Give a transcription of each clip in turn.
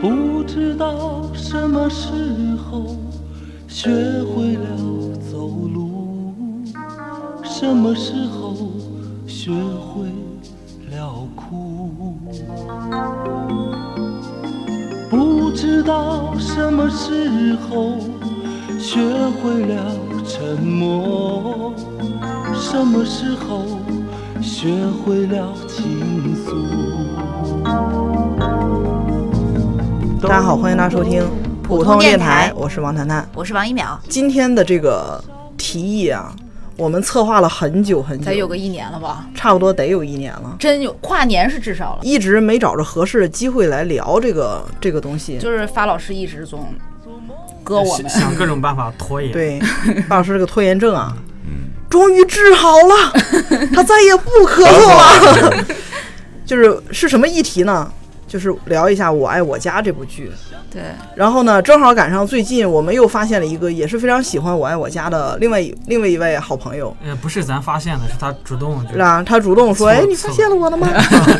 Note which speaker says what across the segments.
Speaker 1: 不知道什么时候学会了走路，什么时候学会了哭。不知道什么时候学会了沉默，什么时候学会了倾诉。
Speaker 2: 大家好，欢迎大家收听普通电台，我是王谈谈。
Speaker 3: 我是王一淼，
Speaker 2: 今天的这个提议啊，我们策划了很久很
Speaker 3: 咱有
Speaker 2: 久，
Speaker 3: 个一年了吧？
Speaker 2: 差不多得有一年了，
Speaker 3: 真有跨年是至少了，
Speaker 2: 一直没找着合适的机会来聊这个这个东西。
Speaker 3: 就是发老师一直总搁我
Speaker 4: 想
Speaker 3: 们，
Speaker 4: 想各种办法拖延。，
Speaker 2: 对，巴老师这个拖延症啊，终于治好了，他再也不咳嗽了。就是是什么议题呢？就是聊一下《我爱我家》这部剧。
Speaker 3: 对，
Speaker 2: 然后呢，正好赶上最近我们又发现了一个也是非常喜欢《我爱我家》的另外一另外一位好朋友，
Speaker 4: 呃，不是咱发现的，是他主动就是
Speaker 2: 吧？他主动
Speaker 4: 错
Speaker 2: 说：“
Speaker 4: 了
Speaker 2: 哎，你发现了我了吗？”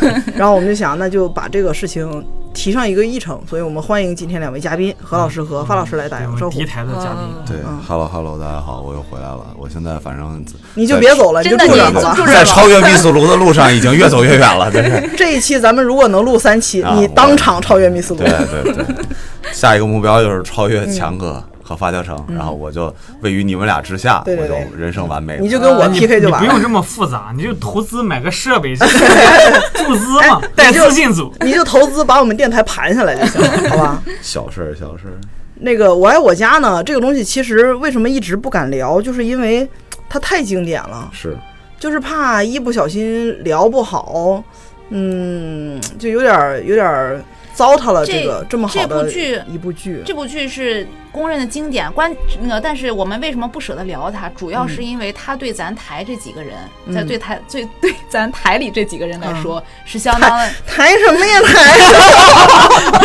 Speaker 2: 然后我们就想，那就把这个事情提上一个议程。所以我们欢迎今天两位嘉宾何老师和发老师来打
Speaker 4: 对
Speaker 2: 一
Speaker 4: 哎我们
Speaker 2: 个招呼
Speaker 4: 敌。台的嘉宾。
Speaker 5: 对，Hello
Speaker 2: 嗯
Speaker 5: Hello，大家好，我又回来了。我现在反正
Speaker 2: 你就
Speaker 5: 在
Speaker 2: 别走了，你就
Speaker 3: 真
Speaker 2: 住
Speaker 3: 的
Speaker 2: 这儿
Speaker 3: 你
Speaker 2: 好吧
Speaker 3: 就？住这
Speaker 5: 在
Speaker 3: 儿吧
Speaker 5: 超越密斯卢的路上已经越走越远了，真 是。
Speaker 2: 这一期咱们如果能录三期，
Speaker 5: 啊
Speaker 2: 你
Speaker 5: 我
Speaker 2: 当场超越密斯卢
Speaker 5: 对。对 对，下一个目标就是超越
Speaker 2: 嗯
Speaker 5: 强哥和发条城，然后我就位于你们俩之下，
Speaker 2: 对对对
Speaker 5: 我就人生完美了。
Speaker 2: 你就跟我
Speaker 4: 哎你
Speaker 2: PK 就
Speaker 4: 你
Speaker 2: 完
Speaker 4: 不用
Speaker 2: 了，
Speaker 4: 这么复杂，你就投资买个设 备，注资嘛，
Speaker 2: 对
Speaker 4: 带
Speaker 2: 哎就
Speaker 4: 资进组。
Speaker 2: 你就投资把我们电台盘下来就行了，好吧？
Speaker 5: 小事儿，小事儿。
Speaker 2: 那个《我爱我家》呢，这个东西其实为什么一直不敢聊，就是因为它太经典了，
Speaker 5: 是，
Speaker 2: 就是怕一不小心聊不好，嗯，就有点儿有点儿糟蹋了
Speaker 3: 这
Speaker 2: 这个这么好
Speaker 3: 这
Speaker 2: 的
Speaker 3: 部剧
Speaker 2: 一部剧。
Speaker 3: 这部剧是公认的经典，关那个，但是我们为什么不舍得聊它，主要
Speaker 2: 嗯
Speaker 3: 是因为它对咱台这几个人，在对台最对咱台里这几个人来说、
Speaker 2: 嗯
Speaker 3: 是相当的，
Speaker 2: 谈什么呀谈？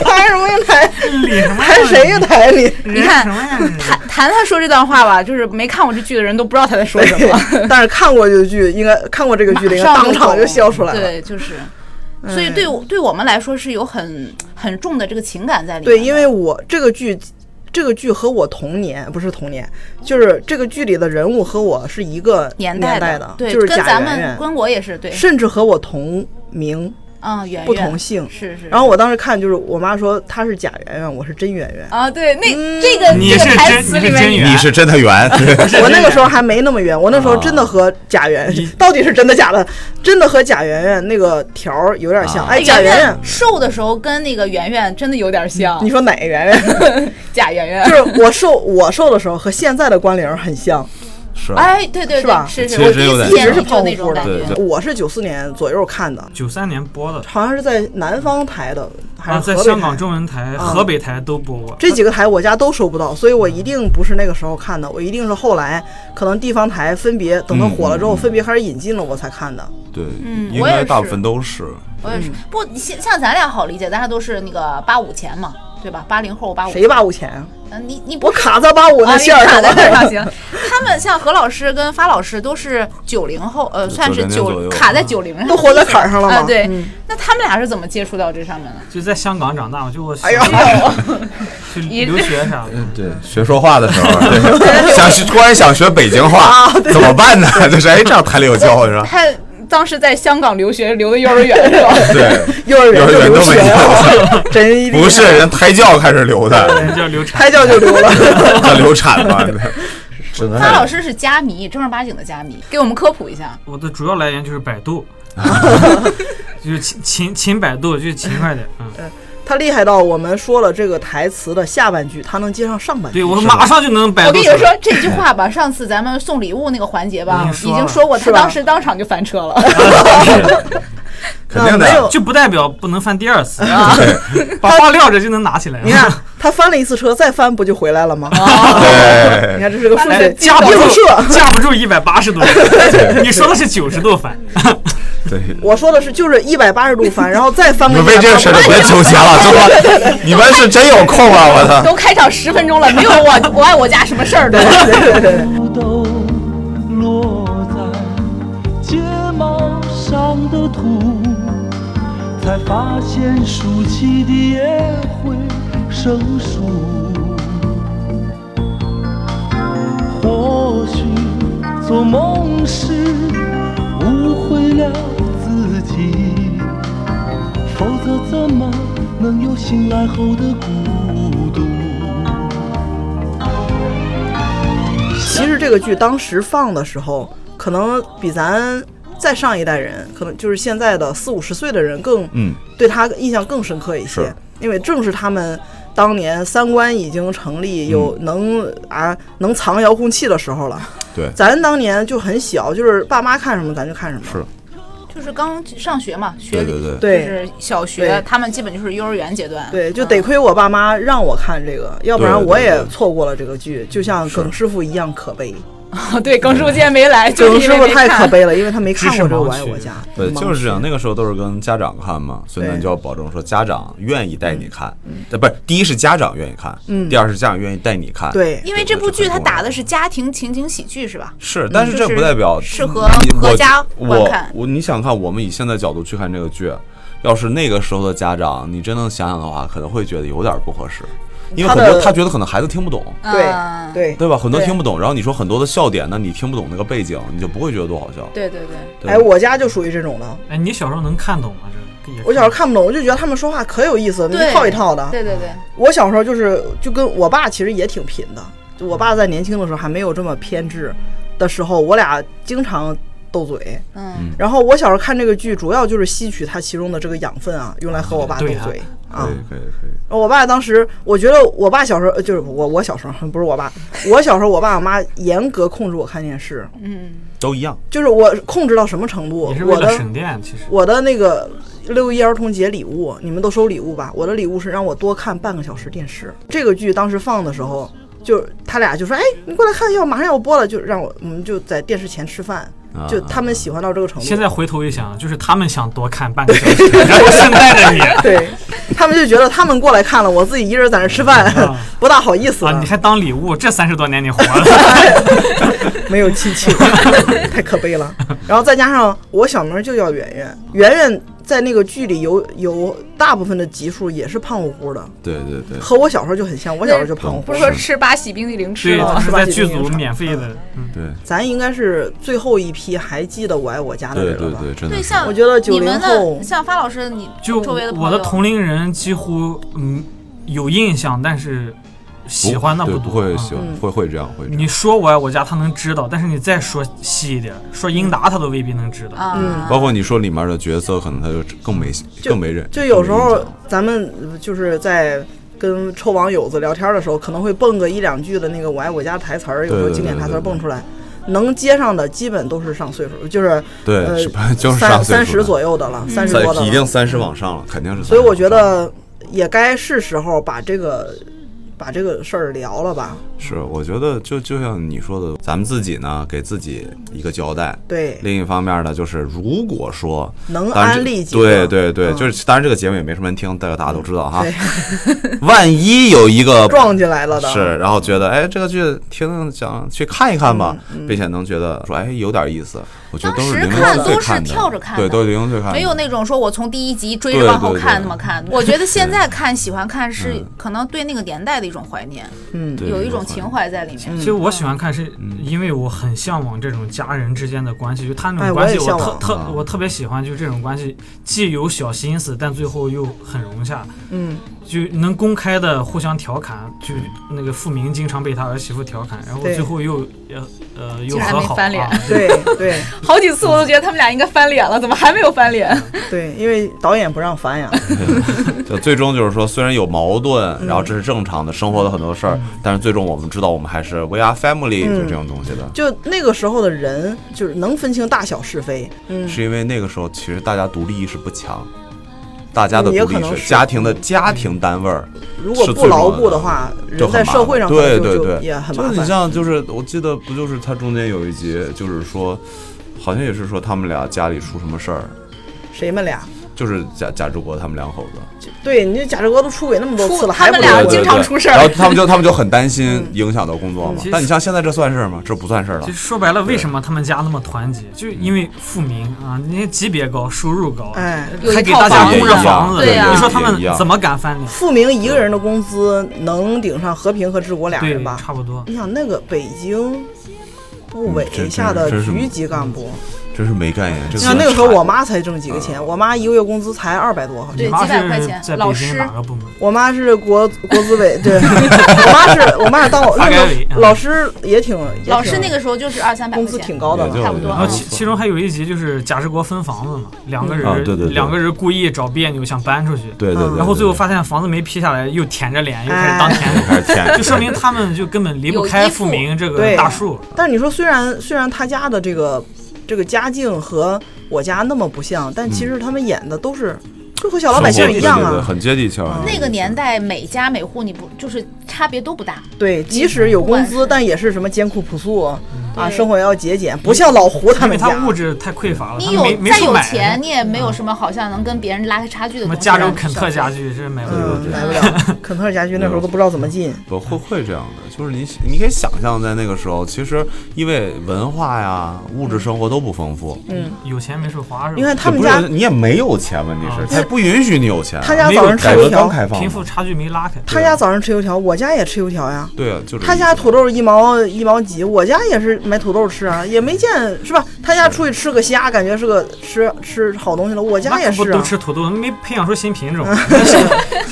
Speaker 2: 谈什么 呀 谈？
Speaker 3: 嗯
Speaker 4: 厉害
Speaker 2: 谈谁呀谈你？
Speaker 3: 你看谈谈他说这段话吧，就是没看过这剧的人都不知道他在说什 么。
Speaker 2: 但是看过这个剧，应该看过这个剧的，应该
Speaker 3: 马上
Speaker 2: 当场
Speaker 3: 懂
Speaker 2: 就笑出来了。嗯
Speaker 3: 对，就是，所以对我对我们来说是有很很重的这个情感在里面
Speaker 2: 对，
Speaker 3: 的。
Speaker 2: 因为我这个剧，这个剧和我童年不是童年，就是这个剧里的人物和我是一个
Speaker 3: 年
Speaker 2: 代
Speaker 3: 的，对，
Speaker 2: 就是
Speaker 3: 跟
Speaker 2: 贾
Speaker 3: 咱
Speaker 2: 圆
Speaker 3: 们
Speaker 2: 圆，
Speaker 3: 跟我也是对，
Speaker 2: 甚至和我同名
Speaker 3: 啊，圆圆
Speaker 2: 不同姓。
Speaker 3: 是是。
Speaker 2: 然后我当时看，就是我妈说她是贾圆圆，我是真圆圆。
Speaker 3: 啊，对，那
Speaker 2: 嗯
Speaker 3: 这个
Speaker 4: 你
Speaker 3: 这个
Speaker 4: 是
Speaker 3: 台
Speaker 4: 真
Speaker 3: 词
Speaker 4: 你是
Speaker 3: 里面
Speaker 4: 真
Speaker 3: 你，
Speaker 4: 圆
Speaker 5: 你是真的圆，
Speaker 2: 我那个时候还没那么圆，我那时候
Speaker 3: 啊
Speaker 2: 真的和贾圆
Speaker 4: 你
Speaker 2: 圆，到底是真的假的？真的和贾圆圆那个条儿有点像。
Speaker 5: 啊
Speaker 2: 哎，
Speaker 3: 哎
Speaker 2: 贾圆
Speaker 3: 圆
Speaker 2: 圆，
Speaker 3: 瘦的时候跟那个圆圆真的有点像
Speaker 2: 你，说哪个圆圆？
Speaker 3: 贾圆圆
Speaker 2: 就。是我瘦，我瘦的时候和现在的关玲儿很像。
Speaker 5: 是。啊
Speaker 3: 哎，对对
Speaker 2: 是
Speaker 3: 对
Speaker 2: 吧，
Speaker 3: 是
Speaker 5: 其实
Speaker 3: 是，我
Speaker 5: 真
Speaker 3: 第
Speaker 5: 有
Speaker 3: 一
Speaker 5: 点
Speaker 3: 次见
Speaker 2: 也
Speaker 3: 你
Speaker 2: 是
Speaker 3: 就
Speaker 2: 胖
Speaker 3: 那
Speaker 2: 乎
Speaker 3: 种
Speaker 2: 乎
Speaker 3: 感
Speaker 5: 对
Speaker 3: 觉
Speaker 5: 对。
Speaker 2: 我是九四年左右看的，
Speaker 4: 九三年播的，
Speaker 2: 好像是在南方台的，还
Speaker 4: 啊，
Speaker 2: 是
Speaker 4: 在
Speaker 2: 河北
Speaker 4: 香
Speaker 2: 台
Speaker 4: 港。中文台、
Speaker 2: 啊
Speaker 4: 河北台都播过。
Speaker 2: 这几个台我家都收不到，所以我一定不是那个时候看的，我一定是后来可能地方台分别等它火了之
Speaker 5: 嗯
Speaker 2: 后，
Speaker 5: 嗯嗯
Speaker 2: 分别开始引进了我才看的。
Speaker 5: 对，
Speaker 3: 嗯
Speaker 5: 应
Speaker 3: 我也
Speaker 5: 该
Speaker 3: 是
Speaker 5: 大部分都是。
Speaker 3: 我
Speaker 2: 嗯
Speaker 3: 也是，不像像咱俩好理解，咱俩都是那个八五前嘛，对吧？八零后八五。
Speaker 2: 谁八五前啊？
Speaker 3: 嗯，你你不
Speaker 2: 我卡在八五那线儿上
Speaker 3: 啊你卡在那儿上
Speaker 2: 了。
Speaker 3: 行。他们像何老师跟发老师都是九零后，呃，算
Speaker 5: 90
Speaker 3: 是
Speaker 5: 年左
Speaker 3: 九
Speaker 5: 右
Speaker 3: 卡在九零上，
Speaker 2: 都活在坎儿上了吗嗯
Speaker 3: 啊对，那他们俩是怎么接触到这上面的？
Speaker 4: 就在香港长大嘛，就我
Speaker 2: 哎呦，
Speaker 4: 去留学 啥的。
Speaker 5: 嗯对，学说话的时 候，对想学突然想学北京
Speaker 2: 啊
Speaker 5: 话，怎么 办呢？就是哎，这样台里有教，是吧？
Speaker 3: 他当时在香港留学，留的幼儿园是吧？
Speaker 5: 对，
Speaker 2: 幼儿园就
Speaker 5: 幼儿园
Speaker 2: 留
Speaker 5: 都
Speaker 2: 学
Speaker 5: 没有
Speaker 2: 了，真厉害
Speaker 5: 不是人胎教开始流的，
Speaker 4: 人叫 刘禅，
Speaker 2: 胎教就留了。
Speaker 5: 他流产了。真的
Speaker 3: 发老师是家迷，正儿八经的家迷，给我们科普一下。
Speaker 4: 我的主要来源就是百 度，就是勤勤勤百度，就是勤快点。嗯，
Speaker 2: 他厉害到我们说了这个台词的下半句，他能接上上半句。
Speaker 4: 对我马上就能百
Speaker 3: 我
Speaker 4: 度。
Speaker 3: 跟你们说，这句话吧，上次咱们送礼物那个环节吧，
Speaker 4: 已经说
Speaker 3: 已
Speaker 4: 了
Speaker 3: 经说过，他
Speaker 2: 是吧
Speaker 3: 当时当场就翻车了。
Speaker 5: 肯定的
Speaker 2: 啊没
Speaker 5: 呀
Speaker 2: 有，
Speaker 4: 就不代表不能翻第二次，啊把话撂着就能拿起来。
Speaker 2: 你看，他翻了一次车，再翻不就回来了吗？ 你
Speaker 3: 哦
Speaker 5: 对，
Speaker 2: 看这是个数
Speaker 4: 哎，
Speaker 2: 学
Speaker 4: 架不
Speaker 2: 映
Speaker 4: 住
Speaker 2: 射。，
Speaker 4: 架不住一百八十度。你说的是九十度翻，
Speaker 5: 对。
Speaker 2: 我说的是就是一百八十度翻，然后再翻
Speaker 5: 你
Speaker 2: 个
Speaker 5: 们为这个事儿就别纠结了，对吧？你们是真有空啊！我操，
Speaker 3: 都开场十分钟了，没有我我爱我家什么事儿的。
Speaker 2: 对对对，
Speaker 1: 都落在睫毛上的土，才才发现熟悉的也会生疏。或许做梦时误会了自己，否则怎么能有醒来后的孤独？
Speaker 2: 其实这个剧当时放的时候，可能比咱再上一代人，可能就是现在的四五十岁的人更，
Speaker 5: 嗯，
Speaker 2: 对他印象更深刻一些
Speaker 5: 是，
Speaker 2: 因为正是他们当年三观已经成立，有
Speaker 5: 嗯
Speaker 2: 能、啊能藏遥控器的时候了。
Speaker 5: 对，
Speaker 2: 咱当年就很小，就是爸妈看什么咱就看什么，
Speaker 5: 是
Speaker 3: 就是刚上学嘛，学
Speaker 5: 对对对，
Speaker 2: 对
Speaker 3: 就是小学
Speaker 2: 对，
Speaker 3: 他们基本就是幼儿园阶段，
Speaker 2: 对，就
Speaker 3: 嗯
Speaker 2: 得亏我爸妈让我看这个，要不然
Speaker 5: 对
Speaker 2: 我
Speaker 5: 对
Speaker 2: 也
Speaker 5: 对
Speaker 2: 错过了这个剧，就像耿师傅一样可悲。
Speaker 3: 啊对，耿叔今天没 来，就是
Speaker 2: 耿
Speaker 3: 因
Speaker 2: 师
Speaker 3: 为
Speaker 2: 傅
Speaker 3: 没
Speaker 2: 太可
Speaker 3: 看
Speaker 2: 悲了，因为他没看过这个《
Speaker 4: 知识盲
Speaker 2: 我爱
Speaker 4: 区
Speaker 2: 我家》盲区。
Speaker 5: 对，就是这样。那个时候都是跟家长看嘛，所以那
Speaker 2: 对
Speaker 5: 你就要保证说家长愿意带你看，呃，不是，第一是家长愿意看，第二是家长愿意带你看，
Speaker 2: 对
Speaker 3: 因为这部剧它打的是家庭情景喜剧，是吧？
Speaker 5: 是，
Speaker 2: 嗯
Speaker 5: 但是这
Speaker 3: 就是
Speaker 5: 不代表
Speaker 3: 适合
Speaker 5: 你
Speaker 3: 合
Speaker 5: 我
Speaker 3: 家观
Speaker 5: 我
Speaker 3: 看
Speaker 5: 我，你想看，我们以现在角度去看这个剧，要是那个时候的家长，你真的想想的话，可能会觉得有点不合适，因为
Speaker 2: 他
Speaker 5: 很多
Speaker 2: 的
Speaker 5: 他觉得可能孩子听不懂，
Speaker 3: 嗯
Speaker 2: 对对，
Speaker 5: 对吧？很多
Speaker 3: 对
Speaker 5: 听不懂，然后你说很多的笑点，那你听不懂那个背景，你就不会觉得多好笑。
Speaker 3: 对对对，
Speaker 5: 对
Speaker 2: 哎，我家就属于这种的。
Speaker 4: 哎，你小时候能看懂吗？这也
Speaker 2: 我小时候看不懂，我就觉得他们说话可有意思了，
Speaker 3: 对
Speaker 2: 一套一套的。
Speaker 3: 对对对，
Speaker 2: 我小时候就是就跟我爸其实也挺贫的，就我爸在年轻的时候还没有这么偏执的时候，我俩经常斗嘴。
Speaker 3: 嗯，
Speaker 2: 然后我小时候看这个剧，主要就是吸取它其中的这个养分啊，用来和我爸斗
Speaker 4: 对啊
Speaker 2: 嘴啊。
Speaker 5: 可以可以可以，
Speaker 2: 我爸当时，我觉得我爸小时候呃就是我我小时候 不是我爸，我小时候我爸我妈严格控制我看电视，
Speaker 5: 都一样。
Speaker 2: 就是我控制到什么程度
Speaker 4: 也是，为
Speaker 2: 我
Speaker 4: 了
Speaker 2: 的
Speaker 4: 省电，其实
Speaker 2: 我的那个六一儿童节礼物，你们都收礼物吧？我的礼物是让我多看半个小时电视。这个剧当时放的时候，就他俩就说：“哎，你过来看，要马上要播了。”就让我我们就在电视前吃饭，就他们喜欢到这个程度。
Speaker 4: 现在回头一想，就是他们想多看半个小时， 然后顺带着 你
Speaker 2: 对他们就觉得他们过来看了，我自己一人在那吃饭， 不大好意思了
Speaker 4: 啊，你还当礼物，这三十多年你活 了，
Speaker 2: 没有亲情， 太可悲了。然后再加上我小名就叫圆圆，圆圆在那个剧里有有大部分的集数也是胖乎乎的，
Speaker 5: 对对对，
Speaker 2: 和我小时候就很像，我小时候就胖乎乎
Speaker 3: 不。是说吃八喜冰激凌吃
Speaker 4: 对，
Speaker 3: 了
Speaker 4: 他
Speaker 3: 吗，
Speaker 4: 是
Speaker 2: 是吧
Speaker 4: 在
Speaker 2: 几
Speaker 4: 剧
Speaker 2: 个名
Speaker 4: 组
Speaker 2: 场
Speaker 4: 免费的，嗯，
Speaker 5: 对
Speaker 2: 咱应该是最后一批还记得《我爱我家》的
Speaker 5: 对
Speaker 2: 人了
Speaker 5: 对
Speaker 2: 吧？
Speaker 5: 对，真的
Speaker 3: 对，
Speaker 5: 是。
Speaker 3: 像
Speaker 2: 我觉得
Speaker 3: 你们
Speaker 2: 90后
Speaker 3: 的像发老师，你
Speaker 4: 就
Speaker 3: 周围的朋
Speaker 4: 我的
Speaker 3: 友
Speaker 4: 同龄人几乎嗯有印象，但是喜欢的
Speaker 5: 不对
Speaker 4: 多，
Speaker 5: 会
Speaker 4: 嗯
Speaker 5: 喜欢，会会这样会这
Speaker 4: 你
Speaker 5: 样。
Speaker 4: 说我爱我家，他能知道，但是你再说细一点，说英达他都未必能知道。
Speaker 3: 啊，
Speaker 5: 嗯
Speaker 2: 嗯
Speaker 5: 包括你说里面的角色，可能他就更没更没人，
Speaker 2: 就有时
Speaker 5: 更没
Speaker 2: 候
Speaker 5: 印象
Speaker 2: 咱们呃就是在跟臭网友子聊天的时候，可能会蹦个一两句的那个“我爱我家”台词儿，有时候
Speaker 5: 对对
Speaker 2: 经典
Speaker 5: 对
Speaker 2: 台词儿
Speaker 5: 对
Speaker 2: 蹦出来，能接上的基本都是上岁数，就是
Speaker 5: 对
Speaker 2: 呃
Speaker 5: 是吧就是上岁数的
Speaker 2: 三三
Speaker 5: 嗯
Speaker 2: 十左右的了，三十
Speaker 5: 在
Speaker 2: 多的
Speaker 5: 一定
Speaker 2: 了。
Speaker 5: 三十往上了，肯定是30往上了。
Speaker 2: 所以我觉得也该是时候把这个把这个事儿聊了吧。
Speaker 5: 是，我觉得就就像你说的，咱们自己呢给自己一个交代。
Speaker 2: 对，
Speaker 5: 另一方面呢，就是如果说
Speaker 2: 能
Speaker 5: 当然这
Speaker 2: 安利几
Speaker 5: 对
Speaker 2: 个
Speaker 5: 对对，
Speaker 2: 嗯
Speaker 5: 就是当然这个节目也没什么人听，大家大家都知道哈
Speaker 2: 对。
Speaker 5: 万一有一个
Speaker 2: 撞进来了的，
Speaker 5: 是，然后觉得哎这个剧听听想去看一看吧，
Speaker 2: 嗯
Speaker 5: 并且能觉得说哎有点意思，我觉得都是
Speaker 3: 当时
Speaker 5: 零零
Speaker 3: 看
Speaker 5: 碎
Speaker 3: 都是
Speaker 5: 看的，
Speaker 3: 跳着看
Speaker 5: 对，
Speaker 3: 的
Speaker 5: 都是零零碎看的，
Speaker 3: 没有那种说我从第一集追着
Speaker 5: 对
Speaker 3: 往后
Speaker 5: 对对
Speaker 3: 看那么看。我觉得现在看喜欢看是可能对那个年代的一种怀念，
Speaker 2: 嗯，
Speaker 5: 对
Speaker 3: 有一种情怀在里面。
Speaker 4: 其实我喜欢看是因为我很向往这种家人之间的关系，就他那
Speaker 2: 哎
Speaker 4: 种关系，
Speaker 2: 我
Speaker 4: 我
Speaker 2: 也向
Speaker 4: 特
Speaker 2: 往
Speaker 5: 啊
Speaker 4: 特我特别喜欢，就这种关系既有小心思，但最后又很融洽，
Speaker 2: 嗯，
Speaker 4: 就能公开的互相调侃，就那个付明经常被他儿媳妇调侃，然后
Speaker 2: 对
Speaker 4: 最后又呃呃又
Speaker 3: 竟然
Speaker 4: 和
Speaker 3: 没
Speaker 4: 好
Speaker 3: 翻脸
Speaker 4: 啊，
Speaker 2: 对对
Speaker 3: 好几次我都觉得他们俩应该翻脸了，怎么还没有翻脸？
Speaker 2: 对， 因为导演不让翻呀。
Speaker 5: 就最终就是说，虽然有矛盾，
Speaker 2: 嗯
Speaker 5: 然后这是正常的生活的很多事儿，但是最终我们知道，我们还是 we are family，、就这种东西的。
Speaker 2: 嗯就那个时候的人，就是能分清大小是非。嗯，
Speaker 5: 是因为那个时候其实大家独立意识不强，大家的
Speaker 2: 也
Speaker 5: 独
Speaker 2: 可
Speaker 5: 立
Speaker 2: 能
Speaker 5: 意
Speaker 2: 是
Speaker 5: 识，家庭的家庭单位儿
Speaker 2: 如果
Speaker 5: 是
Speaker 2: 不
Speaker 5: 最重
Speaker 2: 牢
Speaker 5: 要的
Speaker 2: 固的话，
Speaker 5: 就
Speaker 2: 人
Speaker 5: 很
Speaker 2: 在
Speaker 5: 麻
Speaker 2: 社
Speaker 5: 烦
Speaker 2: 会上可
Speaker 5: 对
Speaker 2: 能
Speaker 5: 对
Speaker 2: 就
Speaker 5: 对
Speaker 2: 就也很
Speaker 5: 就
Speaker 2: 麻
Speaker 5: 是你
Speaker 2: 烦。
Speaker 5: 像就是我记得不就是它中间有一集就是说，好像也是说他们俩家里出什么事儿，
Speaker 2: 谁们俩？
Speaker 5: 就是贾贾志国他们两口子，
Speaker 2: 对，你这贾志国都出轨那么多次了，
Speaker 3: 出
Speaker 2: 还
Speaker 3: 他
Speaker 2: 不
Speaker 3: 们俩
Speaker 2: 了
Speaker 5: 对
Speaker 2: 解
Speaker 5: 对
Speaker 3: 经常
Speaker 5: 对
Speaker 3: 出事儿
Speaker 5: 然后他们就他们就很担心影响到工作嘛
Speaker 4: 嗯其。实
Speaker 5: 但你像现在这算事儿吗？这不算事儿了
Speaker 4: 就。说白了，为什么他们家那么团结，
Speaker 5: 嗯
Speaker 4: 就是因为富民啊，那些级别高，收入高，
Speaker 2: 哎
Speaker 3: 有
Speaker 4: 还
Speaker 3: 一
Speaker 4: 给
Speaker 3: 套
Speaker 4: 大家
Speaker 3: 房
Speaker 4: 供
Speaker 5: 子
Speaker 4: 着房子，
Speaker 3: 对呀
Speaker 4: 你说他们
Speaker 5: 也一样
Speaker 4: 怎么敢翻脸？
Speaker 2: 傅明一个人的工资能顶上和平和治国俩
Speaker 4: 对
Speaker 2: 人，吧？
Speaker 4: 差不多。
Speaker 2: 你想那个北京部委
Speaker 5: 嗯真
Speaker 2: 下的
Speaker 5: 真真是嗯
Speaker 2: 局级干部，
Speaker 5: 真是没概念。这
Speaker 2: 你
Speaker 5: 个
Speaker 2: 啊想那个时候我妈才挣几个
Speaker 5: 嗯
Speaker 2: 钱，我妈一个月工资才二百多，好像。
Speaker 3: 对
Speaker 4: 你妈
Speaker 3: 几百块
Speaker 4: 是
Speaker 3: 钱
Speaker 4: 在
Speaker 3: 老
Speaker 4: 北京
Speaker 3: 师
Speaker 4: 哪个部门？
Speaker 5: 啊
Speaker 2: 我妈是国国资委，对我妈是我妈是当我
Speaker 4: 发
Speaker 2: 那
Speaker 4: 改委啊
Speaker 2: 个老师也挺，也挺
Speaker 3: 老师那个时候就是二三百
Speaker 2: 工
Speaker 3: 块
Speaker 2: 资
Speaker 3: 钱
Speaker 2: 挺，高的
Speaker 5: 也就
Speaker 2: 了。
Speaker 3: 差不多
Speaker 4: 然后
Speaker 3: 啊
Speaker 4: 其其中还有一集就是贾志国分房子嘛，两个人、
Speaker 5: 啊对对对
Speaker 4: 两个人故意找别扭想搬出去，
Speaker 5: 对对对对，
Speaker 4: 啊然后最后
Speaker 5: 对
Speaker 4: 发现房子没批下来，又舔着脸又
Speaker 3: 哎
Speaker 4: 开始当舔
Speaker 5: 对
Speaker 4: 狗，
Speaker 5: 开始舔，
Speaker 4: 就说 明他们就根本离不
Speaker 3: 有
Speaker 4: 开
Speaker 3: 依附
Speaker 4: 富民这个
Speaker 2: 对
Speaker 4: 大树。
Speaker 2: 但是你说虽然虽然他家的这个这个家境和我家那么不像，但其实
Speaker 5: 嗯
Speaker 2: 他们演的都是就和小老百姓一样
Speaker 5: 对对对
Speaker 2: 啊。
Speaker 5: 很接地气儿。
Speaker 3: 那个年代每家每户你不就是差别都不大，
Speaker 2: 对，即使有工资，
Speaker 3: 嗯
Speaker 2: 但也是什么艰苦朴素啊，
Speaker 3: 对
Speaker 2: 生活要节俭，不像老胡他
Speaker 4: 因为
Speaker 2: 们
Speaker 4: 他
Speaker 2: 家。
Speaker 4: 物质太匮乏了，
Speaker 3: 你
Speaker 4: 他没
Speaker 3: 有
Speaker 4: 没
Speaker 3: 再
Speaker 4: 处
Speaker 3: 有
Speaker 4: 买。
Speaker 3: 钱，你也没有什么好像能跟别人拉开差距的
Speaker 4: 什
Speaker 3: 东
Speaker 4: 么
Speaker 3: 西
Speaker 4: 加
Speaker 3: 让你消
Speaker 4: 州肯
Speaker 3: 费。
Speaker 4: 特家具是买不了的。
Speaker 2: 嗯，买不了。肯特家居那时候都不知道怎么进，
Speaker 5: 不会会这样的，就是你你可以想象，在那个时候，其实因为文化呀、物质生活都不丰富，
Speaker 4: 有钱没处花是吧？
Speaker 2: 你看嗯他们
Speaker 5: 也
Speaker 2: 家
Speaker 5: 不是，你也没有钱，问题是
Speaker 4: 啊
Speaker 5: 他不允许你有钱。啊
Speaker 2: 他家
Speaker 4: 没
Speaker 2: 早
Speaker 4: 有
Speaker 2: 上吃
Speaker 5: 改
Speaker 2: 油
Speaker 5: 革刚
Speaker 2: 条，
Speaker 5: 开放嘛，啊
Speaker 4: 贫富差距没拉开。
Speaker 2: 他家早上吃油条，我家也吃油条呀。
Speaker 5: 对啊，就是
Speaker 2: 他家土豆一毛一毛几，我家也是买土豆吃啊，也没见是吧？他家出去吃个虾，感觉是个吃吃好东西了，我
Speaker 4: 那
Speaker 2: 家也
Speaker 4: 可不
Speaker 2: 是、
Speaker 4: 都
Speaker 2: 啊。
Speaker 4: 吃土豆，没培养出新品 种。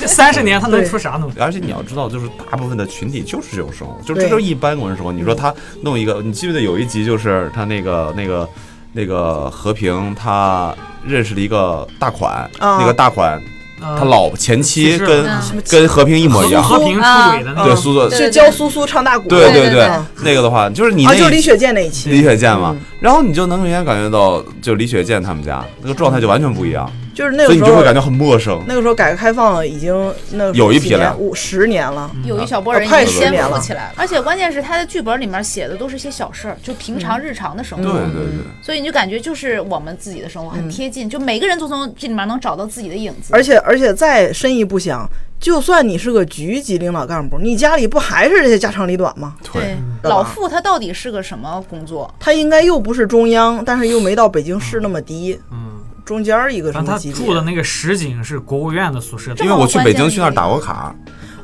Speaker 4: 三十年他能出啥东西？
Speaker 5: 而且你要知道，就是大部分的群体就是这种生活，就
Speaker 2: 对
Speaker 5: 这就是一般工人生活。你说他弄一个，你记不记得有一集就是他那个那个那个和平，他认识了一个大款，
Speaker 2: 啊
Speaker 5: 那个大款他
Speaker 4: 他
Speaker 5: 老前妻
Speaker 4: 去世
Speaker 5: 跟
Speaker 3: 了
Speaker 2: 嗯
Speaker 5: 跟和平一模一样，
Speaker 4: 呃和平
Speaker 2: 啊
Speaker 4: 出轨的那
Speaker 5: 对
Speaker 4: 个
Speaker 5: 苏作，
Speaker 3: 对
Speaker 2: 是教苏苏唱大鼓，
Speaker 5: 对
Speaker 3: 对
Speaker 5: 对
Speaker 3: 对，
Speaker 5: 那个的话就是你
Speaker 2: 啊，
Speaker 5: 那
Speaker 2: 就是李雪健嗯那一期，
Speaker 5: 李雪健嘛，然后你就能明显感觉到，就李雪健他们家那个状态就完全不一样，
Speaker 2: 嗯就是那
Speaker 5: 所
Speaker 2: 个
Speaker 5: 以
Speaker 2: 时
Speaker 5: 你就
Speaker 2: 候
Speaker 5: 会，感觉很陌生。
Speaker 2: 那个时候改革开放已经那个时候
Speaker 5: 有一
Speaker 2: 几
Speaker 5: 批了
Speaker 2: 年五十年了，
Speaker 3: 有一小波人
Speaker 2: 快
Speaker 3: 已经
Speaker 5: 十
Speaker 3: 先
Speaker 2: 年
Speaker 3: 富
Speaker 2: 了
Speaker 3: 起来了，而且关键是他的剧本里面写的都是一些小事儿，就平常日常的
Speaker 2: 嗯
Speaker 3: 生
Speaker 5: 对
Speaker 3: 活，
Speaker 5: 对对，
Speaker 3: 所以你就感觉就是我们自己的生活很贴近，就每个人都从这里面能找到自己的影子。
Speaker 2: 而且而且再深一步想，就算你是个局级领导干部，你家里不还是这些家长里短吗？
Speaker 3: 对，老傅他到底是个什么工作？
Speaker 2: 他应该又不是中央，但是又没到北京市那么低，
Speaker 4: 嗯，
Speaker 2: 中间儿一个什
Speaker 4: 但他
Speaker 2: 么级别。
Speaker 4: 住的那个实景是国务院的宿舍，
Speaker 3: 这
Speaker 5: 因为我去北京去那儿打过
Speaker 2: 啊
Speaker 5: 卡，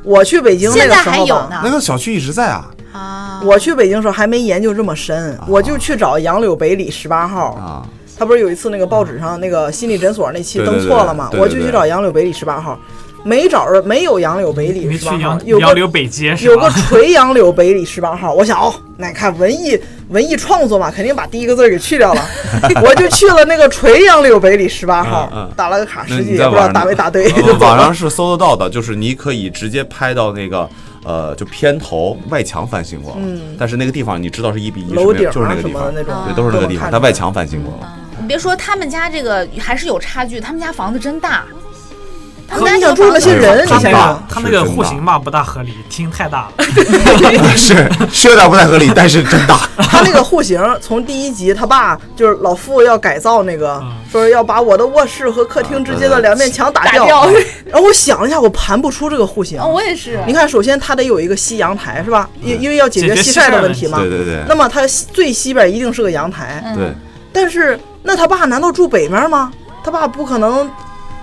Speaker 2: 我去北京那
Speaker 3: 现
Speaker 2: 个
Speaker 3: 在
Speaker 2: 时
Speaker 3: 还
Speaker 2: 候
Speaker 3: 有
Speaker 2: 吧，
Speaker 5: 那
Speaker 3: 呢
Speaker 5: 个小区一直在啊
Speaker 3: 啊！
Speaker 2: 我去北京的时候还没研究这么深，
Speaker 4: 啊
Speaker 2: 我就去找杨柳北里十八号。
Speaker 5: 啊，
Speaker 2: 他不是有一次那个报纸上那个心理诊所那期
Speaker 5: 对对
Speaker 2: 登错了吗？
Speaker 5: 对对
Speaker 2: 我就去找杨柳北里十八号，没找着，没有杨柳北
Speaker 4: 你没
Speaker 2: 里
Speaker 4: 去
Speaker 2: 十八号
Speaker 4: 杨，
Speaker 2: 有
Speaker 4: 杨
Speaker 2: 个
Speaker 4: 柳北街是
Speaker 2: 有
Speaker 4: 吧
Speaker 2: 个？垂杨柳北里十八号。我想哦，那看文艺文艺创作嘛，肯定把第一个字儿给去掉 了。我就去了那个垂杨柳北里十八
Speaker 5: 嗯
Speaker 2: 号
Speaker 5: 嗯，
Speaker 2: 打了个卡，
Speaker 5: 那
Speaker 2: 实际
Speaker 5: 你
Speaker 2: 也
Speaker 5: 在
Speaker 2: 不知道
Speaker 5: 网上
Speaker 2: 打没打对。
Speaker 5: 呃 网上是搜得到的，就是你可以直接拍到那个呃，就片头外墙翻新过了，但是那个地方你知道是一比一，是没
Speaker 2: 嗯楼
Speaker 5: 有
Speaker 2: 顶
Speaker 5: 就是那
Speaker 2: 啊
Speaker 5: 个
Speaker 2: 什
Speaker 5: 地
Speaker 2: 么的
Speaker 5: 方，
Speaker 2: 那种，啊嗯
Speaker 5: 对，都是那个地
Speaker 2: 我看
Speaker 5: 方，
Speaker 2: 着
Speaker 5: 它外墙翻新过了，
Speaker 3: 你别说他们家这个还是有差距，他们家房子真大，他们
Speaker 2: 可
Speaker 3: 家
Speaker 2: 你
Speaker 3: 这
Speaker 2: 想
Speaker 3: 个
Speaker 2: 住
Speaker 3: 房
Speaker 2: 那些
Speaker 3: 子
Speaker 2: 人，你
Speaker 4: 他那
Speaker 2: 想想
Speaker 4: 个。啊他那个户型吧不大合理，厅太大了。
Speaker 5: 是是有点不太合理，但是真 大。
Speaker 2: 他那个户型，从第一集他爸就是老傅要改造那个，
Speaker 4: 嗯
Speaker 2: 说是要把我的卧室和客厅之间的两面墙
Speaker 5: 嗯
Speaker 2: 打掉。
Speaker 3: 打掉
Speaker 2: 然后我想了一下，我盘不出这个户型。
Speaker 5: 哦
Speaker 3: 啊，我也是。
Speaker 2: 你看，首先它得有一个西阳台是吧？因因为要解
Speaker 4: 解决
Speaker 2: 西
Speaker 4: 西晒
Speaker 2: 晒的
Speaker 4: 的
Speaker 2: 问
Speaker 4: 问
Speaker 2: 题嘛。
Speaker 5: 嗯对对对
Speaker 2: 那么它西最西边一定是个阳台，
Speaker 3: 嗯
Speaker 5: 对，
Speaker 2: 但是那他爸难道住北面吗？他爸不可能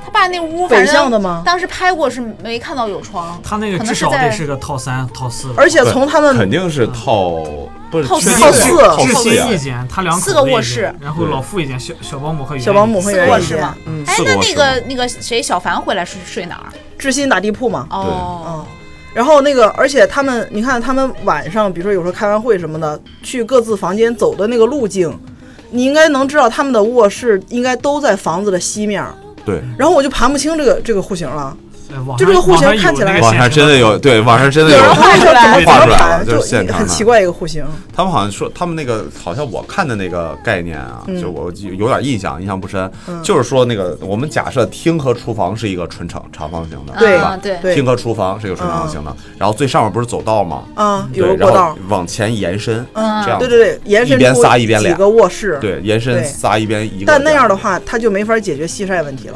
Speaker 3: 他爸那屋
Speaker 2: 北
Speaker 3: 反
Speaker 2: 向
Speaker 3: 正
Speaker 2: 的吗
Speaker 3: 当时拍过是没看到有窗，
Speaker 4: 他那个
Speaker 3: 可
Speaker 4: 至
Speaker 3: 能
Speaker 4: 少
Speaker 3: 在
Speaker 4: 得是个套三、套四吧。
Speaker 2: 而且从他
Speaker 5: 肯
Speaker 2: 们
Speaker 5: 定是套不是
Speaker 3: 套
Speaker 5: 确
Speaker 3: 四
Speaker 5: 定
Speaker 2: 套
Speaker 5: 是
Speaker 2: 四
Speaker 5: 套
Speaker 4: 至
Speaker 5: 四呀
Speaker 4: 今一间，他两口子
Speaker 3: 四个卧
Speaker 4: 一间
Speaker 3: 室
Speaker 4: 然后
Speaker 5: 对
Speaker 4: 老傅一间，小小保姆和
Speaker 2: 小保姆和
Speaker 3: 四个
Speaker 2: 园
Speaker 3: 卧
Speaker 2: 艺
Speaker 3: 室嘛。
Speaker 2: 嗯，
Speaker 3: 哎，
Speaker 5: 四
Speaker 3: 那
Speaker 5: 个卧
Speaker 3: 那
Speaker 5: 室
Speaker 3: 个那个谁，小凡回来是睡哪儿？
Speaker 2: 知心打地铺嘛。
Speaker 3: 哦，
Speaker 2: 然后那个，而且他们，你看他们晚上，比如说有时候开完会什么的，去各自房间走的那个路径，你应该能知道他们的卧室应该都在房子的西面儿。
Speaker 5: 对。
Speaker 2: 然后我就盘不清这个这个户型了，
Speaker 4: 呃网
Speaker 2: 就这个
Speaker 4: 上
Speaker 2: 户型
Speaker 4: 网上
Speaker 2: 看
Speaker 4: 有
Speaker 2: 起来
Speaker 4: 那个
Speaker 5: 网上
Speaker 4: 现实
Speaker 5: 真的有，对，网上真的有
Speaker 2: 然后
Speaker 3: 画出来
Speaker 2: 怎么
Speaker 5: 画
Speaker 2: 怎
Speaker 5: 出来
Speaker 2: 么盘，
Speaker 5: 了，就是现
Speaker 2: 你
Speaker 5: 场
Speaker 2: 很
Speaker 5: 的
Speaker 2: 奇。怪一个户型。
Speaker 5: 他们好像说，他们那个好像我看的那个概念啊，
Speaker 2: 嗯
Speaker 5: 就我有有点印象，印象不深。就是说那个，我们假设厅和厨房是一个纯长长方形的，
Speaker 2: 对
Speaker 5: 吧？
Speaker 3: 对
Speaker 2: 对
Speaker 5: 厅和厨房是一个纯长方形的，然后最上面不是走道吗？
Speaker 2: 啊，有
Speaker 5: 对，
Speaker 2: 个
Speaker 5: 然
Speaker 2: 过
Speaker 5: 后
Speaker 2: 道，
Speaker 5: 往前延伸，
Speaker 3: 嗯
Speaker 5: 这样
Speaker 2: 对对对，延伸
Speaker 5: 一边
Speaker 2: 出
Speaker 5: 仨一边
Speaker 2: 几
Speaker 5: 俩
Speaker 2: 个卧室。
Speaker 5: 对，延伸
Speaker 2: 对
Speaker 5: 仨一边一个。
Speaker 2: 但那样的，话，他就没法解决西晒问题了。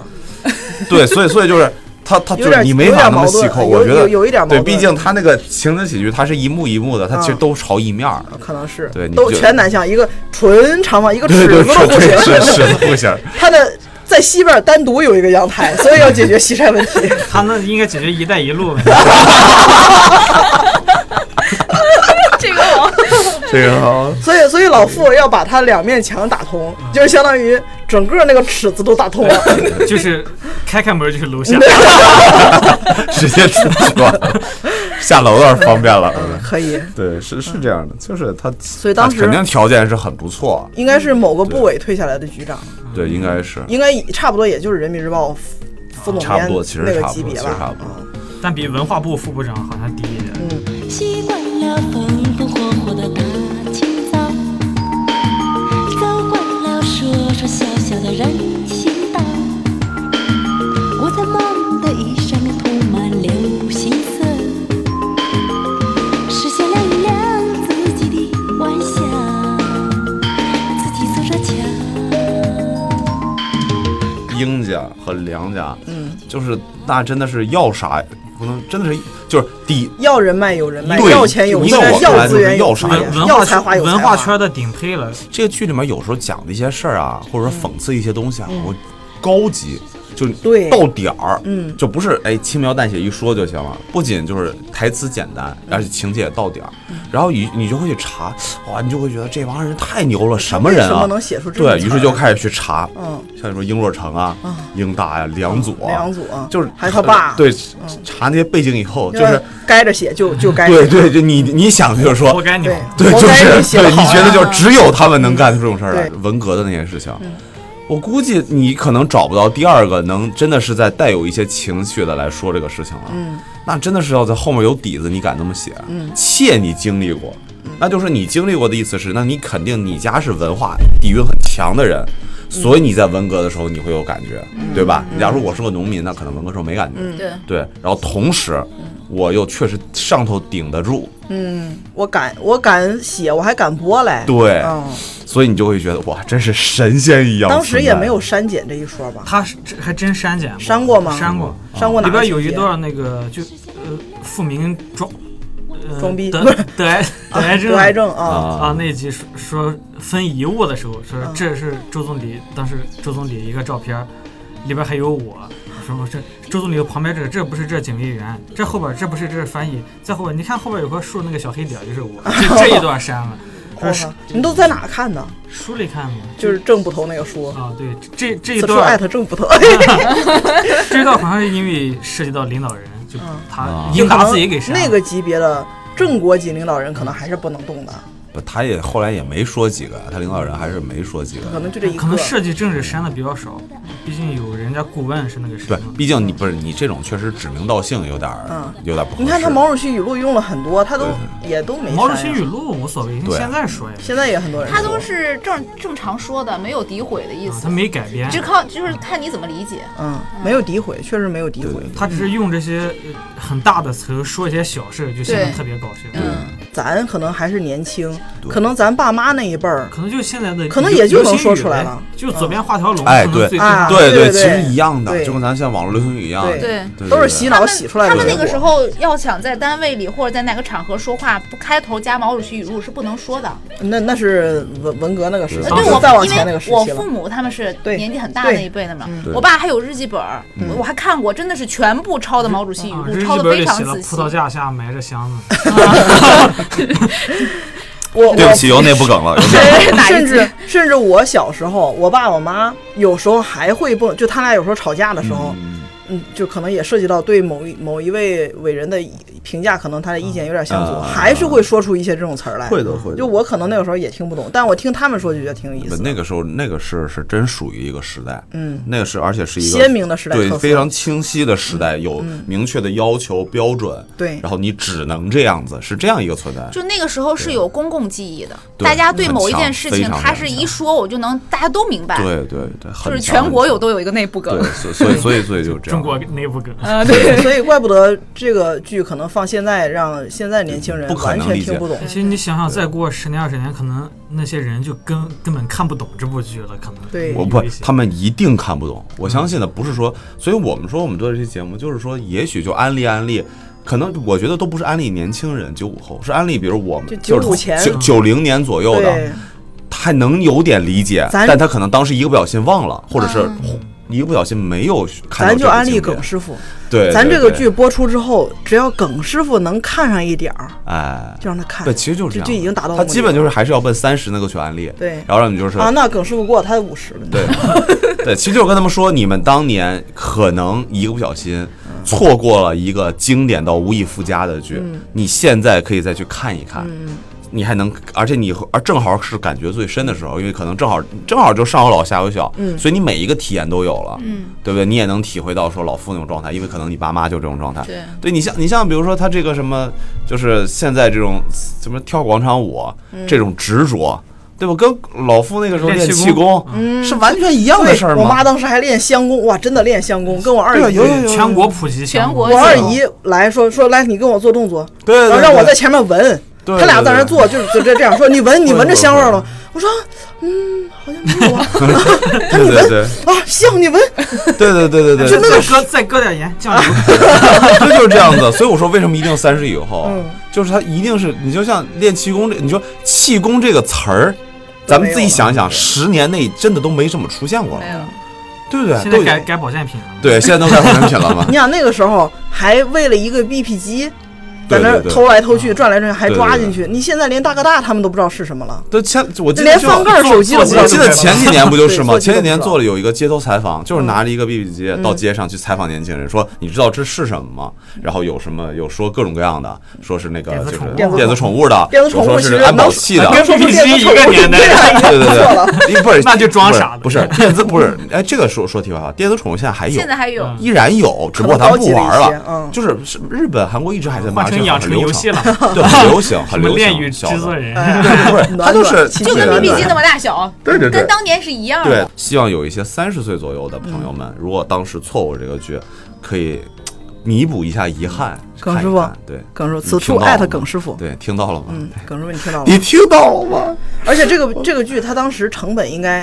Speaker 5: 对，所以所以就是他他
Speaker 2: 有
Speaker 5: 就是
Speaker 2: 点
Speaker 5: 你没法那么细抠，
Speaker 2: 有
Speaker 5: 我
Speaker 2: 点矛盾
Speaker 5: 觉
Speaker 2: 有有
Speaker 5: 得
Speaker 2: 有一点矛
Speaker 5: 对，
Speaker 2: 盾，嗯
Speaker 5: 毕竟他那个情景喜剧，它是一幕一幕的，它其实都朝一面儿的。
Speaker 2: 可能是
Speaker 5: 对你
Speaker 2: 都
Speaker 5: 就
Speaker 2: 全南向，一个纯长方，一个
Speaker 5: 对
Speaker 2: 尺
Speaker 5: 对
Speaker 2: 子
Speaker 5: 对
Speaker 2: 的户
Speaker 5: 对，是
Speaker 2: 型，
Speaker 5: 是户型儿，
Speaker 2: 它的在西边单独有一个阳台，所以要解决西晒问题。
Speaker 4: 他那应该解决“一带一路”问题。
Speaker 3: 哦这个我
Speaker 5: 这 个好
Speaker 2: 所以，所以老傅要把它两面墙打通，就是相当于整个那个尺子都打 通了。
Speaker 4: 就是开开门就是楼下，
Speaker 5: 直接出去了，下楼倒是方便了。嗯
Speaker 2: 可以，
Speaker 5: 对，是是这样的，就是他，所
Speaker 2: 以当时
Speaker 5: 肯定条件是很不错，
Speaker 2: 应该是某个部委退下来的局长，
Speaker 5: 对，应该是
Speaker 2: 应该差不多也就是人民日报副副总
Speaker 5: 啊差
Speaker 2: 编
Speaker 5: 不多，其实
Speaker 2: 那个
Speaker 5: 差不
Speaker 2: 级
Speaker 5: 多，
Speaker 2: 别
Speaker 5: 其实差
Speaker 2: 吧
Speaker 5: 不。多。
Speaker 4: 但比文化部副部长好像低一点。
Speaker 6: 习惯了风风火火的大清早，走惯了说说笑笑的人行道。我在梦的衣裳里涂满流行色，实现了一辆自己的幻想，自己走着瞧。
Speaker 2: 嗯
Speaker 5: 英家和梁家，嗯，就是那真的是要啥不能，真的是就是底
Speaker 2: 要人脉有人脉，
Speaker 5: 对
Speaker 2: 要钱有
Speaker 5: 你
Speaker 2: 钱
Speaker 5: 在我，看来
Speaker 2: 资
Speaker 5: 就是
Speaker 2: 源有
Speaker 5: 要
Speaker 2: 资
Speaker 5: 啥
Speaker 2: 源
Speaker 5: 有，
Speaker 4: 文
Speaker 2: 哎要
Speaker 4: 化
Speaker 2: 才华有才华。
Speaker 4: 文化圈的顶配了，
Speaker 5: 这个剧里面有时候讲的一些事儿啊，或者说讽刺一些东西啊，我高级。就
Speaker 2: 嗯对
Speaker 5: 到点儿，
Speaker 2: 嗯
Speaker 5: 就不是哎轻描淡写一说就行了。不仅就是台词简单，而且情节也到点儿，
Speaker 2: 嗯
Speaker 5: 然后你你就会去查，哇，你就会觉得这帮人太牛了，什么人
Speaker 2: 为什
Speaker 5: 啊
Speaker 2: 么？能写出这种
Speaker 5: 对
Speaker 2: 词儿
Speaker 5: 于是就开始去查，
Speaker 2: 嗯，
Speaker 5: 像你说英若诚啊、英大呀、梁左啊、
Speaker 2: 梁左啊
Speaker 5: 就是
Speaker 2: 还有他爸嗯
Speaker 5: 对，查那些背景以后，就
Speaker 2: 要
Speaker 5: 是
Speaker 2: 该着写就就该
Speaker 5: 对
Speaker 2: 写，
Speaker 5: 对，就你你想的就是说
Speaker 4: 活，该你
Speaker 2: 对
Speaker 5: 对，
Speaker 4: 红。
Speaker 2: 活
Speaker 5: 就
Speaker 2: 该你
Speaker 5: 是
Speaker 2: 写得
Speaker 5: 对，你
Speaker 2: 好
Speaker 5: 觉得就只有他们能干出这种事儿来
Speaker 2: 对，
Speaker 5: 文革的那些事情。我估计你可能找不到第二个能真的是在带有一些情绪的来说这个事情了。嗯，那真的是要在后面有底子，你敢那么写？嗯，切你经历过，那就是你经历过的意思是，那你肯定你家是文化底蕴很强的人，所以你在文革的时候你会有感觉，对吧？你假如我是个农民，那可能文革时候没感觉。
Speaker 3: 对
Speaker 5: 对，然后同时我又确实上头顶得住，
Speaker 2: 我敢我敢写，我还敢播嘞。
Speaker 5: 对，
Speaker 2: 嗯，
Speaker 5: 所以你就会觉得哇，真是神仙一样存在。
Speaker 2: 当时也没有删减这一说吧？
Speaker 4: 他是这还真删减过，
Speaker 2: 删过吗
Speaker 4: 删过，
Speaker 2: 删过哪
Speaker 4: 里
Speaker 2: 个
Speaker 4: 边
Speaker 2: 情
Speaker 4: 有一
Speaker 2: 节
Speaker 4: 段那个就呃，傅明装呃
Speaker 2: 装逼
Speaker 4: 得
Speaker 2: 不是
Speaker 4: 得癌 得癌症
Speaker 2: 得癌症啊，
Speaker 5: 啊
Speaker 4: 啊，那集说说分遗物的时候，说
Speaker 2: 嗯
Speaker 4: 这是周总理当时周总理一个照片儿，里边还有我。说这周总理的旁边这个这不是这警卫员，这后边这不是这是翻译，再后边你看后边有棵树那个小黑点儿就是我，这这一段删 了。
Speaker 2: 我
Speaker 4: 说是
Speaker 2: 靠，嗯你都在哪看的？
Speaker 4: 书里看吗？
Speaker 2: 就是郑捕头那个书，
Speaker 4: 啊，对，这这一
Speaker 2: 此处艾
Speaker 4: 段
Speaker 2: 特郑捕头。
Speaker 4: 这一段好像是因为涉及到领导人，就他
Speaker 5: 啊
Speaker 4: 英达自己给删了
Speaker 2: 嗯那个级别的正国级领导人可能还是不能动的，
Speaker 5: 不他也后来也没说几个，他领导人还是没说几
Speaker 2: 可
Speaker 5: 个。
Speaker 2: 能就这一个。
Speaker 4: 啊可能设计政治删的比较少，毕竟有人家顾问是那个谁
Speaker 5: 对
Speaker 4: 嘛，。
Speaker 5: 毕竟你不是你这种确实指名道姓有点儿、
Speaker 2: 嗯
Speaker 5: 有点不合适。
Speaker 2: 你看他毛主席语录用了很多，他都也都没删呀。
Speaker 4: 毛主席语录无所谓，
Speaker 5: 对啊
Speaker 4: 现在说呀，
Speaker 2: 现在也很多人
Speaker 3: 他都
Speaker 2: 说
Speaker 3: 是正正常说的，没有诋毁的意
Speaker 4: 啊
Speaker 3: 思
Speaker 4: 他，没改编
Speaker 3: 只，靠就是看你怎么理解。
Speaker 2: 嗯没有诋毁，确实没有诋毁
Speaker 5: 对。
Speaker 4: 他只是用这些呃很大的词说一些小事，就显得
Speaker 3: 对
Speaker 4: 特别搞笑。
Speaker 3: 嗯，
Speaker 2: 咱可能还是年轻，可能咱爸妈那一辈儿，
Speaker 4: 可能就现在的，
Speaker 2: 可能也就能
Speaker 4: 流行
Speaker 2: 说
Speaker 4: 语
Speaker 2: 出来
Speaker 4: 呗
Speaker 2: 了嗯
Speaker 4: 就左边画条龙，
Speaker 5: 哎
Speaker 4: 可能
Speaker 5: 对
Speaker 4: 最
Speaker 2: 啊
Speaker 5: 对
Speaker 2: 对对
Speaker 5: 其实一样的，
Speaker 2: 对
Speaker 5: 就跟咱现在网络流行语一样的。
Speaker 2: 对
Speaker 3: 对
Speaker 5: 对
Speaker 2: 都是洗脑
Speaker 3: 他
Speaker 2: 洗出来的
Speaker 3: 他们那
Speaker 2: 结
Speaker 3: 个
Speaker 2: 果
Speaker 3: 时候要想在单位里或者在哪个场合说话，不开头加毛主席语录是不能说的。
Speaker 2: 那那是文文革那个时期，
Speaker 5: 对
Speaker 3: 呃对
Speaker 2: 不
Speaker 3: 我
Speaker 2: 啊是再往前那
Speaker 3: 因
Speaker 2: 个
Speaker 3: 为
Speaker 2: 时
Speaker 3: 我
Speaker 2: 期了
Speaker 3: 父。母他们是
Speaker 2: 对
Speaker 3: 年纪很大
Speaker 2: 对嗯
Speaker 3: 那一辈的嘛，
Speaker 5: 对
Speaker 3: 我爸还有日记本儿，我我还看过，真的是全部抄的毛主席语
Speaker 4: 啊
Speaker 3: 录，
Speaker 2: 嗯
Speaker 4: 日
Speaker 3: 嗯抄
Speaker 4: 记
Speaker 3: 的
Speaker 4: 本
Speaker 3: 非
Speaker 4: 里
Speaker 3: 常
Speaker 4: 写了
Speaker 3: 仔
Speaker 4: 葡
Speaker 3: 细。
Speaker 4: 萄架下埋着箱子，
Speaker 2: 我
Speaker 5: 对
Speaker 2: 我
Speaker 5: 不起，有内部梗了。有内部 梗
Speaker 2: 对
Speaker 3: 哪一
Speaker 2: 甚至
Speaker 3: 集
Speaker 2: 甚至我小时候，我爸我妈有时候还会蹦，就他俩有时候吵架的时候，
Speaker 5: 嗯
Speaker 2: 嗯，就可能也涉及到对某一某一位伟人的评价，可能他的意见有点相左，
Speaker 5: 啊
Speaker 2: 还是会说出一些这种词儿来。
Speaker 5: 会的会的
Speaker 2: 就我可能那个时候也听不懂，但我听他们说就觉得挺有意
Speaker 5: 不
Speaker 2: 思的。
Speaker 5: 那个时候，那个是是真属于一个时代，
Speaker 2: 嗯，
Speaker 5: 那个是而且是一个
Speaker 2: 鲜明的时代特
Speaker 5: 对
Speaker 2: 色嗯
Speaker 5: 非常清晰的时代，有明确的要求标准，
Speaker 2: 对
Speaker 5: 然后你只能这样子，是这样一个存在，
Speaker 3: 就那个时候是有公共记忆的，
Speaker 5: 对
Speaker 3: 大家对某一
Speaker 5: 很强
Speaker 3: 件事
Speaker 5: 非
Speaker 3: 情，
Speaker 5: 常
Speaker 3: 他是
Speaker 5: 非常
Speaker 3: 一说我就能大家都明白，
Speaker 5: 对对对，
Speaker 3: 就
Speaker 5: 很
Speaker 3: 是
Speaker 5: 强
Speaker 3: 全国
Speaker 5: 很
Speaker 3: 有
Speaker 5: 强
Speaker 3: 都有一个内部 梗
Speaker 5: 对，。所所以所以所以就这样。
Speaker 4: 中国内部梗。
Speaker 2: 嗯
Speaker 3: 啊，对，
Speaker 2: 所以怪不得这个剧可能放现在让现在年轻人
Speaker 5: 不可
Speaker 2: 完
Speaker 5: 能
Speaker 2: 全
Speaker 5: 理
Speaker 2: 听
Speaker 5: 解
Speaker 2: 不懂。
Speaker 4: 其实你想想，再过十年二十年，可能那些人就根根本看不懂这部剧了，可能
Speaker 2: 对
Speaker 5: 我不，他们一定看不懂。
Speaker 4: 嗯
Speaker 5: 我相信的不是说，所以我们说我们做这期节目，就是说，也许就安利安利，可能我觉得都不是安利年轻人，九五后是安利，比如我们
Speaker 2: 就
Speaker 5: 就是
Speaker 2: 95前
Speaker 5: 九九零年左右
Speaker 2: 对
Speaker 5: 的，，他还能有点理解，
Speaker 2: 咱嗯
Speaker 5: 但他可能当时一个不小心忘了，或者是一个不小心没有看到
Speaker 2: 咱
Speaker 5: 这
Speaker 2: 就
Speaker 5: 个
Speaker 2: 安利
Speaker 5: 经典
Speaker 2: 耿师傅，
Speaker 5: 对，
Speaker 2: 咱
Speaker 5: 对
Speaker 2: 这个
Speaker 5: 对
Speaker 2: 剧播出之后，只要耿师傅能看上一点儿，
Speaker 5: 哎，
Speaker 2: 就让他看。
Speaker 5: 对，其实就是这
Speaker 2: 就
Speaker 5: 样
Speaker 2: 就已经达到
Speaker 5: 他
Speaker 2: 目
Speaker 5: 基
Speaker 2: 的
Speaker 5: 本就
Speaker 2: 了
Speaker 5: 是还是要奔三十那个去安利，
Speaker 2: 对
Speaker 5: 然后让你就是
Speaker 2: 啊，那耿师傅过他五十了呢。
Speaker 5: 对，对，其实就是跟他们说，你们当年可能一个不小心错过了一个经典到无以复加的剧，你现在可以再去看一看。你还能，而且你而正好是感觉最深的时候，因为可能正好正好就上有老下有小，所以你每一个体验都有了，对不对？你也能体会到说老夫那种状态，因为可能你爸妈就这种状态，
Speaker 3: 对
Speaker 5: 对你像你像比如说他这个什么，就是现在这种什么跳广场舞、这种执着，对吧？跟老夫那个时候
Speaker 4: 练
Speaker 5: 练
Speaker 4: 气
Speaker 5: 气功
Speaker 4: 功、
Speaker 5: 是完全一样的事儿吗？
Speaker 2: 我妈当时还练香功，哇，真的练香功，跟我二
Speaker 5: 对啊，
Speaker 2: 姨。
Speaker 5: 有有有
Speaker 4: 全国普及项目，
Speaker 3: 全国
Speaker 2: 我
Speaker 3: 性
Speaker 2: 二姨来说说来，你跟我做动作，
Speaker 5: 对对
Speaker 2: 然后让我在前面闻，
Speaker 5: 对
Speaker 2: 他俩在那
Speaker 5: 对对
Speaker 2: 做，就是就这这样说，你闻你闻着香味儿
Speaker 5: 会
Speaker 2: 了
Speaker 5: 会
Speaker 2: 吗，我说嗯，好像没 有啊，他说你
Speaker 5: 对对
Speaker 2: 闻啊香，你闻，
Speaker 5: 对对对对对
Speaker 4: 再
Speaker 5: 对，
Speaker 4: 再搁再搁点盐酱油，
Speaker 5: 这就是这样子。所以我说，为什么一定三十以后，就是他一定是你就像练气功这，你说气功这个词儿，咱们自己想一想，十年内真的都没怎么出现过
Speaker 3: 没
Speaker 5: 了，
Speaker 3: 有，
Speaker 5: 对不对？
Speaker 4: 现
Speaker 5: 都
Speaker 4: 在
Speaker 5: 已
Speaker 4: 改
Speaker 5: 经
Speaker 4: 改保健品了。
Speaker 5: 对，现在都改化妆品了嘛
Speaker 2: 你。想那个时候还为了一个 BP 机。在
Speaker 5: 对
Speaker 2: 那
Speaker 5: 对
Speaker 2: 儿
Speaker 5: 对啊
Speaker 2: 偷来偷去，转来转去，还
Speaker 5: 对对
Speaker 2: 抓
Speaker 5: 对
Speaker 2: 进去。你现在连大哥大他们都不知道是什么了，
Speaker 5: 都前我记得
Speaker 2: 连
Speaker 5: 就
Speaker 2: 翻盖儿手机都不知道
Speaker 5: 我
Speaker 2: 是
Speaker 5: 记
Speaker 2: 什么
Speaker 5: 得
Speaker 2: 了。
Speaker 5: 前几年不就是 吗？
Speaker 2: 对
Speaker 5: 前几年做
Speaker 2: 了，
Speaker 5: 了有一个街头采访，就是拿着一个
Speaker 4: 嗯
Speaker 5: BB 机到街上去采访年轻人，说你知道这是什么吗？然后有什么有说各种各样的，说是那个
Speaker 4: 电子
Speaker 5: 就
Speaker 4: 宠物
Speaker 5: 是
Speaker 4: 电子
Speaker 5: 电子宠物的，
Speaker 2: 电子宠物
Speaker 5: 有说
Speaker 2: 其
Speaker 5: 是
Speaker 2: 实
Speaker 5: 安保
Speaker 2: 能
Speaker 5: 系的，
Speaker 2: 别说出
Speaker 4: 必须
Speaker 2: 电子宠
Speaker 4: 一
Speaker 2: 物
Speaker 4: 个年代
Speaker 2: 对啊已经
Speaker 5: 对对
Speaker 2: 不错了。
Speaker 5: 对，不是
Speaker 4: 那就装傻的
Speaker 5: 不是不是电子不是，哎，这个说说题外话，电子宠物现在还有，
Speaker 3: 现在还有
Speaker 4: 嗯
Speaker 5: 依然有，只不过咱们不玩
Speaker 2: 可能高级了一些嗯
Speaker 5: 就是是日本、韩国一直还在玩，
Speaker 4: 换
Speaker 5: 而
Speaker 4: 成
Speaker 5: 且
Speaker 4: 养
Speaker 5: 很
Speaker 4: 成
Speaker 5: 流
Speaker 4: 游
Speaker 5: 畅
Speaker 4: 戏了，
Speaker 5: 对，很流行，
Speaker 4: 什
Speaker 5: 很
Speaker 4: 么
Speaker 5: 流
Speaker 4: 恋
Speaker 5: 行。
Speaker 4: 与
Speaker 5: 小
Speaker 4: 制
Speaker 5: 的
Speaker 4: 作人，
Speaker 2: 哎
Speaker 5: 对，不是，它就是
Speaker 2: 就
Speaker 3: 就跟
Speaker 5: 对
Speaker 3: BB
Speaker 5: 对
Speaker 3: 机那么大小，
Speaker 5: 对对对
Speaker 3: 跟当年是一样
Speaker 5: 对
Speaker 3: 的。，
Speaker 5: 希望有一些三十岁左右的朋友
Speaker 2: 嗯
Speaker 5: 们，如果当时错过这个剧，可以弥补一下遗憾。
Speaker 2: 耿
Speaker 5: 看一
Speaker 2: 师傅
Speaker 5: 看对，
Speaker 2: 耿师傅，
Speaker 5: 你
Speaker 2: 此
Speaker 5: 听
Speaker 2: 处
Speaker 5: 到
Speaker 2: 艾
Speaker 5: 了
Speaker 2: 特
Speaker 5: 吗
Speaker 2: 耿师傅。
Speaker 5: 对，听到了吗？
Speaker 2: 嗯，耿师傅，你听到了吗
Speaker 5: 你？听到了吗？
Speaker 2: 而且这个这个剧它当时成本应该，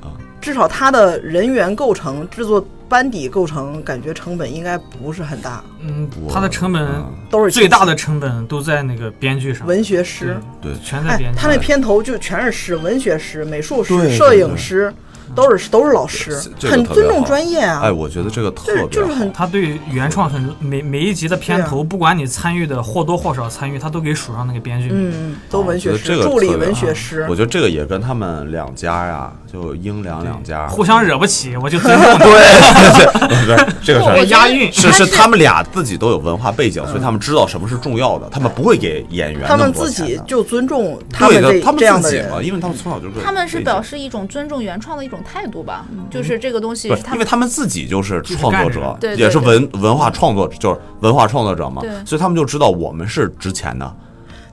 Speaker 5: 啊
Speaker 2: 至少它的人员构成、制作班底构成，感觉成本应该不是很大，
Speaker 4: 嗯，
Speaker 5: 我
Speaker 4: 它的成本
Speaker 5: 嗯
Speaker 2: 都是
Speaker 4: 最大的成本都在那个编剧上，
Speaker 2: 文学师。
Speaker 5: 对
Speaker 4: 全在
Speaker 2: 哎
Speaker 4: 编，剧
Speaker 2: 他。那片头就全是诗，文学师、美术师、
Speaker 5: 对
Speaker 2: 摄
Speaker 5: 对
Speaker 2: 影
Speaker 5: 对
Speaker 2: 师，都是都是老师，
Speaker 5: 这个
Speaker 2: 很
Speaker 5: 特别
Speaker 2: 尊重
Speaker 5: 好
Speaker 2: 专业啊。
Speaker 5: 哎，我觉得这个特别
Speaker 2: 就
Speaker 5: 好，
Speaker 2: 就是很
Speaker 4: 他对原创很每每一集的片头，
Speaker 2: 啊
Speaker 4: 不管你参与的或多或少参与，他都给数上那个编剧名。
Speaker 2: 嗯，都
Speaker 5: 啊我
Speaker 2: 文
Speaker 5: 觉
Speaker 2: 学
Speaker 5: 得
Speaker 2: 师
Speaker 5: 这、个
Speaker 2: 助理
Speaker 5: 特别
Speaker 2: 文
Speaker 5: 好
Speaker 2: 学师
Speaker 5: 我。觉得这个也跟他们两家呀，就英两两家
Speaker 4: 嗯互相惹不起，我 就尊重
Speaker 5: 对对 对，不是这个事
Speaker 3: 我
Speaker 5: 儿
Speaker 3: 觉。得
Speaker 4: 押韵
Speaker 5: 是是，他们俩自己都有文化
Speaker 2: 嗯
Speaker 5: 背景，所以他们知道什么是重要的，他们不会给演员
Speaker 2: 他
Speaker 5: 那
Speaker 2: 们
Speaker 5: 么多
Speaker 2: 自
Speaker 5: 钱的
Speaker 2: 己就尊重他
Speaker 5: 对
Speaker 2: 们
Speaker 5: 的，
Speaker 2: 这
Speaker 5: 他
Speaker 2: 这样
Speaker 5: 们
Speaker 2: 的
Speaker 5: 自己
Speaker 2: 人，
Speaker 5: 嘛，因为他们从小就是
Speaker 3: 他们是表
Speaker 5: 示，
Speaker 3: 示一种尊重原创的一种态度吧，就是这个东西
Speaker 5: 嗯对
Speaker 3: 是，他
Speaker 5: 因为
Speaker 3: 们
Speaker 5: 他们自己就是创作
Speaker 4: 就是干
Speaker 5: 者
Speaker 3: 这个，
Speaker 5: 也是
Speaker 3: 对对
Speaker 5: 文文化创作，就是文化创作者嘛
Speaker 3: 对，
Speaker 5: 所以他们就知道我们是值钱 的，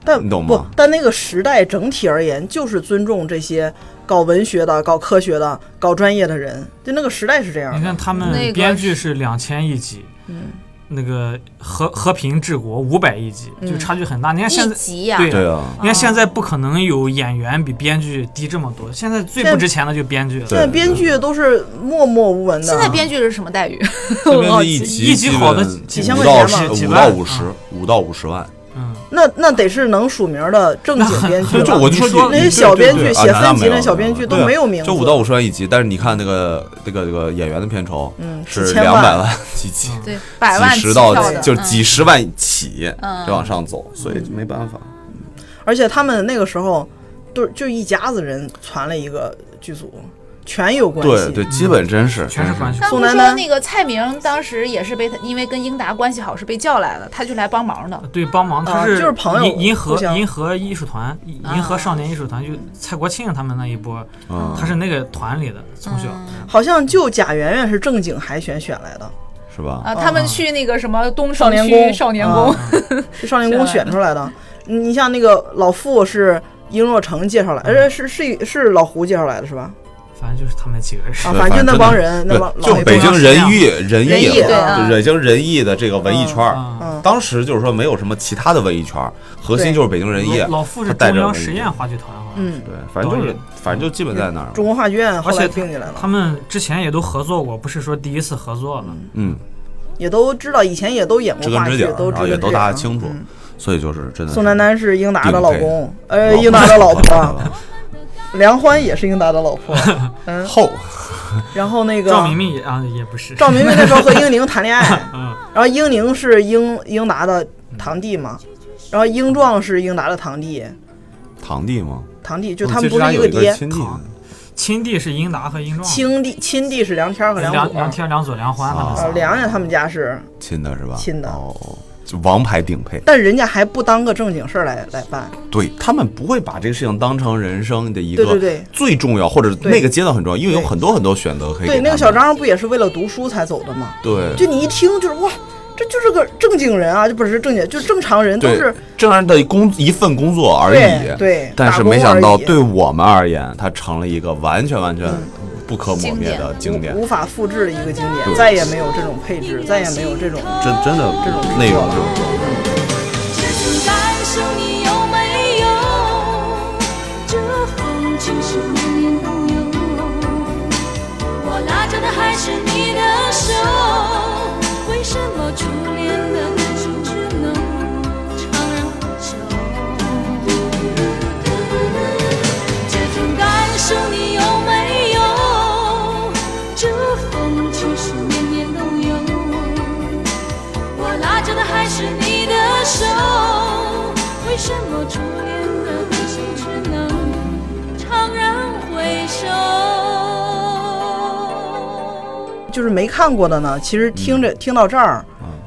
Speaker 2: 但
Speaker 5: 你懂
Speaker 2: 不
Speaker 5: 吗，
Speaker 2: 但那个时代整体而言就是尊重这些搞文学的、搞科学的、搞专业的人，就那个时代是这样
Speaker 4: 你
Speaker 2: 的。
Speaker 4: 看他
Speaker 3: 那
Speaker 4: 们
Speaker 3: 个
Speaker 4: 编剧是两千一集，
Speaker 2: 嗯
Speaker 4: 那个和和平治国五百一集，
Speaker 2: 嗯
Speaker 4: 就差距很大。你看现
Speaker 3: 一
Speaker 4: 在，
Speaker 3: 集呀，
Speaker 4: 对
Speaker 5: 对啊，
Speaker 4: 你看现在不可能有演员比编剧低这么多，现在最
Speaker 2: 现在
Speaker 4: 不值钱的就是编剧
Speaker 2: 现
Speaker 4: 了。
Speaker 2: 在编剧都是默默无闻的，啊
Speaker 3: 现在编剧是什么待
Speaker 5: 嗯
Speaker 3: 遇？
Speaker 5: 这
Speaker 2: 哦
Speaker 5: 边的一集
Speaker 4: 一集好的
Speaker 2: 几
Speaker 5: 几
Speaker 2: 千
Speaker 5: 五
Speaker 2: 块
Speaker 5: 到
Speaker 2: 钱吧啊
Speaker 5: 十
Speaker 4: 几
Speaker 5: 五
Speaker 4: 万
Speaker 5: 到五十，五到五十万，
Speaker 4: 嗯，
Speaker 2: 那那得是能署名的正经编剧
Speaker 5: 就
Speaker 2: 了。
Speaker 5: 我就
Speaker 4: 你说
Speaker 5: 说
Speaker 2: 那
Speaker 5: 你
Speaker 2: 些
Speaker 5: 对
Speaker 2: 小
Speaker 5: 对
Speaker 2: 编
Speaker 5: 对
Speaker 2: 剧
Speaker 5: 啊
Speaker 2: 写
Speaker 5: 那
Speaker 2: 分
Speaker 5: 没
Speaker 2: 级
Speaker 5: 有
Speaker 2: 那小编剧都
Speaker 5: 对啊
Speaker 2: 没有名字
Speaker 5: 就五到五十万一集，但是你看那个这个这个演员的片酬，
Speaker 2: 嗯
Speaker 5: 是
Speaker 2: 几千
Speaker 5: 两
Speaker 2: 万嗯
Speaker 5: 百万几集，
Speaker 3: 对，百万
Speaker 5: 几
Speaker 3: 起
Speaker 5: 十
Speaker 3: 跳
Speaker 5: 到
Speaker 3: 的，
Speaker 5: 就是
Speaker 3: 嗯
Speaker 5: 几十万起，
Speaker 3: 嗯
Speaker 5: 就往上走，所
Speaker 2: 嗯
Speaker 5: 以就没办法。
Speaker 2: 而且他们那个时候都就一家子人传了一个剧组，全有关系。
Speaker 5: 对对，基本真是嗯
Speaker 4: 全是关系。
Speaker 3: 刚
Speaker 2: 宋
Speaker 3: 不
Speaker 2: 丹
Speaker 3: 是
Speaker 2: 丹
Speaker 3: 说那个蔡明当时也是被他，因为跟英达关系好是被叫来的，他就来帮忙的。
Speaker 4: 对，帮忙
Speaker 2: 啊
Speaker 4: 他是
Speaker 2: 就是朋友
Speaker 4: 银银
Speaker 2: 互
Speaker 4: 河
Speaker 2: 相啊
Speaker 4: 银河艺术团、银银河少年艺术团，就蔡国庆他们那一波，
Speaker 5: 嗯
Speaker 4: 他是那个团里的，从小
Speaker 2: 好像就贾圆圆是正经海选选来的，
Speaker 5: 是吧？
Speaker 3: 啊，他们去那个什么东
Speaker 2: 哦少
Speaker 3: 城
Speaker 2: 年
Speaker 3: 区
Speaker 2: 宫，
Speaker 3: 少年宫，
Speaker 2: 啊，去少年宫选出来的。你像那个老傅是殷若成介绍来，呃，是是是老胡介绍来的是吧？
Speaker 4: 反正就是他们几个人。
Speaker 2: 啊，反正就那帮人，那
Speaker 5: 呃对
Speaker 2: 帮，老
Speaker 5: 就
Speaker 2: 一辈
Speaker 5: 北京
Speaker 2: 儿
Speaker 5: 人艺人
Speaker 2: 人艺
Speaker 5: 艺
Speaker 2: 对
Speaker 3: 啊
Speaker 5: 北京人艺的这个文艺圈儿，
Speaker 4: 啊，
Speaker 2: 嗯
Speaker 5: 当时就是说没有什么其他的文艺圈儿，核心
Speaker 2: 对
Speaker 5: 就是北京人艺，
Speaker 4: 老老傅是
Speaker 5: 他带
Speaker 4: 中
Speaker 5: 着
Speaker 4: 央
Speaker 5: 文艺
Speaker 4: 实验话剧团，啊好像
Speaker 2: 嗯，
Speaker 5: 对，反正就是反正就基本在那儿嘛，
Speaker 2: 中国话剧院后
Speaker 4: 而
Speaker 2: 来
Speaker 4: 且
Speaker 2: 并进来了
Speaker 4: 他，们之前也都合作过，不是说第一次合作了。
Speaker 5: 嗯，
Speaker 2: 也都知道，以前也都演过
Speaker 5: 知根
Speaker 2: 话
Speaker 5: 知
Speaker 2: 剧
Speaker 5: 底儿，，
Speaker 2: 都
Speaker 5: 然
Speaker 2: 知
Speaker 5: 后
Speaker 2: 根
Speaker 5: 也
Speaker 2: 知
Speaker 5: 都
Speaker 2: 底
Speaker 5: 大家
Speaker 2: 儿
Speaker 5: 清楚
Speaker 2: 嗯，
Speaker 5: 所以就是真的是
Speaker 2: 宋丹丹是英达的老
Speaker 5: 顶配
Speaker 2: 公，呃，英达的老婆，梁欢也是英达的老婆，嗯，
Speaker 5: 后
Speaker 2: 然后那个
Speaker 4: 赵明明也啊也不是，
Speaker 2: 赵明明那时候和英宁谈恋爱，
Speaker 4: 嗯
Speaker 2: 然后英宁是英英达的堂弟嘛，然后英壮是英达的堂弟，
Speaker 5: 堂弟吗？
Speaker 2: 堂弟就
Speaker 5: 我
Speaker 2: 他
Speaker 5: 记得
Speaker 2: 们不
Speaker 5: 嗯他
Speaker 2: 是
Speaker 5: 有
Speaker 2: 个
Speaker 5: 一
Speaker 2: 爹，
Speaker 5: 亲戚呢，
Speaker 4: 亲弟是英达和英壮，
Speaker 2: 亲弟亲弟是梁天儿和
Speaker 4: 梁
Speaker 2: 梁
Speaker 4: 梁
Speaker 2: 左，
Speaker 4: 天梁左梁欢他们
Speaker 2: 啊，
Speaker 4: 仨。
Speaker 2: 梁家他们家是，
Speaker 5: 亲的是吧？
Speaker 2: 亲的
Speaker 5: 哦，就王牌顶配。
Speaker 2: 但人家还不当个正经事儿来来办，
Speaker 5: 对他们不会把这个事情当成人生的一个
Speaker 2: 对对对
Speaker 5: 最重要，或者
Speaker 2: 对
Speaker 5: 那个阶段很重要，因为有
Speaker 2: 对
Speaker 5: 很多很多选择可以给
Speaker 2: 对，那个
Speaker 5: 他
Speaker 2: 小
Speaker 5: 们
Speaker 2: 张不也是为了读书才走的吗？
Speaker 5: 对
Speaker 2: 就你一听就是哇，这就是个正经人啊，就不是正经，就正常人都
Speaker 5: 对
Speaker 2: 是
Speaker 5: 这样的工一份工作而
Speaker 2: 对
Speaker 5: 已。
Speaker 2: 对，
Speaker 5: 但是
Speaker 2: 打工
Speaker 5: 没想到
Speaker 2: 而已嗯
Speaker 5: 对我们而言，它成了一个完全完全不可磨灭的经典
Speaker 2: 无，无法复制的一个经典，
Speaker 5: 对
Speaker 2: 再也没有这种配置，再也没有这种
Speaker 5: 真真的
Speaker 2: 这种
Speaker 5: 内容
Speaker 2: 了
Speaker 5: 这种东西
Speaker 6: 只情感受你有没有？这风情是无言无忧，我拉着的还是你的手，为什么初恋的感情只能怅然回首？这种感受你有没有？这风情是年年都有。我拉着的还是你的手，为什么初恋的感情只能怅然回首？
Speaker 2: 就是没看过的呢。其实听着、听到这儿，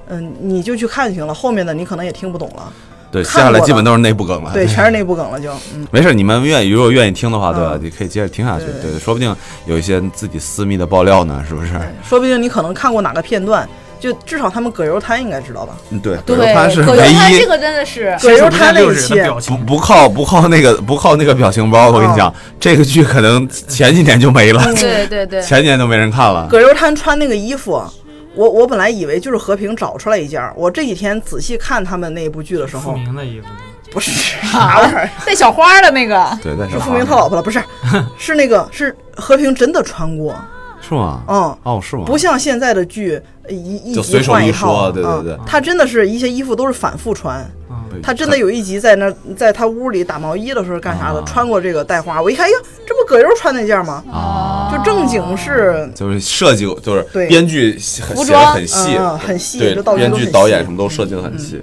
Speaker 2: 嗯，你就去看就行了，后面的你可能也听不懂
Speaker 5: 啊
Speaker 2: 了，
Speaker 5: 对，
Speaker 2: 看
Speaker 5: 接下来
Speaker 2: 过
Speaker 5: 基本
Speaker 2: 的
Speaker 5: 都是内部梗了。
Speaker 2: 对，全是内部梗了就，嗯，
Speaker 5: 没事，你们愿意如果愿意听的话，对吧？
Speaker 2: 嗯
Speaker 5: 你可以接着听下去，
Speaker 2: 对
Speaker 5: 对，说不定有一些自己私密的爆料呢，是不是？
Speaker 2: 说不定你可能看过哪个片段，就至少他们葛优瘫应该知道吧？
Speaker 5: 嗯对，葛
Speaker 3: 对，
Speaker 5: 优瘫是
Speaker 3: 葛
Speaker 5: 唯
Speaker 3: 优瘫
Speaker 5: 一
Speaker 3: 这个真的是
Speaker 2: 葛优瘫那
Speaker 4: 六
Speaker 2: 一
Speaker 4: 指
Speaker 2: 期
Speaker 4: 的，表
Speaker 5: 不
Speaker 4: 情，
Speaker 5: 不靠不靠那个不靠那个表情包，我跟
Speaker 2: 哦
Speaker 5: 你讲，这个剧可能前几年就没了，
Speaker 3: 对对对，
Speaker 5: 前年都没人看了。
Speaker 2: 葛优瘫穿那嗯个衣服。我我本来以为就是和平找出来一件儿，我这几天仔细看他们那部剧的时
Speaker 4: 傅
Speaker 2: 候，
Speaker 4: 明的衣服，
Speaker 2: 不是啥玩意儿，
Speaker 3: 带小花的那个，
Speaker 5: 对，但是
Speaker 2: 是傅明他老婆了，不 是，是那个是和平真的穿过，
Speaker 5: 是吗？
Speaker 2: 嗯，
Speaker 5: 哦，是吗？
Speaker 2: 不像现在的剧呃一一
Speaker 5: 就
Speaker 2: 集
Speaker 5: 随手
Speaker 2: 换
Speaker 5: 一
Speaker 2: 套，
Speaker 5: 说对对对
Speaker 2: 嗯他真的是一些衣服都是反复穿。
Speaker 4: 嗯，
Speaker 2: 他真的有一集在那儿在他屋里打毛衣的时候干啥的，
Speaker 5: 啊
Speaker 2: 穿过这个带花，我一看，哎呀，这不葛优穿那件吗？
Speaker 5: 啊，
Speaker 2: 就正经是，
Speaker 5: 就是设计就是
Speaker 2: 对
Speaker 5: 编剧写
Speaker 3: 服
Speaker 5: 写的
Speaker 3: 装
Speaker 5: 很细
Speaker 2: 嗯嗯，很细
Speaker 5: 对
Speaker 2: 这道，具
Speaker 5: 编
Speaker 2: 都
Speaker 5: 剧
Speaker 2: 很
Speaker 5: 导
Speaker 2: 细嗯
Speaker 5: 演什么都设计的很细。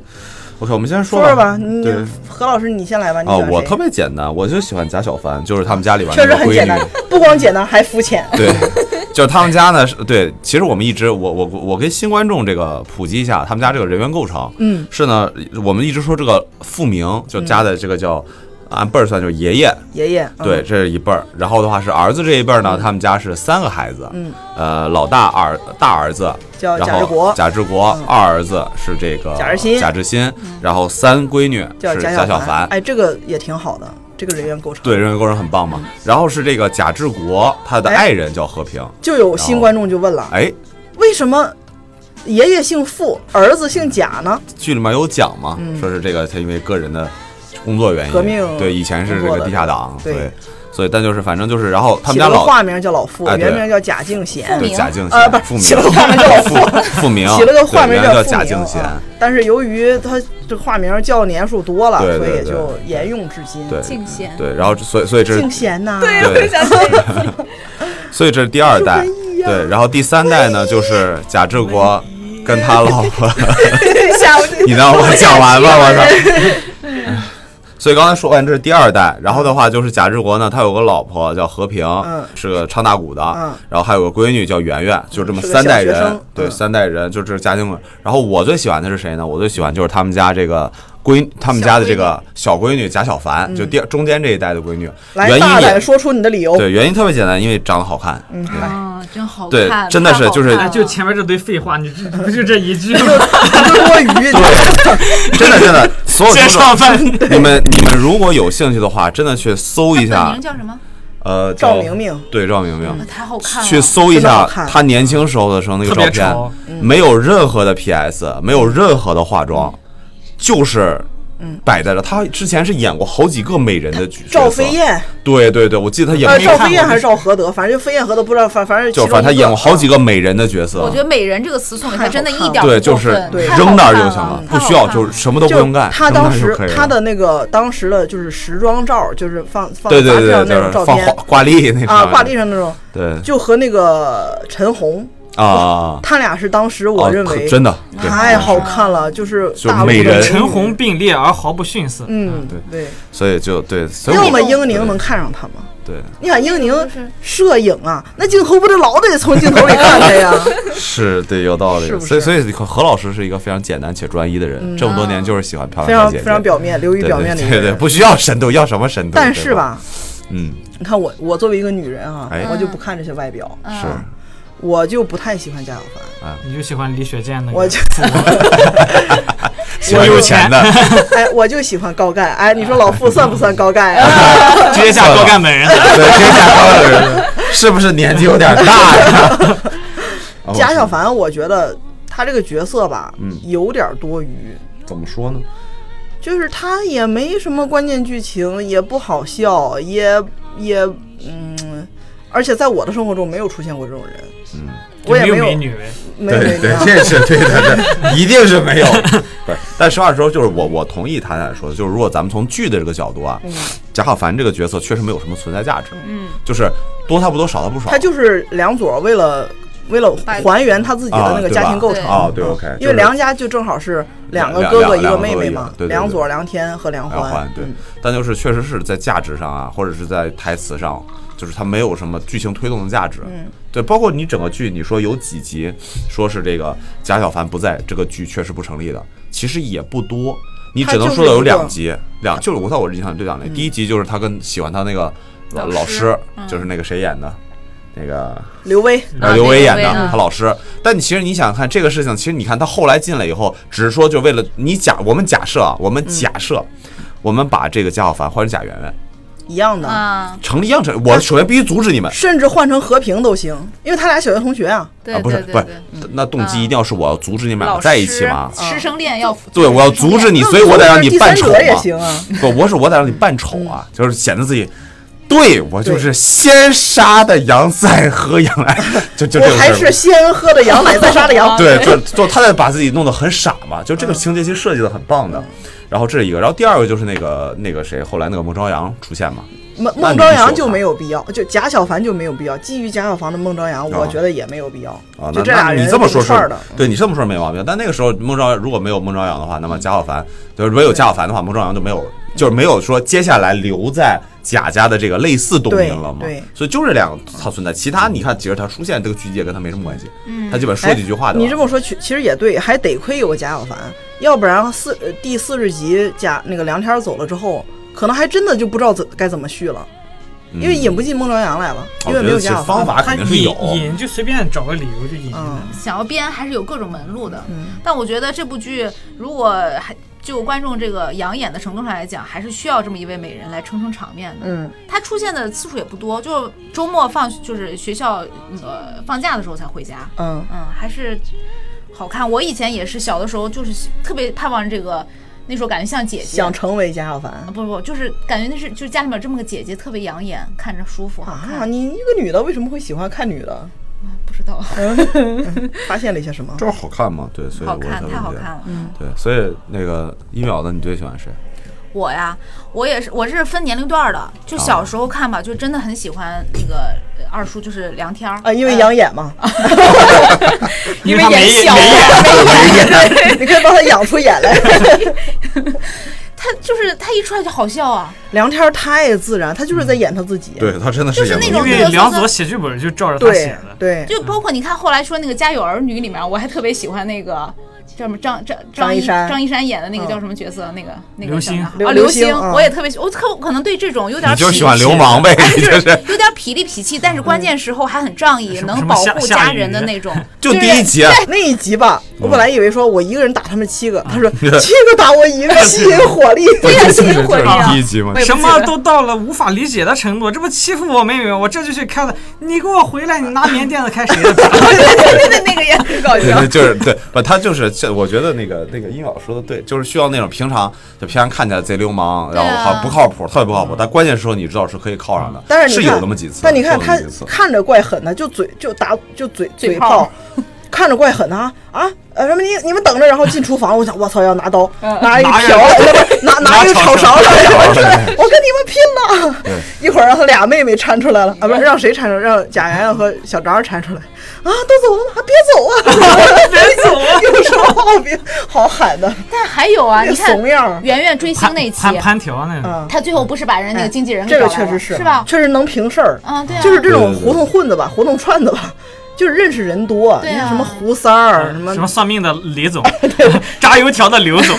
Speaker 5: OK，我们先
Speaker 2: 说说吧，
Speaker 5: 吧，
Speaker 2: 你
Speaker 5: 对。
Speaker 2: 何老师你先来吧，你
Speaker 5: 啊，
Speaker 2: 喜欢
Speaker 5: 我
Speaker 2: 谁
Speaker 5: 特别简单，我就喜欢贾小凡，就是他们家里边
Speaker 2: 确实
Speaker 5: 那个
Speaker 2: 很
Speaker 5: 闺
Speaker 2: 简
Speaker 5: 女
Speaker 2: 单，不光简单还 肤浅，
Speaker 5: 对，就是他们家呢是对，其实我们一直我我我跟新观众这个普及一下，他们家这个人员构成，
Speaker 2: 嗯，
Speaker 5: 是呢，我们一直说这个父名就加的这个叫。
Speaker 2: 嗯
Speaker 5: 按辈儿算就是爷爷，
Speaker 2: 爷爷嗯
Speaker 5: 对，这是一辈儿。然后的话是儿子这一辈儿呢，他们家是三个孩子，
Speaker 2: 嗯，
Speaker 5: 呃，老大儿大儿子
Speaker 2: 叫
Speaker 5: 然
Speaker 2: 贾
Speaker 5: 后
Speaker 2: 志国嗯
Speaker 5: 贾志国二儿子是这个
Speaker 2: 贾志新嗯
Speaker 5: 贾志新，然后三闺女
Speaker 2: 叫
Speaker 5: 是
Speaker 2: 小
Speaker 5: 贾小凡，
Speaker 2: 哎，这个也挺好的，这个人员构成，
Speaker 5: 对，，人员构成很棒嘛。然后是这个贾志国，他的
Speaker 2: 嗯哎
Speaker 5: 爱人叫和平，
Speaker 2: 就有新观众就问了，
Speaker 5: 哎，
Speaker 2: 为什么爷爷姓傅，儿子姓贾呢？
Speaker 5: 剧里面有讲嘛，说是这个他因为个人的工作原因，
Speaker 2: 嗯革命
Speaker 5: 对以前是这
Speaker 2: 工
Speaker 5: 个
Speaker 2: 作的
Speaker 5: 地下党，
Speaker 2: 对
Speaker 5: 对，所以但就是反正就是，然后他
Speaker 2: 起
Speaker 5: 们
Speaker 2: 了
Speaker 5: 家
Speaker 2: 个
Speaker 5: 老
Speaker 2: 化名叫老傅，
Speaker 5: 哎对
Speaker 2: 原名叫贾敬贤，
Speaker 5: 对
Speaker 3: 名
Speaker 5: 贾敬
Speaker 2: 呃不
Speaker 5: 贤
Speaker 2: 是，
Speaker 5: 复明
Speaker 2: 起了个化名叫老傅
Speaker 5: 复明，
Speaker 2: 起了个化
Speaker 5: 啊对
Speaker 2: 名
Speaker 5: 原来叫
Speaker 2: 傅
Speaker 5: 贾
Speaker 2: 明
Speaker 5: 敬贤，
Speaker 2: 啊但是由于他这化名叫年数多了，
Speaker 5: 对
Speaker 2: 所以
Speaker 5: 对
Speaker 2: 也
Speaker 5: 对
Speaker 2: 就沿用至今。
Speaker 5: 对
Speaker 3: 敬贤，
Speaker 5: 对，然后所以所以这
Speaker 2: 敬
Speaker 5: 是
Speaker 2: 贤呐，
Speaker 5: 对，所以这是第二代
Speaker 2: 就文艺，啊
Speaker 5: 对，然后第三代呢就是贾志国跟他老婆。
Speaker 3: 下午
Speaker 5: 你让我讲完吧，我操！ 所以刚才说完这是第二代，然后的话就是贾志国呢，他有个老婆叫和平，
Speaker 2: 嗯
Speaker 5: 是个唱大鼓的，
Speaker 2: 嗯
Speaker 5: 然后还有个闺女叫圆圆，就这么
Speaker 2: 是个
Speaker 5: 三代
Speaker 2: 小
Speaker 5: 人，
Speaker 2: 学生
Speaker 5: 对，
Speaker 2: 嗯
Speaker 5: 三代人就这个家庭。然后我最喜欢的是谁呢？我最喜欢就是他们家这个闺，他们家的这个小闺女贾小凡，就第二中间这一代的闺女。
Speaker 2: 嗯来
Speaker 5: 原因
Speaker 2: 大胆
Speaker 5: 也
Speaker 2: 说出你的理由。
Speaker 5: 对，原因特别简单，因为长得好看。嗯，
Speaker 3: 啊，真好
Speaker 5: 对
Speaker 3: 看，
Speaker 5: 真的是
Speaker 3: 太好
Speaker 5: 就是
Speaker 3: 看
Speaker 4: 哎，
Speaker 3: 了
Speaker 4: 就前面这堆废话，你这不就这一句吗？
Speaker 2: 多余，
Speaker 5: 真的真的，所有
Speaker 4: 先
Speaker 5: 听众，
Speaker 4: 上饭，
Speaker 5: 你们你们如果有兴趣的话，真的去搜一
Speaker 3: 哎本
Speaker 5: 下
Speaker 3: 名叫什么？哦
Speaker 5: 呃，
Speaker 2: 赵
Speaker 5: 叫
Speaker 2: 明明嗯
Speaker 5: 对赵明明，
Speaker 3: 太好看了，
Speaker 5: 去搜一
Speaker 2: 真的
Speaker 5: 下
Speaker 2: 好看
Speaker 5: 他年轻时候的时候那个
Speaker 4: 特别
Speaker 5: 照
Speaker 4: 嗯
Speaker 5: 片
Speaker 4: 潮，
Speaker 5: 没有任何的 PS，没有任何的化妆，
Speaker 2: 嗯
Speaker 5: 就是摆在这。他之前是演过好几个美人的角色，
Speaker 2: 赵飞燕，
Speaker 5: 对对对，我记得他演
Speaker 2: 呃，
Speaker 5: 没有
Speaker 2: 赵
Speaker 5: 看
Speaker 2: 飞燕
Speaker 5: 过
Speaker 2: 还是赵合德，反正就飞燕合德不知道，反反正
Speaker 5: 就反正他演过好几
Speaker 2: 个。
Speaker 5: 个美人的角色，
Speaker 3: 我觉得“美人”这个词送给
Speaker 2: 太
Speaker 3: 他
Speaker 2: 好
Speaker 3: 真的一
Speaker 2: 看
Speaker 3: 点儿
Speaker 5: 对，
Speaker 3: 不
Speaker 5: 就
Speaker 3: 过
Speaker 5: 是
Speaker 3: 分太
Speaker 5: 扔
Speaker 3: 好
Speaker 5: 那儿
Speaker 3: 看
Speaker 5: 就行了，
Speaker 3: 太
Speaker 5: 不
Speaker 3: 好
Speaker 5: 需要
Speaker 3: 看
Speaker 5: 就是
Speaker 3: 了
Speaker 5: 什么都不
Speaker 2: 嗯啊就
Speaker 5: 用干，
Speaker 2: 他
Speaker 5: 扔那
Speaker 2: 当
Speaker 5: 儿就
Speaker 2: 时
Speaker 5: 可以了
Speaker 2: 他的那个当时的就是时装照，就是放放
Speaker 5: 对对
Speaker 2: 杂志
Speaker 5: 对
Speaker 2: 上
Speaker 5: 对，
Speaker 2: 那
Speaker 5: 就
Speaker 2: 种
Speaker 5: 是
Speaker 2: 照
Speaker 5: 放
Speaker 2: 片
Speaker 5: 挂挂历那
Speaker 2: 啊，
Speaker 5: 上
Speaker 2: 挂
Speaker 5: 面
Speaker 2: 历上那种，
Speaker 5: 对
Speaker 2: 就和那个陈红，
Speaker 5: 啊啊，
Speaker 2: 他俩是当时
Speaker 5: 啊
Speaker 2: 我认
Speaker 5: 可
Speaker 2: 为
Speaker 5: 真的对
Speaker 2: 太好看了，就是
Speaker 5: 就
Speaker 2: 大陆
Speaker 5: 美
Speaker 2: 的
Speaker 5: 人
Speaker 4: 陈红，并列而毫不逊色。
Speaker 2: 嗯，
Speaker 5: 对
Speaker 2: 对，
Speaker 5: 所以就对，所以
Speaker 2: 要么
Speaker 5: 我
Speaker 2: 英宁能看上他吗？
Speaker 5: 对
Speaker 2: 你想英宁摄影啊，那镜头不得老得从镜头里看他呀？
Speaker 5: 是对有道理
Speaker 2: 是，不
Speaker 5: 所以
Speaker 2: 是
Speaker 5: 所以何老师是一个非常简单且专一的人，这么多年就是喜欢漂
Speaker 2: 非
Speaker 5: 亮
Speaker 2: 常
Speaker 5: 小姐
Speaker 2: 非
Speaker 5: 姐，
Speaker 2: 常表面，流于
Speaker 5: 对
Speaker 2: 表面的
Speaker 5: 对
Speaker 2: 一
Speaker 5: 对
Speaker 2: 个
Speaker 5: 对，
Speaker 2: 人。
Speaker 5: 不需 要深度，要什么深度？
Speaker 2: 但
Speaker 5: 对
Speaker 2: 是
Speaker 5: 吧，
Speaker 2: 吧，
Speaker 5: 嗯，
Speaker 2: 你看我我作为一个女人啊
Speaker 5: 哎，嗯
Speaker 2: 我就不看这些外表，
Speaker 5: 是
Speaker 2: 我就不太喜欢贾小凡。
Speaker 5: 哎
Speaker 4: 你就喜欢李雪健那个，
Speaker 2: 我就
Speaker 5: 喜欢有钱的，
Speaker 2: 哎，我就喜欢高干。哎，你说老傅算不算高啊干呀？
Speaker 4: 直接下锅 干本 人。
Speaker 5: 对，天下高的人是不是年纪有点大 呀？ 哦
Speaker 2: 贾小凡，我觉得他这个角色吧，
Speaker 5: 嗯
Speaker 2: 有点多余，
Speaker 5: 怎么说呢？
Speaker 2: 就是他也没什么关键剧情，也不好笑，也也嗯，而且在我的生活中没有出现过这种人，
Speaker 5: 嗯，
Speaker 2: 我也
Speaker 4: 没
Speaker 2: 没
Speaker 4: 有
Speaker 2: 有
Speaker 4: 美女呗，
Speaker 2: 没有啊没有。
Speaker 5: 这是对的， 对，一定是没有。对，但实话实说，就是我我同意谭坦说的，就是如果咱们从剧的这个角度
Speaker 2: 嗯
Speaker 5: 啊，贾小凡这个角色确实没有什么存在价值，
Speaker 3: 嗯，
Speaker 5: 就是多他不多，少他不少。
Speaker 2: 他就是梁左为了为了
Speaker 3: 把
Speaker 2: 还原他自己的那个
Speaker 5: 啊对吧
Speaker 2: 家庭构成嗯
Speaker 3: 对
Speaker 5: 啊对 OK，
Speaker 2: 因
Speaker 5: 就
Speaker 2: 为
Speaker 5: 是
Speaker 2: 梁家就正好是两个
Speaker 5: 两
Speaker 2: 哥哥
Speaker 5: 两
Speaker 2: 一个
Speaker 5: 两个
Speaker 2: 妹
Speaker 5: 哥哥
Speaker 2: 妹
Speaker 5: 一个
Speaker 2: 嘛，
Speaker 5: 对对对
Speaker 2: 梁左、梁天和梁
Speaker 5: 还要
Speaker 2: 欢
Speaker 5: 还，对
Speaker 2: 嗯，
Speaker 5: 但就是确实是在价值上啊，或者是在台词上，就是它没有什么剧情推动的价值。嗯，对，包括你整个剧，你说有几集说是这个贾小凡不在，这个剧确实不成立的，其实也不多。你只能说的有两集，两就是我在我印象里就两集。第一集就是他跟喜欢他那个嗯老
Speaker 3: 老师
Speaker 5: 师，嗯就是那个谁演的，那个
Speaker 2: 刘威
Speaker 5: 呃，
Speaker 3: 啊
Speaker 5: 刘
Speaker 3: 对
Speaker 5: 维
Speaker 3: 刘
Speaker 5: 演
Speaker 3: 威
Speaker 5: 的
Speaker 3: 嗯
Speaker 5: 他老师。但你其实你想看这个事情，其实你看他后来进来以后，只是说就为了你假，我们假设啊，我们
Speaker 3: 嗯
Speaker 5: 假设，我们把这个贾小凡换成贾圆圆，
Speaker 2: 一样的，
Speaker 3: 啊，
Speaker 5: 成立样成，我首先必须阻止你们。
Speaker 2: 甚至换成和平都行，因为他俩小学同学啊，
Speaker 3: 对
Speaker 5: 啊，不是
Speaker 3: 对
Speaker 5: 不
Speaker 3: 对
Speaker 5: 是
Speaker 3: 对。，
Speaker 5: 那动机一定要是我要阻止你们两
Speaker 3: 老
Speaker 5: 个在一起嘛？
Speaker 3: 师啊师生恋要
Speaker 5: 对，我要阻止你，所以我得让你扮丑
Speaker 2: 那你
Speaker 5: 嘛
Speaker 2: 说是第三者也行啊。
Speaker 5: 不，我是我得让你扮丑
Speaker 3: 嗯
Speaker 5: 啊， 就是显得自己。对我就是先杀的杨赛和杨澜，就就这个
Speaker 2: 我
Speaker 5: 事
Speaker 2: 还
Speaker 5: 儿
Speaker 2: 是先喝的羊奶，再杀的羊。
Speaker 5: 对，就就他在把自己弄得很傻嘛，就
Speaker 2: 嗯
Speaker 5: 这个情节其实设计的很棒的。然后这是一个，然后第二个就是那个那个谁，后来那个孟朝阳出现嘛，
Speaker 2: 孟
Speaker 5: 那
Speaker 2: 孟
Speaker 5: 你
Speaker 2: 朝
Speaker 5: 说啊
Speaker 2: 阳
Speaker 5: 吧
Speaker 2: 就没有必要，就贾小凡就没有必要。基于贾小凡的孟朝阳，我觉得也没有必要。
Speaker 5: 啊，
Speaker 2: 就
Speaker 5: 那
Speaker 2: 这
Speaker 5: 那
Speaker 2: 俩
Speaker 5: 你
Speaker 2: 人
Speaker 5: 这么说
Speaker 2: 一
Speaker 5: 是
Speaker 2: 块儿的，
Speaker 5: 对你这么说没毛病。但那个时候孟朝阳如果没有孟朝阳的话，那么贾小凡就是没有贾小凡的话，孟朝阳就没有就是没有说接下来留在贾家的这个类似东
Speaker 2: 对
Speaker 5: 营了嘛
Speaker 2: 对。
Speaker 5: 所以就这两个他存在，其他你看其实他出现这个剧集也跟他没什么关系，他基本说
Speaker 2: 哎
Speaker 5: 几句话的。
Speaker 2: 你这么说，其其实也对，还得亏有个贾小凡，要不然四呃第四十集贾那个梁天儿走了之后，可能还真的就不知道怎该怎么续了，因为引不进孟朝阳来了，
Speaker 5: 啊我
Speaker 2: 因为
Speaker 5: 觉
Speaker 2: 没
Speaker 5: 得
Speaker 2: 有
Speaker 5: 其
Speaker 2: 贾
Speaker 5: 实
Speaker 2: 小
Speaker 5: 方
Speaker 2: 凡。
Speaker 5: 法
Speaker 4: 他
Speaker 5: 肯定是有
Speaker 4: 引，引就随便找个理由就引进来。
Speaker 2: 嗯，
Speaker 3: 想要编还是有各种门路的。
Speaker 5: 嗯
Speaker 3: 但我觉得这部剧如果还就观众这个养眼的程度上来讲，还是需要这么一位美人来撑撑场面的。
Speaker 2: 嗯，
Speaker 3: 她出现的次数也不多，就是周末放就是学校那个放假的时候才回家。
Speaker 2: 嗯，
Speaker 3: 嗯，还是好看。我以前也是小的时候，就是喜特别盼望这个，那时候感觉像姐姐。
Speaker 2: 想成为贾小凡
Speaker 3: 啊不不，就是感觉那是就是家里面这么个姐姐特别养眼，看着舒服好看。
Speaker 2: 啊？你一个女的为什么会喜欢看女的？
Speaker 3: 不知 道，
Speaker 2: 发现了一些什么？
Speaker 5: 这好看嘛？对，所以
Speaker 3: 好
Speaker 5: 我才
Speaker 3: 看
Speaker 5: 会
Speaker 3: 太好
Speaker 5: 觉得
Speaker 3: 看了。
Speaker 2: 嗯
Speaker 5: 对，所以那个一秒的，你最喜欢谁？
Speaker 3: 我呀，我也是，我是分年龄段儿的，就小时候看吧，就真的很喜欢那个呃二叔，就是梁天儿
Speaker 2: 啊，因
Speaker 5: 哎
Speaker 2: 为
Speaker 3: 呃
Speaker 2: 养眼 嘛，
Speaker 4: 因为他没
Speaker 3: 小
Speaker 4: 没
Speaker 2: 你可以帮他养出眼来。
Speaker 3: 他就是他一出来就好笑啊，
Speaker 2: 梁天儿太自然，他就是在演他自己。
Speaker 5: 嗯对他真的
Speaker 3: 就是
Speaker 5: 演
Speaker 3: 那
Speaker 5: 过
Speaker 3: 种
Speaker 4: 因
Speaker 5: 这个
Speaker 4: 为梁左写剧本就照着他写
Speaker 2: 对
Speaker 4: 的，
Speaker 2: 对
Speaker 3: 就包括你看后来说那个《家有儿女》里面，我还特别喜欢那个叫什么张张
Speaker 2: 张一
Speaker 3: 一
Speaker 2: 山
Speaker 3: 张一山演的那个
Speaker 2: 嗯
Speaker 3: 叫什么角色？那个那个
Speaker 4: 刘
Speaker 3: 叫啥
Speaker 4: 星
Speaker 3: 啊，
Speaker 2: 刘
Speaker 3: 刘
Speaker 2: 星
Speaker 3: 星，
Speaker 2: 嗯
Speaker 3: 我也特别喜，我可可能对这种有点
Speaker 5: 你就
Speaker 3: 痞
Speaker 5: 喜欢
Speaker 3: 痞
Speaker 5: 流氓 呗，你
Speaker 3: 就
Speaker 5: 就是是。
Speaker 3: 有点痞里痞气，但是关键时候还很仗义，
Speaker 4: 什么
Speaker 3: 能
Speaker 4: 什么
Speaker 3: 保
Speaker 4: 下
Speaker 3: 护
Speaker 4: 下
Speaker 3: 家
Speaker 4: 雨
Speaker 3: 人的那种。
Speaker 5: 就第一集，啊
Speaker 2: 那一集吧，我
Speaker 5: 嗯
Speaker 2: 本来以为说我一个人打他们七个，他说七
Speaker 5: 对
Speaker 2: 个打 我一个，吸引火 力。
Speaker 5: 对
Speaker 3: 呀
Speaker 5: 就是
Speaker 3: 吸
Speaker 5: 就
Speaker 3: 引火力
Speaker 5: 是
Speaker 3: 啊
Speaker 5: 第一集嘛
Speaker 3: 我，也不
Speaker 4: 什
Speaker 3: 记
Speaker 4: 么
Speaker 3: 得
Speaker 4: 都到了无法理解的程度，这不欺负我妹妹吗？我这就去开了，你给我回来！你拿棉垫子开谁的闸？
Speaker 3: 对对对，那个也很搞
Speaker 5: 对
Speaker 3: 笑
Speaker 5: 对，。就是对，不，他就是，这我觉得那个那个音老说的对，就是需要那种平常就平常看起来贼流氓，然后
Speaker 3: 对啊嗯
Speaker 5: 好像不靠谱，特别不靠谱，但关键时候你知道是可以靠上的，
Speaker 2: 但是
Speaker 5: 是
Speaker 2: 你
Speaker 5: 有
Speaker 2: 看，
Speaker 5: 那么几次，
Speaker 2: 但你看
Speaker 5: 是有那
Speaker 2: 他
Speaker 5: 么几次
Speaker 2: 看着怪狠的，就嘴就打就嘴
Speaker 3: 嘴
Speaker 2: 嘴
Speaker 3: 炮
Speaker 2: 炮，看着怪狠的啊啊！呃，什么你你们等着，然后进厨房，我 想我操要拿刀，
Speaker 3: 嗯
Speaker 2: 拿一个
Speaker 4: 拿 一
Speaker 2: 瓢，拿拿一个炒勺子，然后出来，我跟你们拼了！ 一会儿让他俩妹妹搀出来了
Speaker 3: 嗯
Speaker 2: 啊，不是让谁搀出来？让贾圆圆和小张搀出来啊！都走了吗？啊，别走 啊！别走 啊！有什么毛病？好喊的，
Speaker 3: 但还有啊，
Speaker 2: 那
Speaker 3: 你
Speaker 2: 个
Speaker 3: 看
Speaker 2: 怂样儿
Speaker 3: 圆圆追星
Speaker 4: 盘
Speaker 3: 那期
Speaker 4: 盘，盘条那个，
Speaker 2: 啊！
Speaker 3: 他最后不是把人那个经纪人给
Speaker 2: 哎这个
Speaker 3: 找来
Speaker 2: 确
Speaker 3: 了
Speaker 2: 实是啊
Speaker 3: 是吧？
Speaker 2: 确实能平事儿
Speaker 3: 啊，对啊，
Speaker 2: 就是这
Speaker 5: 对
Speaker 2: 种
Speaker 5: 对对
Speaker 2: 胡同混子吧，胡同串子吧，就是认识人多。
Speaker 3: 对啊
Speaker 2: 你看什么胡三儿，嗯什
Speaker 4: 什么
Speaker 2: 么
Speaker 4: 算命的李总，炸油条的刘总，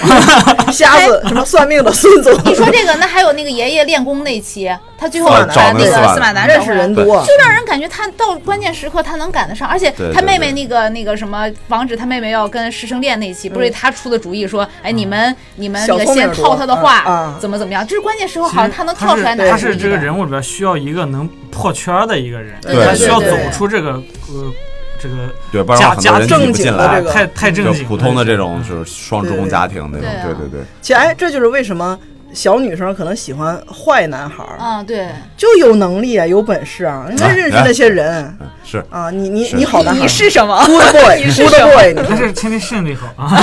Speaker 2: 瞎 子，什么算命的孙总，
Speaker 3: 你说这个，那还有那个爷爷练功那期，他最后
Speaker 5: 啊
Speaker 3: 把
Speaker 5: 找
Speaker 3: 那
Speaker 5: 那
Speaker 3: 个
Speaker 5: 司马南
Speaker 3: 司马南
Speaker 2: 认
Speaker 3: 找
Speaker 2: 识
Speaker 3: 回来
Speaker 2: 人多。
Speaker 3: 就让人感觉他到关键时刻他能赶得上，而且
Speaker 5: 对
Speaker 3: 他
Speaker 5: 对
Speaker 3: 妹妹
Speaker 5: 对
Speaker 3: 那个那个什么，防止他妹妹要跟师生恋那一期，不是他出的主意说，哎，你们你们
Speaker 2: 小
Speaker 3: 那个
Speaker 2: 聪明
Speaker 3: 先
Speaker 2: 儿
Speaker 3: 套
Speaker 2: 多
Speaker 3: 他的
Speaker 2: 啊
Speaker 3: 话
Speaker 2: 啊，
Speaker 3: 怎么怎么样，就是关键时候好像哦 他能
Speaker 4: 其实
Speaker 3: 跳出来拿
Speaker 4: 他
Speaker 3: 主
Speaker 4: 是
Speaker 3: 意啊
Speaker 4: 这个
Speaker 3: 的
Speaker 4: 人物里边需要一个能破圈儿的一个人，
Speaker 3: 对
Speaker 5: 对
Speaker 4: 他需要
Speaker 5: 对
Speaker 4: 走
Speaker 5: 对
Speaker 4: 出这个呃这个
Speaker 5: 对，不然的话很多人
Speaker 4: 家家
Speaker 5: 挤不进来
Speaker 2: 正经的这个，
Speaker 4: 太太正
Speaker 5: 就
Speaker 4: 经了，
Speaker 5: 普通的这种就是双职工家庭那种
Speaker 3: 对啊，
Speaker 5: 对对对，
Speaker 2: 其实哎，这就是为什么小女生可能喜欢坏男孩儿，
Speaker 3: 啊，对，
Speaker 2: 就有能力啊，有本事啊，人家
Speaker 5: 哎
Speaker 2: 认识那些人
Speaker 5: 嗯是。
Speaker 2: 啊。你你
Speaker 5: 是
Speaker 2: 你好男孩
Speaker 3: 你
Speaker 2: 儿
Speaker 3: 哎是什么？
Speaker 2: ，good boy，good boy，你
Speaker 4: 还
Speaker 2: 看
Speaker 4: 是天天肾最好啊。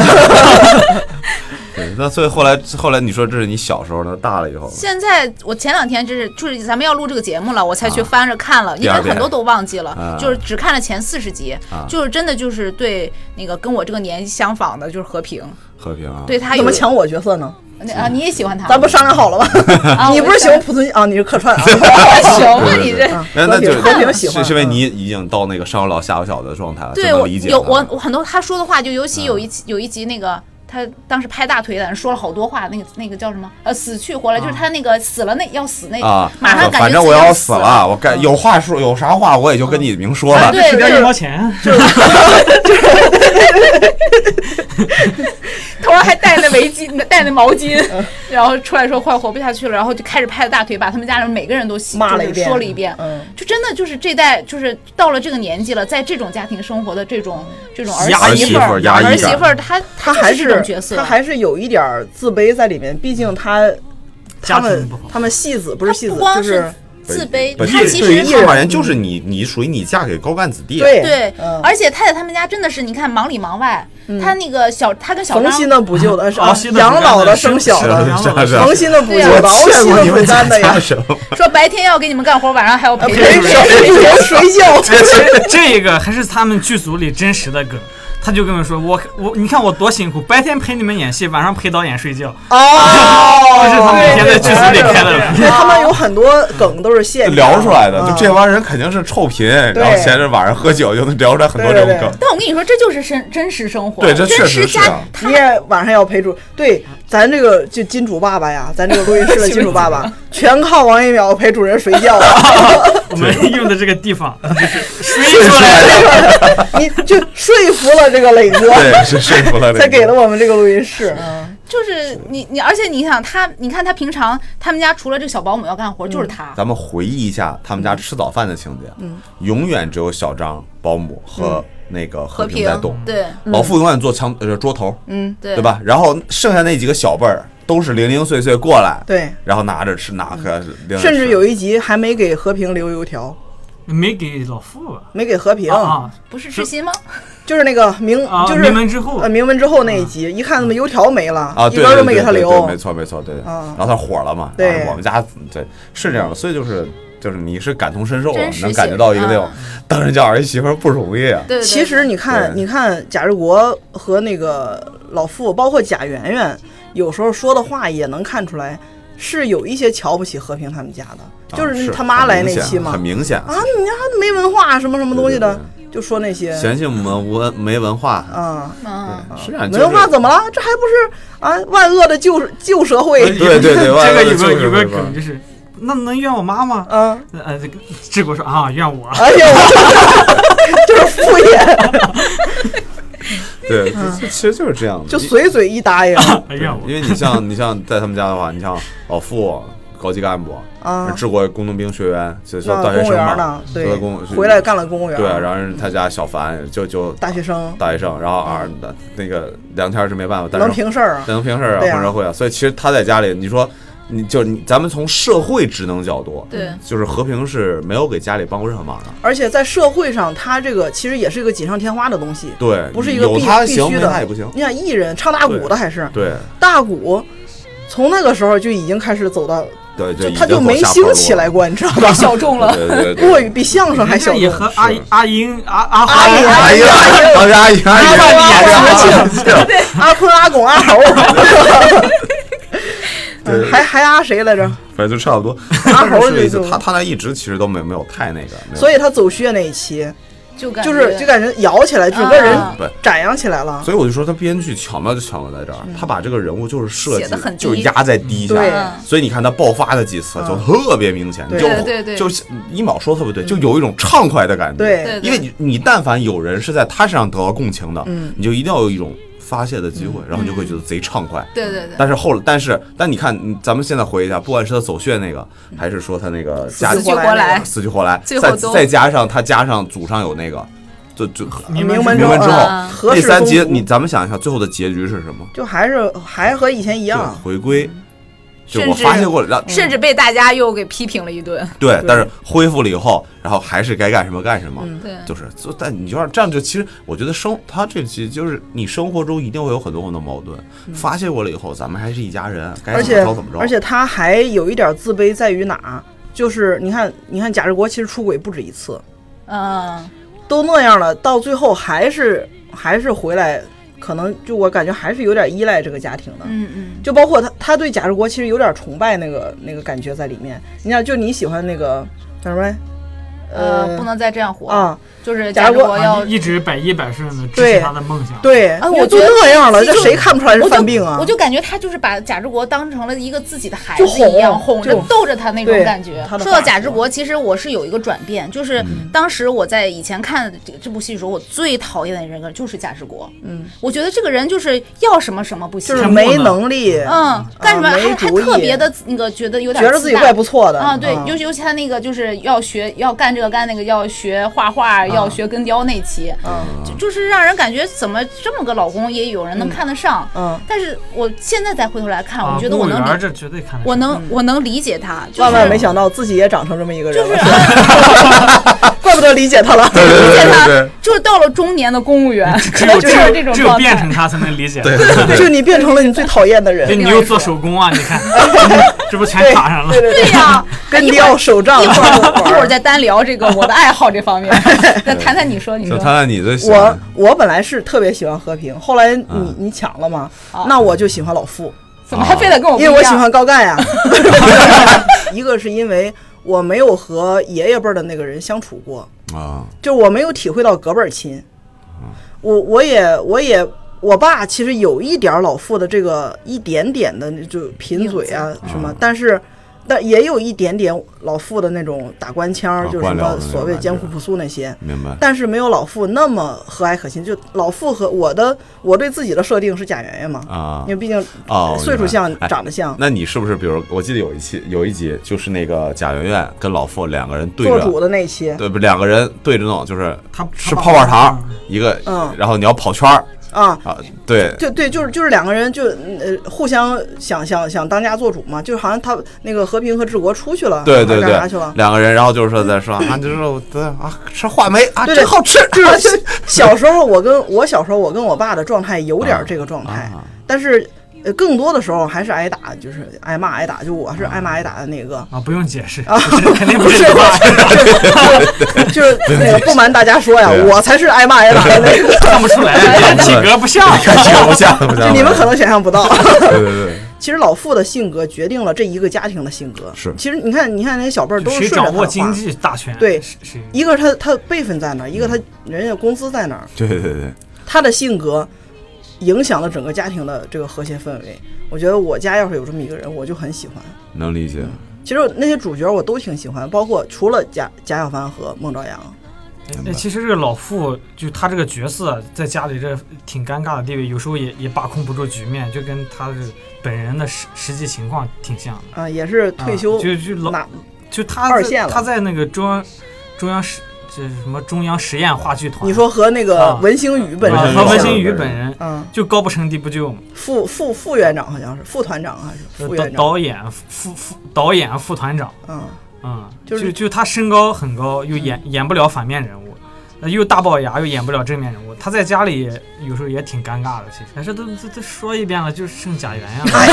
Speaker 5: 对，那所以后来后来你说这是你小时候呢，大了以后呢，
Speaker 3: 现在我前两天就是就是咱们要录这个节目了，我才去翻着看了，因
Speaker 5: 啊第
Speaker 3: 为
Speaker 5: 二遍
Speaker 3: 很多都忘记
Speaker 5: 啊
Speaker 3: 了，就是只看了前四十集
Speaker 5: 啊，
Speaker 3: 就是真的就是对那个跟我这个年纪相仿的，就是和平，
Speaker 5: 和平啊，
Speaker 3: 对他
Speaker 2: 怎
Speaker 3: 有
Speaker 2: 么抢我角色呢？
Speaker 3: 那啊，你也喜欢他？
Speaker 2: 咱不商量好了吗？
Speaker 3: 啊，
Speaker 2: 你
Speaker 3: 我
Speaker 2: 不是喜
Speaker 3: 想
Speaker 2: 欢濮存昕啊？你是客串啊？
Speaker 3: 行
Speaker 5: 对
Speaker 3: 啊，
Speaker 5: 对
Speaker 3: 你
Speaker 5: 对
Speaker 3: 这。
Speaker 5: 那那
Speaker 2: 和平
Speaker 5: 就是
Speaker 2: 和平喜欢嗯
Speaker 5: 是是因为你已经到那个上有老下有小的状态了，就
Speaker 3: 对
Speaker 5: 能
Speaker 3: 我
Speaker 5: 啊理解
Speaker 3: 有
Speaker 5: 他
Speaker 3: 我我很多他说的话，就尤其有一期、有一集那个他当时拍大腿在那说了好多话，那个那个叫什么呃死去活来，就是他那个死了那要死那、
Speaker 5: 啊，
Speaker 3: 哎马上感觉
Speaker 5: 反正
Speaker 3: 自己
Speaker 5: 我要
Speaker 3: 死嗯
Speaker 5: 死了，我该有话说，有啥话我也就跟你明说了。
Speaker 3: 哎对
Speaker 4: 吃掉
Speaker 3: 对
Speaker 4: 一毛钱，
Speaker 3: 头上还戴那围巾 戴那毛巾，然后出来说快活不下去了，然后就开始拍着大腿把他们家人每个人都洗
Speaker 2: 骂了一
Speaker 3: 就是
Speaker 2: 遍，
Speaker 3: 说了一遍。
Speaker 2: 嗯，
Speaker 3: 就真的就是这代，就是到了这个年纪了，在这种家庭生活的这种这种儿
Speaker 4: 压抑
Speaker 3: 媳妇儿
Speaker 5: 儿、压抑
Speaker 3: 儿
Speaker 5: 感
Speaker 3: 媳妇儿，她
Speaker 2: 他
Speaker 3: 就
Speaker 2: 还
Speaker 3: 是这种角色，
Speaker 2: 他还是有一点儿自卑在里面，毕竟他他
Speaker 4: 家
Speaker 2: 们
Speaker 4: 庭不好
Speaker 2: 他们戏子不
Speaker 3: 她
Speaker 2: 是戏
Speaker 3: 不
Speaker 2: 子，
Speaker 3: 光
Speaker 2: 就是是
Speaker 3: 自卑，
Speaker 5: 本
Speaker 3: 她
Speaker 5: 地
Speaker 3: 其
Speaker 5: 对于
Speaker 3: 实
Speaker 5: 艺术而言，就是你你属于你嫁给高干子弟，
Speaker 2: 对
Speaker 3: 对，
Speaker 2: 嗯
Speaker 3: 而且他在他们家真的是，你看忙里忙外，他那个小，他跟小
Speaker 2: 冯
Speaker 3: 张，
Speaker 2: 新的补救的，是啊
Speaker 4: 熬稀的
Speaker 2: 养老的生小
Speaker 4: 是
Speaker 5: 的
Speaker 2: 的，
Speaker 4: 养老的
Speaker 5: 是是
Speaker 2: 冯新的补救
Speaker 3: 对
Speaker 2: 的，
Speaker 5: 我
Speaker 2: 熬
Speaker 5: 见
Speaker 2: 稀
Speaker 5: 过
Speaker 2: 的
Speaker 5: 你
Speaker 2: 补
Speaker 5: 们家
Speaker 2: 肝的呀
Speaker 5: 家，什么？
Speaker 3: 说白天要给你们干活，晚上还要
Speaker 2: 啊
Speaker 3: 陪
Speaker 2: 陪
Speaker 3: 陪
Speaker 2: 睡
Speaker 3: 睡。
Speaker 2: 陪睡觉，
Speaker 4: 这这个还是他们剧组里真实的梗。他就跟我说：“我我你看我多辛苦，白天陪你们演戏，晚上陪导演睡觉。
Speaker 2: 啊哦，
Speaker 4: 这是他们以前在剧组里
Speaker 2: 对
Speaker 4: 开的梗
Speaker 2: 对他们有很多梗都是现编
Speaker 5: 聊出来的，
Speaker 2: 嗯
Speaker 5: 就这帮人肯定是臭贫，然后闲着晚上喝酒就能聊出来很多这种梗。
Speaker 3: 但我跟你说，这就是真真实生活，
Speaker 5: 对这
Speaker 3: 真
Speaker 5: 确实
Speaker 3: 实
Speaker 5: 是
Speaker 3: 家
Speaker 5: 啊，
Speaker 2: 你也晚上要陪主，对，咱这个就金主爸爸呀，咱这个录音室的金主爸爸，全靠王一淼陪主人睡觉啊。
Speaker 4: 我们用的这个地 方就是睡
Speaker 5: 对
Speaker 4: 出来的。
Speaker 2: 你就说服了这个磊哥，
Speaker 5: 对，是说服了这个
Speaker 2: 才给了我们这个录音室。
Speaker 3: 就是你你，而且你想他，你看他平常他们家除了这个小保姆要干
Speaker 2: 嗯
Speaker 3: 活，就是他，
Speaker 5: 咱们回忆一下他们家吃早饭的情节，嗯，永远只有小张、保姆和
Speaker 2: 嗯
Speaker 5: 那个和
Speaker 3: 和
Speaker 5: 平
Speaker 3: 平
Speaker 5: 在动，
Speaker 3: 对
Speaker 5: 老傅永远坐墙呃桌头，
Speaker 2: 嗯，
Speaker 3: 对
Speaker 5: 对？吧？然后剩下那几个小辈儿都是零零碎碎过来，
Speaker 2: 对，嗯
Speaker 5: 然后拿着吃拿个，拎着
Speaker 2: 甚至
Speaker 5: 吃
Speaker 2: 有一集还没给和平留油条，
Speaker 4: 没给老傅吧？
Speaker 2: 没给和平，
Speaker 4: 啊，
Speaker 3: 不是知心吗？
Speaker 2: 就是那个明，
Speaker 4: 啊
Speaker 2: 就是
Speaker 4: 明文之后
Speaker 2: 呃，明文之后那一集，一看怎么油条没了，
Speaker 5: 嗯啊，
Speaker 2: 一
Speaker 5: 对
Speaker 2: 根儿
Speaker 5: 对
Speaker 2: 都
Speaker 5: 对
Speaker 2: 没
Speaker 5: 对
Speaker 2: 给他
Speaker 5: 对
Speaker 2: 留
Speaker 5: 没。错没错，对，
Speaker 2: 嗯
Speaker 5: 然后他火了嘛，
Speaker 2: 对
Speaker 5: 然后我们家对是这样的，所以就是就是你是感同身受啊
Speaker 3: 真，实
Speaker 5: 能感
Speaker 3: 性
Speaker 5: 觉到一个那种
Speaker 3: 啊
Speaker 2: 嗯
Speaker 5: 当人家儿媳妇儿不容易啊，
Speaker 3: 对，对
Speaker 2: 其实你看，
Speaker 5: 对
Speaker 2: 你看贾志国和那个老傅，包括贾圆圆，有时候说的话也能看出来，是有一些瞧不起和平他们家的，
Speaker 5: 啊
Speaker 2: 就是他妈
Speaker 5: 很
Speaker 2: 来
Speaker 5: 明
Speaker 2: 那
Speaker 5: 显
Speaker 2: 期嘛啊
Speaker 5: 很，明显
Speaker 2: 啊，你家没文化什么什么东西的，
Speaker 5: 对
Speaker 2: 就说那些
Speaker 5: 嫌弃我们文没文化，
Speaker 2: 啊，
Speaker 3: 嗯，
Speaker 5: 是这样。
Speaker 2: 没文化
Speaker 5: 就是
Speaker 2: 怎么了？这还不是啊万恶的旧旧社会？
Speaker 5: 对对 对，
Speaker 4: 这个有
Speaker 5: 就是
Speaker 4: 个有个
Speaker 5: 这
Speaker 4: 梗就是，那能怨我妈吗？
Speaker 2: 嗯，
Speaker 4: 呃，这个志国说啊，怨我。
Speaker 2: 哎 呀，我就是敷衍，
Speaker 5: 对，其实就是这样的，
Speaker 2: 嗯就随嘴一答应
Speaker 4: 哎 怨我
Speaker 5: 因为你像你像在他们家的话，你像老傅高级干部，
Speaker 2: 啊。
Speaker 5: 治国工农兵学员，就就
Speaker 2: 那
Speaker 5: 大学
Speaker 2: 公务
Speaker 5: 生
Speaker 2: 员
Speaker 5: 嘛
Speaker 2: 呢，？
Speaker 5: 都
Speaker 2: 对
Speaker 5: 在公，
Speaker 2: 回来干了公务员。
Speaker 5: 对，啊然后是他家小凡就就
Speaker 2: 大学生
Speaker 5: 大学生，然后啊那那个梁天是没办法，但
Speaker 2: 能
Speaker 5: 是
Speaker 2: 平事儿啊。
Speaker 5: 能平事儿啊，
Speaker 2: 对啊
Speaker 5: 混社会啊，所以其实他在家里，你说你就你咱们从社会职能角度，
Speaker 3: 对，
Speaker 5: 就是和平是没有给家里帮过任何忙的。
Speaker 2: 而且在社会上，他这个其实也是一个锦上添花的东西，
Speaker 5: 对，
Speaker 2: 不是一个
Speaker 5: 有
Speaker 2: 必
Speaker 5: 他
Speaker 2: 必
Speaker 5: 行，
Speaker 2: 须
Speaker 5: 没他也
Speaker 2: 的
Speaker 5: 不行。
Speaker 2: 你想艺人唱大鼓的
Speaker 5: 对
Speaker 2: 还是
Speaker 5: 对
Speaker 2: 大鼓，从那个时候就已经开始走到，
Speaker 5: 对
Speaker 2: 就
Speaker 5: 对，
Speaker 2: 他就没兴起来过，你知道 吧？
Speaker 3: 小众了。
Speaker 5: 对。对对对，
Speaker 2: 过于比相声还
Speaker 4: 人
Speaker 2: 小
Speaker 4: 家
Speaker 2: 众
Speaker 4: 也。和阿阿英阿阿
Speaker 2: 阿
Speaker 4: 华
Speaker 2: 姨
Speaker 5: 哎 呀，哎当时阿姨阿姨
Speaker 2: 阿
Speaker 5: 阿
Speaker 2: 姨
Speaker 5: 姨
Speaker 2: 阿坤、阿拱、阿猴，嗯还还阿谁来着？
Speaker 5: 反正就差不 多。
Speaker 2: 阿猴
Speaker 5: 是
Speaker 2: 这
Speaker 5: 意思
Speaker 2: 就，
Speaker 5: 他他那一直其实都没有没有太那个，没有
Speaker 2: 所以他走穴那一期，
Speaker 3: 就感
Speaker 2: 就是
Speaker 3: 觉
Speaker 2: 就感觉摇起来，整个人
Speaker 3: 啊
Speaker 5: 对
Speaker 2: 展扬起来了。
Speaker 5: 所以我就说他编剧巧妙就巧妙在这
Speaker 2: 嗯
Speaker 5: 儿，他把这个人物就是设
Speaker 3: 写得很
Speaker 5: 计
Speaker 3: 低
Speaker 5: 就是压在低
Speaker 2: 对嗯
Speaker 5: 下，所以你看他爆发的几次就特别明显，
Speaker 2: 对
Speaker 5: 就
Speaker 2: 对嗯
Speaker 3: 对对
Speaker 5: 就是一秒说得特别对，就有一种畅快的感觉。
Speaker 2: 对
Speaker 3: 对对
Speaker 5: 因为你你但凡有人是在他身上得到共情的
Speaker 2: 嗯，
Speaker 5: 你就一定要有一种发泄的机会，然后你就会觉得贼畅快。
Speaker 3: 对对
Speaker 2: 嗯
Speaker 3: 对，
Speaker 5: 但是后，但是，但你看，嗯咱们现在回忆一下，不管是他走穴那个，还是说他那个家
Speaker 3: 死去活来，
Speaker 5: 死去活来，
Speaker 3: 最
Speaker 5: 再
Speaker 3: 后都
Speaker 5: 再加上他加上祖上有那个，就就
Speaker 4: 明
Speaker 2: 明
Speaker 4: 白
Speaker 2: 门
Speaker 5: 明白之后
Speaker 3: 嗯
Speaker 2: 啊何
Speaker 5: 那
Speaker 2: 时
Speaker 5: 三
Speaker 2: 风
Speaker 5: 集，
Speaker 2: 俗
Speaker 5: 你咱们想一下，最后的结局是什么？
Speaker 2: 就还是还和以前一
Speaker 5: 就
Speaker 2: 样，
Speaker 5: 回归，就
Speaker 3: 嗯甚
Speaker 5: 我
Speaker 3: 至
Speaker 5: 发泄过了，让
Speaker 3: 甚至被大家又给批评了一顿。
Speaker 5: 对，但是恢复了以后，然后还是该干什么干什么，
Speaker 3: 对，
Speaker 5: 就是就但你就要这样就其实我觉得生他这集就是你生活中一定会有很多很多矛盾，
Speaker 3: 嗯
Speaker 5: 发泄过了以后，咱们还是一家人，该
Speaker 2: 而
Speaker 5: 怎么
Speaker 2: 且
Speaker 5: 着怎么着，
Speaker 2: 而且他还有一点自卑在于哪？就是你看，你看贾志国其实出轨不止一次，
Speaker 3: 嗯，
Speaker 2: 都那样了，到最后还是还是回来，可能就我感觉还是有点依赖这个家庭的。
Speaker 3: 嗯嗯，
Speaker 2: 就包括他，他对贾志国其实有点崇拜那个那个感觉在里面。你看，就你喜欢那个叫什么来？
Speaker 3: 呃，不能再这样活，
Speaker 2: 啊，
Speaker 3: 就是
Speaker 2: 假
Speaker 3: 假
Speaker 2: 如
Speaker 3: 如
Speaker 2: 我
Speaker 3: 我要
Speaker 4: 啊一一直百依百顺的支
Speaker 2: 对
Speaker 4: 持他的梦想。
Speaker 2: 对，
Speaker 3: 啊
Speaker 2: 因为
Speaker 3: 我
Speaker 2: 都
Speaker 3: 觉得
Speaker 2: 那样了，这
Speaker 3: 就
Speaker 2: 谁看不出来是
Speaker 3: 我就
Speaker 2: 犯病啊？
Speaker 3: 我就感觉他就是把贾志国当成了一个自己的孩
Speaker 2: 就
Speaker 3: 子
Speaker 2: 哄
Speaker 3: 一样哄着
Speaker 2: 就
Speaker 3: 逗着他那种
Speaker 2: 对
Speaker 3: 感觉
Speaker 2: 他。的嗯
Speaker 3: 说到
Speaker 2: 话
Speaker 3: 贾志国，其实我是有一个转变，就是当时我在以前看这这部戏的时候，我最讨厌的人就是贾志国。
Speaker 2: 嗯，
Speaker 3: 我觉得这个人就是要什么什么不行
Speaker 2: 就，是
Speaker 4: 沉默呢
Speaker 2: 没能力，
Speaker 3: 嗯，干什么
Speaker 2: 啊
Speaker 3: 还
Speaker 2: 没
Speaker 3: 还
Speaker 2: 主意
Speaker 3: 特别的那个觉得有点
Speaker 2: 觉得自己
Speaker 3: 大
Speaker 2: 怪不错的嗯
Speaker 3: 啊，对，尤其尤其他那个就是要学要干这个干那个，要学画
Speaker 2: 嗯
Speaker 3: 画，要学根雕那期，就就是让人感觉怎么这么个老公也有人能看得上。
Speaker 2: 嗯，
Speaker 3: 但是我现在再回头来看，
Speaker 4: 啊，
Speaker 3: 我觉得
Speaker 4: 公
Speaker 3: 我
Speaker 4: 务
Speaker 3: 能
Speaker 4: 员
Speaker 3: 理，
Speaker 4: 这绝对看得
Speaker 3: 我
Speaker 4: 上
Speaker 3: 能我能理解他，就
Speaker 2: 嗯
Speaker 3: 是
Speaker 2: 万万没想到自己也长成这么一个人
Speaker 3: 就是
Speaker 2: 了，
Speaker 3: 啊
Speaker 2: 怪不得理解他了。
Speaker 5: 对对
Speaker 3: 理解
Speaker 5: 对对
Speaker 3: 他，就是到了中年的公务员，
Speaker 4: 只
Speaker 3: 可能
Speaker 4: 有
Speaker 3: 就是这种
Speaker 4: 只有
Speaker 3: 状
Speaker 4: 变
Speaker 3: 态。
Speaker 4: 成他才能理 解。
Speaker 5: 对
Speaker 2: 就你变成了你最讨厌的
Speaker 4: 就
Speaker 2: 人，
Speaker 4: 你又做手工啊，你 看，这不全卡上了
Speaker 2: 对。对
Speaker 3: 对
Speaker 2: 对，
Speaker 3: 呀， 哎
Speaker 2: 跟
Speaker 3: 一会
Speaker 2: 雕
Speaker 3: 儿
Speaker 2: 手杖
Speaker 3: 一会儿一会儿
Speaker 2: 儿。
Speaker 3: 再单聊这个我的爱好 这方面，再谈谈你说你
Speaker 5: 就
Speaker 3: 说
Speaker 5: 谈谈你最喜欢
Speaker 2: 我我本来是特别喜欢和平，后来你、
Speaker 5: 嗯
Speaker 2: 你抢了嘛
Speaker 3: 啊，
Speaker 2: 那我就喜欢老傅，
Speaker 3: 怎么还非得跟我不
Speaker 2: 因
Speaker 3: 一样？
Speaker 2: 为我喜欢高干呀。 一个是因为我没有和爷爷辈儿的那个人相处过，
Speaker 5: 啊，
Speaker 2: 就我没有体会到隔辈儿亲。我我也我也我爸其实有一点儿老傅的这个一点点的就贫嘴啊
Speaker 5: 嗯
Speaker 2: 什么，但是但也有一点点老傅的那种打官腔
Speaker 5: 啊
Speaker 2: 儿，就是什
Speaker 5: 官僚的
Speaker 2: 么
Speaker 5: 那种
Speaker 2: 所谓
Speaker 5: 感
Speaker 2: 艰
Speaker 5: 觉
Speaker 2: 苦朴素那些。
Speaker 5: 明白。
Speaker 2: 但是没有老傅那么和蔼可亲，就老傅和我的我对自己的设定是贾圆圆嘛，
Speaker 5: 啊
Speaker 2: 因为毕竟
Speaker 5: 哦
Speaker 2: 岁
Speaker 5: 明
Speaker 2: 数
Speaker 5: 白
Speaker 2: 像，
Speaker 5: 哎
Speaker 2: 长得像，
Speaker 5: 那你是不是比如我记得有一期有一集就是那个贾圆圆跟老傅两个人对
Speaker 2: 做主
Speaker 5: 着，
Speaker 2: 的那一期
Speaker 5: 对不两个人对着弄，就是
Speaker 4: 他
Speaker 5: 吃
Speaker 4: 他
Speaker 5: 泡泡糖
Speaker 4: 嗯
Speaker 5: 一个
Speaker 2: 嗯，
Speaker 5: 然后你要跑圈儿
Speaker 2: 啊，
Speaker 5: 啊，对
Speaker 2: 对对，就是就是两个人就呃互相想想想当家做主嘛，就是好像他那个和平和治国出去了，
Speaker 5: 对对
Speaker 2: 还是干啥去
Speaker 5: 对，
Speaker 2: 了？
Speaker 5: 两个人然后就是说在说啊，就是我对啊吃话梅啊
Speaker 2: 对
Speaker 5: 真好吃，
Speaker 2: 就是就是小时候我跟我小时候我跟我爸的状态有点这个状态，
Speaker 5: 啊
Speaker 2: 但是呃更多的时候还是挨打，就是挨骂挨打，就我是挨骂挨打的那个。
Speaker 4: 啊，不用 解释， 这肯定不是
Speaker 2: 是
Speaker 4: 你爸，
Speaker 2: 就是那个不瞒大家说呀，
Speaker 5: 对啊
Speaker 2: 我才是挨骂挨打 的那个，
Speaker 4: 看不出来，体格不像。
Speaker 5: 感觉不像不像，
Speaker 2: 就你们可能想象不到。
Speaker 5: 对对对，
Speaker 2: 其实老傅的性格决定了这一个家庭的性格。
Speaker 5: 是
Speaker 2: 其实你看，你看那些小辈儿都是
Speaker 4: 谁
Speaker 2: 顺着他
Speaker 4: 掌
Speaker 2: 的
Speaker 4: 握
Speaker 2: 话。
Speaker 4: 经济大权？
Speaker 2: 对
Speaker 4: 谁谁
Speaker 2: 一个是他他辈分在哪儿，一个他人家工资在哪儿，
Speaker 5: 对对对对，
Speaker 2: 他的性格影响了整个家庭的这个和谐氛围。我觉得我家要是有这么一个人，我就很喜欢。
Speaker 5: 能理解。
Speaker 2: 其实那些主角我都挺喜欢，包括除了贾贾小凡和孟朝阳，
Speaker 5: 明白
Speaker 4: 哎，其实这个老傅就他这个角色，在家里这挺尴尬的地位，有时候也也把控不住局面，就跟他的本人的实实际情况挺像的。
Speaker 2: 啊、也是退休
Speaker 4: 啊、就就老
Speaker 2: 拿
Speaker 4: 就他
Speaker 2: 二
Speaker 4: 在
Speaker 2: 线了
Speaker 4: 他在那个中央中央实这是什么中央实验话剧团，
Speaker 2: 你说和那个
Speaker 4: 啊
Speaker 2: 文星宇本
Speaker 5: 文
Speaker 4: 啊
Speaker 5: 星宇
Speaker 2: 人
Speaker 4: 和
Speaker 5: 像
Speaker 4: 文
Speaker 5: 星
Speaker 4: 新宇
Speaker 5: 本
Speaker 4: 本
Speaker 5: 人
Speaker 4: 人
Speaker 2: 嗯，
Speaker 4: 就高不成低不就嘛，
Speaker 2: 副副副院长好像是副团长还是
Speaker 4: 导
Speaker 2: 副院
Speaker 4: 呃
Speaker 2: 长，
Speaker 4: 导演副副导演副团长，
Speaker 2: 嗯，
Speaker 4: 嗯，
Speaker 2: 就是
Speaker 4: 就就他身高很高，又演、演不了反面人物，呃又大龅牙，又演不了正面人物。他在家里也有时候也挺尴尬的，其实。但是都都都说一遍了，就剩贾元呀。
Speaker 2: 哎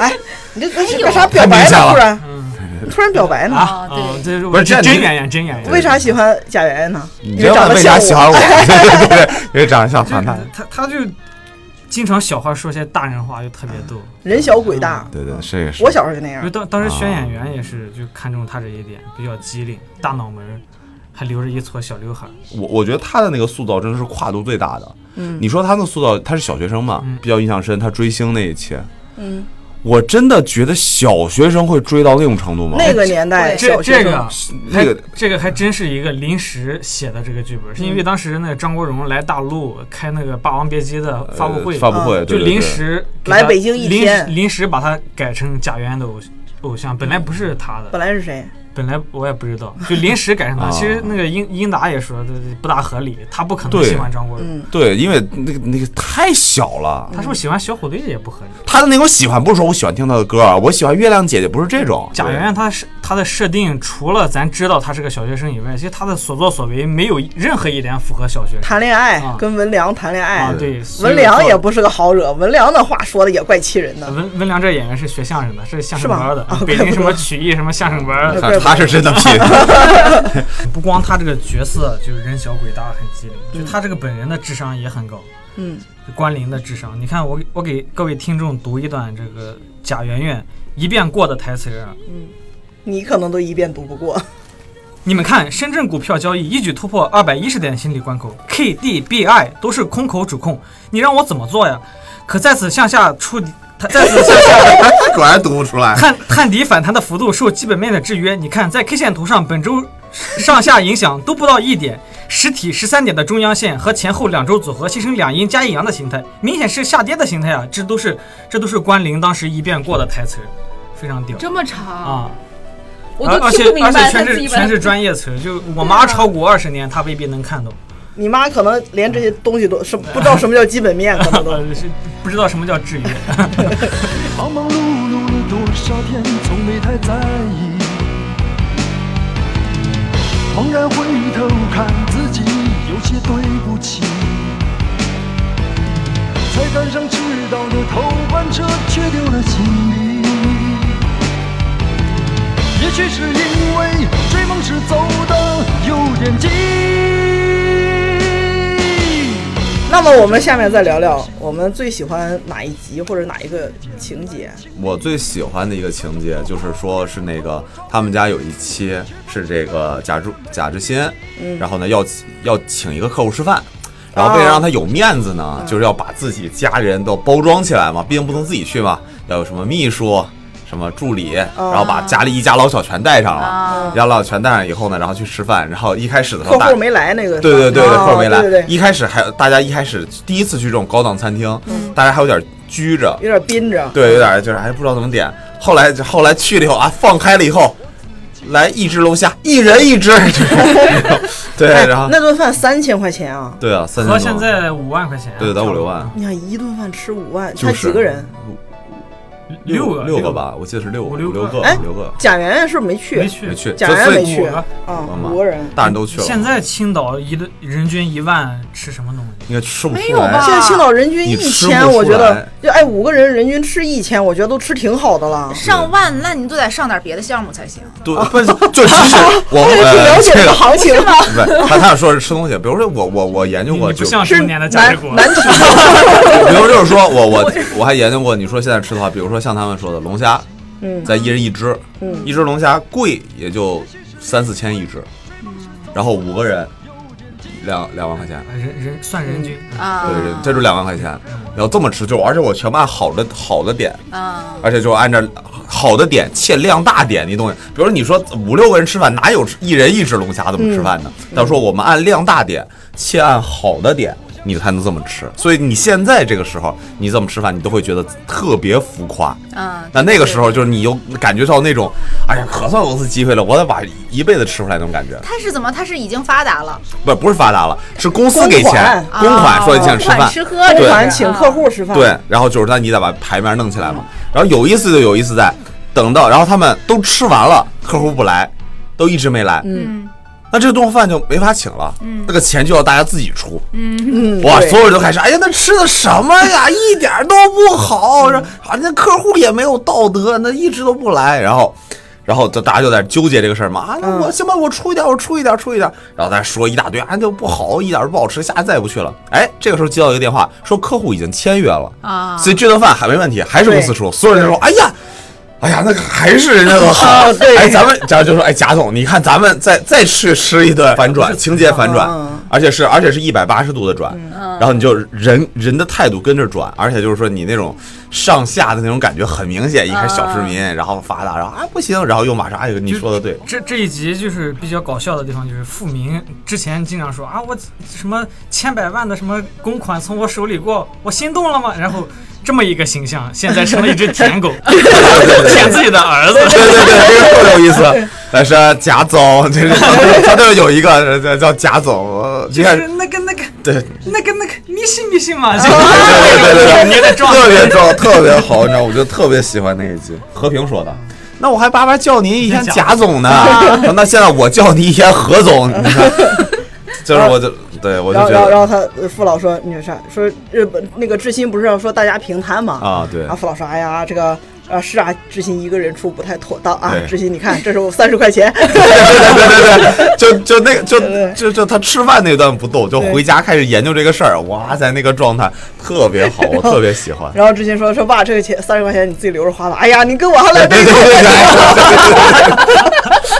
Speaker 2: 哎，你这这干啥表
Speaker 5: 太
Speaker 2: 白
Speaker 5: 明显
Speaker 2: 呢？
Speaker 5: 了
Speaker 2: 突然
Speaker 4: 嗯
Speaker 2: 突然表白呢？
Speaker 4: 啊
Speaker 3: 哦对
Speaker 4: 这是
Speaker 5: 不是这
Speaker 4: 真
Speaker 5: 样
Speaker 4: 真
Speaker 5: 你
Speaker 4: 演员，真演员。
Speaker 2: 为啥喜欢贾圆圆呢？
Speaker 5: 你
Speaker 2: 因
Speaker 5: 知
Speaker 2: 为
Speaker 5: 道
Speaker 2: 长得
Speaker 5: 为啥
Speaker 2: 像
Speaker 5: 喜
Speaker 2: 我。
Speaker 5: 欢我？ 对对对，因为长得像
Speaker 4: 就是
Speaker 5: 唐 探。
Speaker 4: 他他就经常小话说些大人话，就特别逗。
Speaker 2: 人小鬼大。
Speaker 5: 对对，是是。
Speaker 2: 我小时候就那
Speaker 4: 因为
Speaker 2: 样，
Speaker 4: 当当时选
Speaker 5: 啊
Speaker 4: 演员也是就看中他这一点，比较机灵，大脑门儿，还留着一撮小刘海儿。
Speaker 5: 我我觉得他的那个塑造真的是跨度最大的。嗯，你说他的塑造，他是小学生嘛，
Speaker 4: 嗯
Speaker 5: 比较印象深。他追星那一期，
Speaker 2: 嗯，
Speaker 5: 我真的觉得小学生会追到那种程度吗？
Speaker 2: 那个年代
Speaker 4: 这
Speaker 2: 哎小学
Speaker 4: 这
Speaker 2: 生
Speaker 4: 个
Speaker 5: 那个
Speaker 4: 还这个还真是一个临时写的这个剧本，是因
Speaker 2: 嗯
Speaker 4: 为当时那个张国荣来大陆开那个《霸王别姬》的发布会，
Speaker 5: 呃发布会
Speaker 2: 啊
Speaker 5: 对
Speaker 4: 就
Speaker 5: 对对
Speaker 4: 临时给
Speaker 2: 来
Speaker 4: 他
Speaker 2: 北京一
Speaker 4: 临
Speaker 2: 天
Speaker 4: 时临时把它改成贾元的偶偶像，本来不是他的，
Speaker 2: 本来是谁？
Speaker 4: 本来我也不知道，就临时改成他。
Speaker 5: 啊
Speaker 4: 其实那个英英达也说这这不大合理，他不可能
Speaker 5: 对
Speaker 4: 喜欢张国荣，
Speaker 2: 嗯，
Speaker 5: 对，因为那个那个太小了。
Speaker 4: 他说喜欢小虎队也不合理。
Speaker 5: 他的那种喜欢不是说我喜欢听他的歌啊，我喜欢月亮姐姐不是这种。
Speaker 4: 贾圆圆她是她的设定，除了咱知道她是个小学生以外，其实她的所作所为没有任何一点符合小学生
Speaker 2: 谈恋爱
Speaker 4: 啊
Speaker 2: 跟文良谈恋爱
Speaker 4: 啊。，对，所以
Speaker 2: 文良
Speaker 4: 说呃
Speaker 2: 也不是个好惹，文良的话说的也怪气人
Speaker 5: 嗯
Speaker 2: 的。
Speaker 4: 文文良这演员是学相声的，是相声班儿的
Speaker 2: 是吧，啊
Speaker 4: 北
Speaker 2: 怪
Speaker 4: 京
Speaker 2: 不
Speaker 4: 什么
Speaker 2: 得
Speaker 4: 曲艺什么相声班儿
Speaker 5: 对，
Speaker 4: 的。
Speaker 5: 看他是真 的拼。
Speaker 4: 不光他这个角色就是人小鬼大很机灵，就他这个本人的智商也很高。
Speaker 2: 嗯，
Speaker 4: 关林的智商，你看我给我给各位听众读一段这个贾圆圆一遍过的台词儿啊，
Speaker 2: 你可能都一遍读不过。
Speaker 4: 你们看，深圳股票交易一举突破二百一十点心理关口，KDBI 都是空口主控，你让我怎么做呀？可再次向下触底，它 再次向下
Speaker 5: 果然读不出来。
Speaker 4: 探探底反弹的幅度受基本面的制约。你看，在 K 线图上，本周上下影响都不到一点，实体十三点的中央线和前后两周组合，形成两阴加一阳的形态，明显是下跌的形态啊！这都是这都是关林当时一遍过的台词，非常屌
Speaker 3: 这么长，
Speaker 4: 啊！
Speaker 3: 我
Speaker 4: 而
Speaker 3: 都
Speaker 4: 而
Speaker 3: 听
Speaker 4: 且
Speaker 3: 不明
Speaker 4: 而且
Speaker 3: 白
Speaker 4: 全
Speaker 3: 他自
Speaker 4: 是
Speaker 3: 己
Speaker 4: 全
Speaker 3: 本啊
Speaker 4: 是专业词，就我妈炒股二十年，她未必能看懂，
Speaker 2: 你妈可能连这些东西都是不知道什么叫基本面，可 能都。
Speaker 4: 呃，是不知道什么叫制约。
Speaker 1: 忙忙碌碌了多少天，从没太在意。猛然回头看自己，有些对不起。才赶上迟到的头班车，却丢了行李。也许是因为追梦时走的有点急。
Speaker 2: 那么我们下面再聊聊我们最喜欢哪一集或者哪一个情节？
Speaker 5: 我最喜欢的一个情节就是说是那个他们家有一期是这个贾志贾志新，
Speaker 2: 嗯
Speaker 5: 然后呢要请要请一个客户吃
Speaker 2: 哦
Speaker 5: 饭。然后为了让他有面子呢，就是要把自己家人都包装起来嘛，毕竟不能自己去嘛，要有什么秘书、什么助理，
Speaker 2: 哦
Speaker 5: 然后把家里一家老小全带上了，一家老小全带上以后呢，然后去吃饭。然后一开始的时候，
Speaker 2: 啊客
Speaker 5: 大
Speaker 2: 户没来那个。
Speaker 5: 对对对，对，
Speaker 2: 哦
Speaker 5: 客户没来。
Speaker 2: 对对对，
Speaker 5: 一开始还大家一开始第一次去这种高档餐厅，大家还有点拘着，
Speaker 2: 嗯有点憋着。
Speaker 5: 对，有点就是还不知道怎么点。后来就后来去了以后啊，放开了以后，来一只楼下一人一只， 对，
Speaker 2: 哎
Speaker 5: 然后
Speaker 2: 那顿饭三千块钱啊！
Speaker 5: 对啊，三千
Speaker 4: 和
Speaker 5: 多，
Speaker 4: 现在五万块钱，
Speaker 5: 对得五六万，
Speaker 2: 你看一顿饭吃五万，
Speaker 5: 就
Speaker 2: 他
Speaker 5: 是
Speaker 2: 几个人？
Speaker 4: 六个
Speaker 5: 六个，吧，我记得是六
Speaker 4: 五
Speaker 5: 个
Speaker 4: 六
Speaker 5: 个
Speaker 4: 个
Speaker 5: 五
Speaker 2: 哎
Speaker 5: 六个，
Speaker 2: 贾圆圆是不是没
Speaker 4: 没
Speaker 2: 去？
Speaker 4: 去
Speaker 5: 没去，
Speaker 2: 贾
Speaker 5: 就
Speaker 2: 圆
Speaker 5: 所
Speaker 2: 圆
Speaker 5: 以
Speaker 2: 没去
Speaker 4: 五个
Speaker 2: 啊
Speaker 5: 妈，妈
Speaker 2: 五个人。
Speaker 5: 大人都去了，
Speaker 4: 现在青岛一顿人均一万吃什么东西？
Speaker 5: 应该吃不
Speaker 3: 没
Speaker 5: 出
Speaker 3: 有吧
Speaker 5: 来。
Speaker 2: 现在青岛人均
Speaker 5: 你
Speaker 2: 一
Speaker 5: 啊吃不
Speaker 2: 千，
Speaker 5: 出
Speaker 2: 我觉得
Speaker 5: 来
Speaker 2: 就哎五个人人均吃一千，我觉得都吃挺好的了。
Speaker 3: 上万，那你就得上点别的项目才行。
Speaker 5: 对，不是就其 实我
Speaker 2: 我也啊
Speaker 5: 呃这
Speaker 2: 挺了解这个
Speaker 5: 个。
Speaker 2: 行情 的。
Speaker 5: 不是，他他说是吃东西，比如说我我我研究
Speaker 4: 你
Speaker 5: 过
Speaker 4: 你不
Speaker 5: 就，
Speaker 4: 像
Speaker 2: 是
Speaker 4: 中年的价值
Speaker 2: 男
Speaker 4: 观。
Speaker 2: 男主
Speaker 5: 比如就是说我我我还研究过，你说现在吃的话，比如说说像他们说的龙虾，
Speaker 2: 嗯
Speaker 5: 再一人一只，
Speaker 2: 嗯
Speaker 5: 一只龙虾贵也就三四千一只，
Speaker 2: 嗯
Speaker 5: 然后五个人两两万块钱，
Speaker 4: 呃人人算人均，
Speaker 3: 啊，
Speaker 5: 对对，这就两万块钱，然后这么吃就，而且我全部按好的好的点，
Speaker 3: 啊，
Speaker 5: 而且就按照好的点且量大点，你懂？比如你说五六个人吃饭，哪有一人一只龙虾这么吃饭呢？他说我们按量大点且按好的点，你才能这么吃。所以你现在这个时候你这么吃饭，你都会觉得特别浮夸。
Speaker 3: 嗯，
Speaker 5: 那那个时候就是你又感觉到那种，哎呀，可算有一次机会了，我得把一辈子吃出来那种感觉。
Speaker 3: 他是怎么？他是已经发达了，
Speaker 5: 不，不是发达了，是公司给钱，
Speaker 2: 公
Speaker 3: 啊
Speaker 5: 公款说你请吃
Speaker 3: 不
Speaker 5: 饭
Speaker 3: 管，吃喝，
Speaker 5: 对
Speaker 2: 公
Speaker 3: 这
Speaker 2: 款
Speaker 3: 是
Speaker 2: 请客，户吃饭，
Speaker 5: 对，然后就是那你得把牌面弄起来嘛。然后有意思就有意思在，等到然后他们都吃完了，客户不来，都一直没来，
Speaker 3: 嗯
Speaker 5: 那这个顿饭就没法请了，那个钱就要大家自己出。
Speaker 2: 嗯，
Speaker 5: 哇，
Speaker 2: 对
Speaker 5: 所有人都开始，哎呀，那吃的什么 呀，一点儿都不
Speaker 2: 嗯
Speaker 5: 好，然后啊，那客户也没有道德，那一直都不来，然后。然后就大家就在纠结这个事儿嘛，啊，
Speaker 2: 嗯
Speaker 5: 那我行吧，我出一点，我出一点，出一点，然后大家说一大堆，啊，就不好，一点都不好吃，下次再也不去了。哎，这个时候接到一个电话，说客户已经签约了，
Speaker 3: 啊，
Speaker 5: 所以这顿饭还没问题，还是公司出。所有人都说：“哎呀，哎呀，那个还是人家的好。
Speaker 2: 啊对
Speaker 5: 哎，咱们咱就说：“哎，贾总，你看咱们再再去吃一顿反转，情节反转
Speaker 2: 嗯，
Speaker 5: 而且是而且是一百八十度的转，然后你就人人的态度跟着转，而且就是说你那种上下的那种感觉很明显。一开始小市民，然后发达，然后啊不行，然后又马上哎呦，你说的对，
Speaker 4: 这这一集就是比较搞笑的地方，就是富民之前经常说啊，我什么千百万的什么公款从我手里过，我心动了吗？然后这么一个形象，现在成了一只舔狗，舔自己的儿
Speaker 5: 对 对
Speaker 4: 子。
Speaker 5: 对，这个特有意思。但是啊贾总， 这是他那儿有一个叫叫贾总，呃你
Speaker 4: 就
Speaker 5: 看
Speaker 4: 是那个那个
Speaker 5: 对。”
Speaker 4: 那个那个，你信不信嘛？就
Speaker 5: 对对对，
Speaker 4: 捏的状态
Speaker 5: 特别壮，特别好，你知道，我就特别喜欢那一集。和平说的，那我还巴巴叫您一天贾总呢，那现在我叫您一天何总，你看，就是我就对我就
Speaker 2: 然
Speaker 5: 觉
Speaker 2: 后，然
Speaker 5: 得
Speaker 2: 后，然后他呃傅老说那啥，说日本那个志新不是要说大家平摊嘛？
Speaker 5: 啊，对
Speaker 2: 然后傅老说，哎呀，这个啊是啊，志新一个人出不太妥当啊
Speaker 5: 对。
Speaker 2: 志新，你看，这是我三十块钱，
Speaker 5: 对对对对，就就那个就
Speaker 2: 对
Speaker 5: 就就他吃饭那段不逗，就
Speaker 2: 对
Speaker 5: 回家开始研究这个事儿，哇塞，那个状态特别好，我特别喜欢。
Speaker 2: 然后志新说说爸，这个钱三十块钱你自己留着花吧。哎呀，你跟我还来
Speaker 5: 对
Speaker 2: 杯
Speaker 5: 对
Speaker 2: 酒，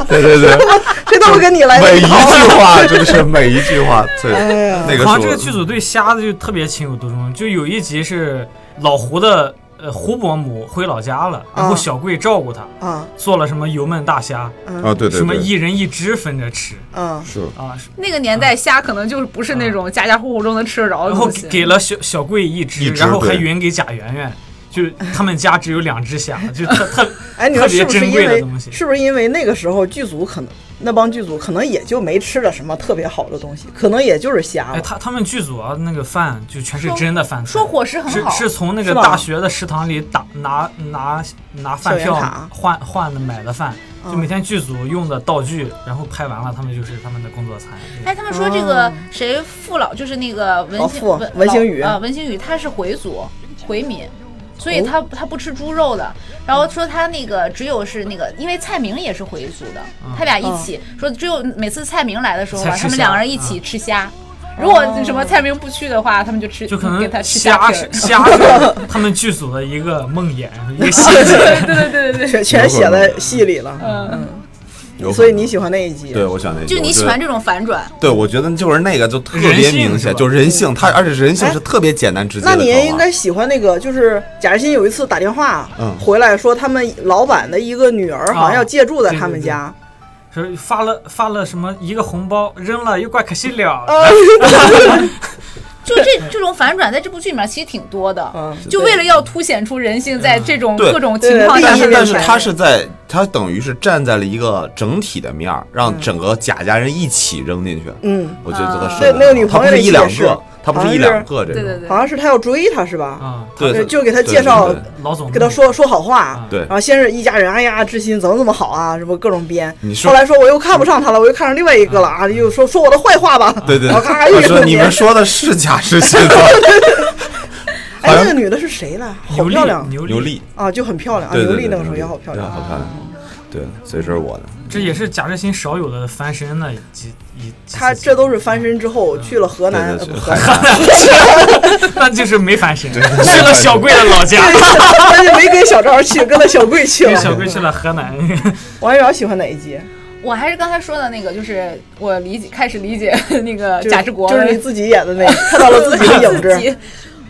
Speaker 5: 对对对对对，
Speaker 2: 这都是跟你来
Speaker 5: 每一
Speaker 2: 杯酒。
Speaker 5: 句话真是每一句 话，对，
Speaker 2: 哎
Speaker 5: 那个
Speaker 4: 好像
Speaker 5: 是
Speaker 4: 这
Speaker 5: 我
Speaker 4: 个剧组对瞎子就特别情有独钟，就有一集是老胡的呃胡伯母回老家了，然后
Speaker 2: 啊
Speaker 4: 小贵照顾他，
Speaker 2: 啊
Speaker 4: 做了什么油焖大虾，
Speaker 5: 啊，对对
Speaker 4: 什么
Speaker 5: 对
Speaker 4: 一，人一只分着吃
Speaker 2: 啊
Speaker 5: 是
Speaker 4: 啊，是
Speaker 7: 那个年代虾可能就是不是那种家家户户都能吃得
Speaker 2: 哦
Speaker 7: 着的
Speaker 4: 然后
Speaker 7: 东
Speaker 4: 给
Speaker 7: 西。
Speaker 4: 给了小小贵一只，
Speaker 5: 一只
Speaker 4: 然后还
Speaker 5: 对
Speaker 4: 匀给贾圆圆，就是他们家只有两只虾，就特 特
Speaker 2: 哎，你
Speaker 4: 特
Speaker 2: 说
Speaker 4: 别
Speaker 2: 是不是
Speaker 4: 珍
Speaker 2: 因
Speaker 4: 贵的
Speaker 2: 为
Speaker 4: 东西。
Speaker 2: 是不是因为那个时候剧组可能那帮剧组可能也就没吃了什么特别好的东西，可能也就是虾
Speaker 4: 哎，
Speaker 2: 了。
Speaker 4: 他他们剧组啊，那个饭就全是真的饭菜，
Speaker 3: 说伙食很
Speaker 4: 是
Speaker 3: 好，
Speaker 4: 是从那个
Speaker 2: 是吧
Speaker 4: 大学的食堂里打拿拿拿饭票
Speaker 2: 校园卡
Speaker 4: 换换的买的饭，就
Speaker 2: 嗯
Speaker 4: 每天剧组用的道具，然后拍完了，他们就是他们的工作餐。
Speaker 3: 哎，他们说这
Speaker 2: 哦
Speaker 3: 个谁傅老就是那个文
Speaker 2: 老
Speaker 3: 星
Speaker 2: 傅文星宇
Speaker 3: 啊，文星宇他是回族回民，所以他、他不吃猪肉的。然后说他那个只有是那个，因为蔡明也是回族的，他俩一起、说只有每次蔡明来的时候吧，
Speaker 4: 才吃
Speaker 3: 他们
Speaker 4: 虾
Speaker 3: 两人一起吃虾。如果什么蔡明不去的话，他们就吃，
Speaker 4: 哦就可能
Speaker 7: 给他吃
Speaker 4: 虾
Speaker 7: 虾
Speaker 4: 是
Speaker 7: 片
Speaker 4: 虾 是他们剧组的一个梦魇，一个陷阱。
Speaker 2: 全全写在戏里了，
Speaker 7: 嗯，
Speaker 5: 有可能
Speaker 2: 所以你喜欢那一集？啊
Speaker 5: 对，我选那一集，
Speaker 3: 就你
Speaker 5: 我觉
Speaker 3: 喜
Speaker 5: 得
Speaker 3: 欢这种反转，
Speaker 5: 对，我觉得就是那个就特别
Speaker 4: 人性
Speaker 5: 明
Speaker 4: 是吧
Speaker 5: 显，就人性，它而且人性是特别简单直接
Speaker 2: 嗯哎那
Speaker 5: 的
Speaker 2: 你也
Speaker 5: 刻
Speaker 2: 应
Speaker 5: 画
Speaker 2: 该喜欢那个，就是贾日新有一次打电话、
Speaker 5: 嗯
Speaker 2: 回来说，他们老板的一个女
Speaker 4: 哦
Speaker 2: 儿好像要借住在他 们家，
Speaker 4: 说发了发了什么一个红包扔了又怪可惜了，
Speaker 3: 就这这种反转在这部剧里面其实挺多的，
Speaker 2: 嗯
Speaker 3: 就为了要凸显出人性在这种
Speaker 5: 对
Speaker 7: 各种情况
Speaker 2: 对
Speaker 7: 下
Speaker 5: 但
Speaker 2: 利益
Speaker 5: 是
Speaker 2: 面
Speaker 5: 但是
Speaker 2: 前
Speaker 5: 他是在他等于是站在了一个整体的面儿，让整个贾家人一起扔进去。
Speaker 2: 嗯，
Speaker 5: 我觉得这个
Speaker 2: 对那个女
Speaker 5: 他
Speaker 2: 朋
Speaker 5: 不
Speaker 2: 友
Speaker 5: 是
Speaker 2: 那
Speaker 5: 一
Speaker 2: 集
Speaker 5: 两
Speaker 2: 也是
Speaker 5: 个，他不
Speaker 2: 好
Speaker 5: 是
Speaker 2: 像
Speaker 5: 一两
Speaker 2: 是
Speaker 5: 个这
Speaker 7: 对
Speaker 5: 种
Speaker 7: 对，对
Speaker 2: 好，像是他要追她是吧？
Speaker 4: 啊，
Speaker 5: 对
Speaker 2: 对
Speaker 5: 对，
Speaker 2: 就给他
Speaker 5: 对
Speaker 2: 介绍
Speaker 5: 对对对
Speaker 4: 老总
Speaker 2: 呃给他说说好话
Speaker 4: 啊，
Speaker 5: 对
Speaker 2: 然后先是一家人，哎呀，志新怎么怎么好啊，什么各种编
Speaker 5: 你，说
Speaker 2: 后来说我又看不上他了，我又看上另外一个了啊，又说说我的坏话吧，
Speaker 5: 对对，
Speaker 2: 然后咔咔又
Speaker 5: 我说你们
Speaker 2: 编
Speaker 5: 说的是假 是真的，
Speaker 2: 哎
Speaker 5: 好，像
Speaker 2: 那个女的是谁来？好
Speaker 4: 牛力
Speaker 2: 漂亮
Speaker 4: 牛力
Speaker 5: 牛力，
Speaker 2: 啊，就很漂亮啊，
Speaker 5: 对
Speaker 2: 刘
Speaker 5: 对
Speaker 2: 丽
Speaker 5: 对，
Speaker 2: 那个
Speaker 5: 牛
Speaker 2: 时候
Speaker 5: 力
Speaker 2: 也好漂
Speaker 5: 对啊
Speaker 2: 亮。啊
Speaker 5: 好漂亮，对，所以这是我的。
Speaker 4: 这也是贾志新少有的翻身的几一
Speaker 2: 他这都是翻身之后去了河南，
Speaker 5: 对对
Speaker 2: 呃
Speaker 5: 对
Speaker 2: 不
Speaker 5: 海
Speaker 2: 河
Speaker 5: 南
Speaker 2: 南，
Speaker 4: 那就是没翻身， 去了小贵的老家，
Speaker 2: 但是没跟小赵去，跟了小贵去
Speaker 4: 跟
Speaker 2: 了。
Speaker 4: 小贵去了河 南。
Speaker 2: 王一瑶喜欢哪一集？
Speaker 7: 我还是刚才说的那个，就是我理解开始理解那个
Speaker 2: 就是
Speaker 7: 贾志国
Speaker 2: 就是你自己演的那，个，看到了 自己的影
Speaker 7: 自
Speaker 2: 子。
Speaker 7: 己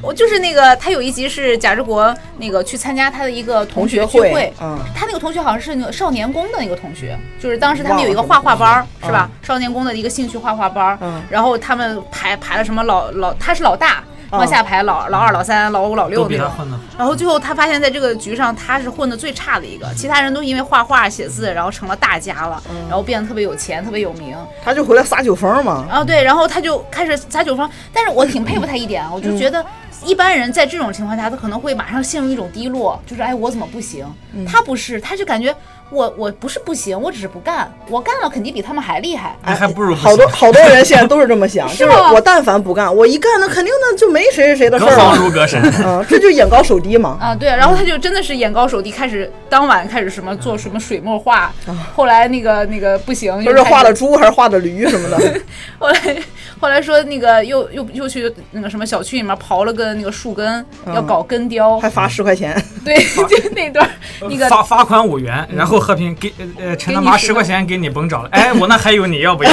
Speaker 3: 我就是那个，他有一集是贾志国那个去参加他的一个同学聚
Speaker 2: 同学会嗯
Speaker 3: 他那个同学好像是那个少年宫的那个同学，就是当时他们
Speaker 2: 忘了
Speaker 3: 有一个画画班儿，是吧？少年宫的一个兴趣画画班儿，
Speaker 2: 嗯
Speaker 3: 然后他们排排了什么老老，他是老大，
Speaker 2: 嗯
Speaker 3: 往下排老老二、老三、老五、老
Speaker 4: 都
Speaker 3: 六
Speaker 4: 比
Speaker 3: 那
Speaker 4: 他
Speaker 3: 种。
Speaker 4: 混的，
Speaker 3: 然后最后他发现，在这个局上他是混的最差的一个，其他人都因为画画、写字，然后成了大家了，
Speaker 2: 嗯
Speaker 3: 然后变得特别有钱、特别有名。
Speaker 2: 他就回来撒酒疯嘛。
Speaker 3: 啊，对，然后他就开始撒酒疯，但是我挺佩服他一点啊，我就觉得一般人在这种情况下，他可能会马上陷入一种低落，就是哎，我怎么不行？
Speaker 2: 嗯
Speaker 3: 他不是，他就感觉我我不是不行，我只是不干，我干了肯定比他们还厉害。
Speaker 4: 那还不如不
Speaker 2: 哎好多
Speaker 4: 行
Speaker 2: 好多人现在都是这么 想，
Speaker 3: 是
Speaker 2: 就是
Speaker 3: 吗
Speaker 2: 我但凡不干，我一干那肯定那就没谁谁谁的事
Speaker 4: 隔
Speaker 2: 儿
Speaker 4: 行
Speaker 2: 了。
Speaker 4: 如隔山。
Speaker 2: 嗯，这就眼高手低嘛。
Speaker 3: 啊，对，然后他就真的是眼高手低，开始当晚开始什么做什么水墨画，后来那个那个不行，
Speaker 2: 嗯不
Speaker 3: 又
Speaker 2: 是
Speaker 3: 开
Speaker 2: 画
Speaker 3: 始
Speaker 2: 的猪还是画的驴什么 的，
Speaker 3: 后来后来说那个又又又去那个什么小区里面刨了根那个树根，要搞根雕，
Speaker 2: 嗯还罚十块钱。
Speaker 3: 对，就那段儿那个
Speaker 4: 罚罚款五
Speaker 2: 嗯
Speaker 4: 元，然后和平给呃呃陈大妈
Speaker 3: 给你十
Speaker 4: 十
Speaker 3: 块
Speaker 4: 块钱给你甭找了。哎，我那还有你要 不要？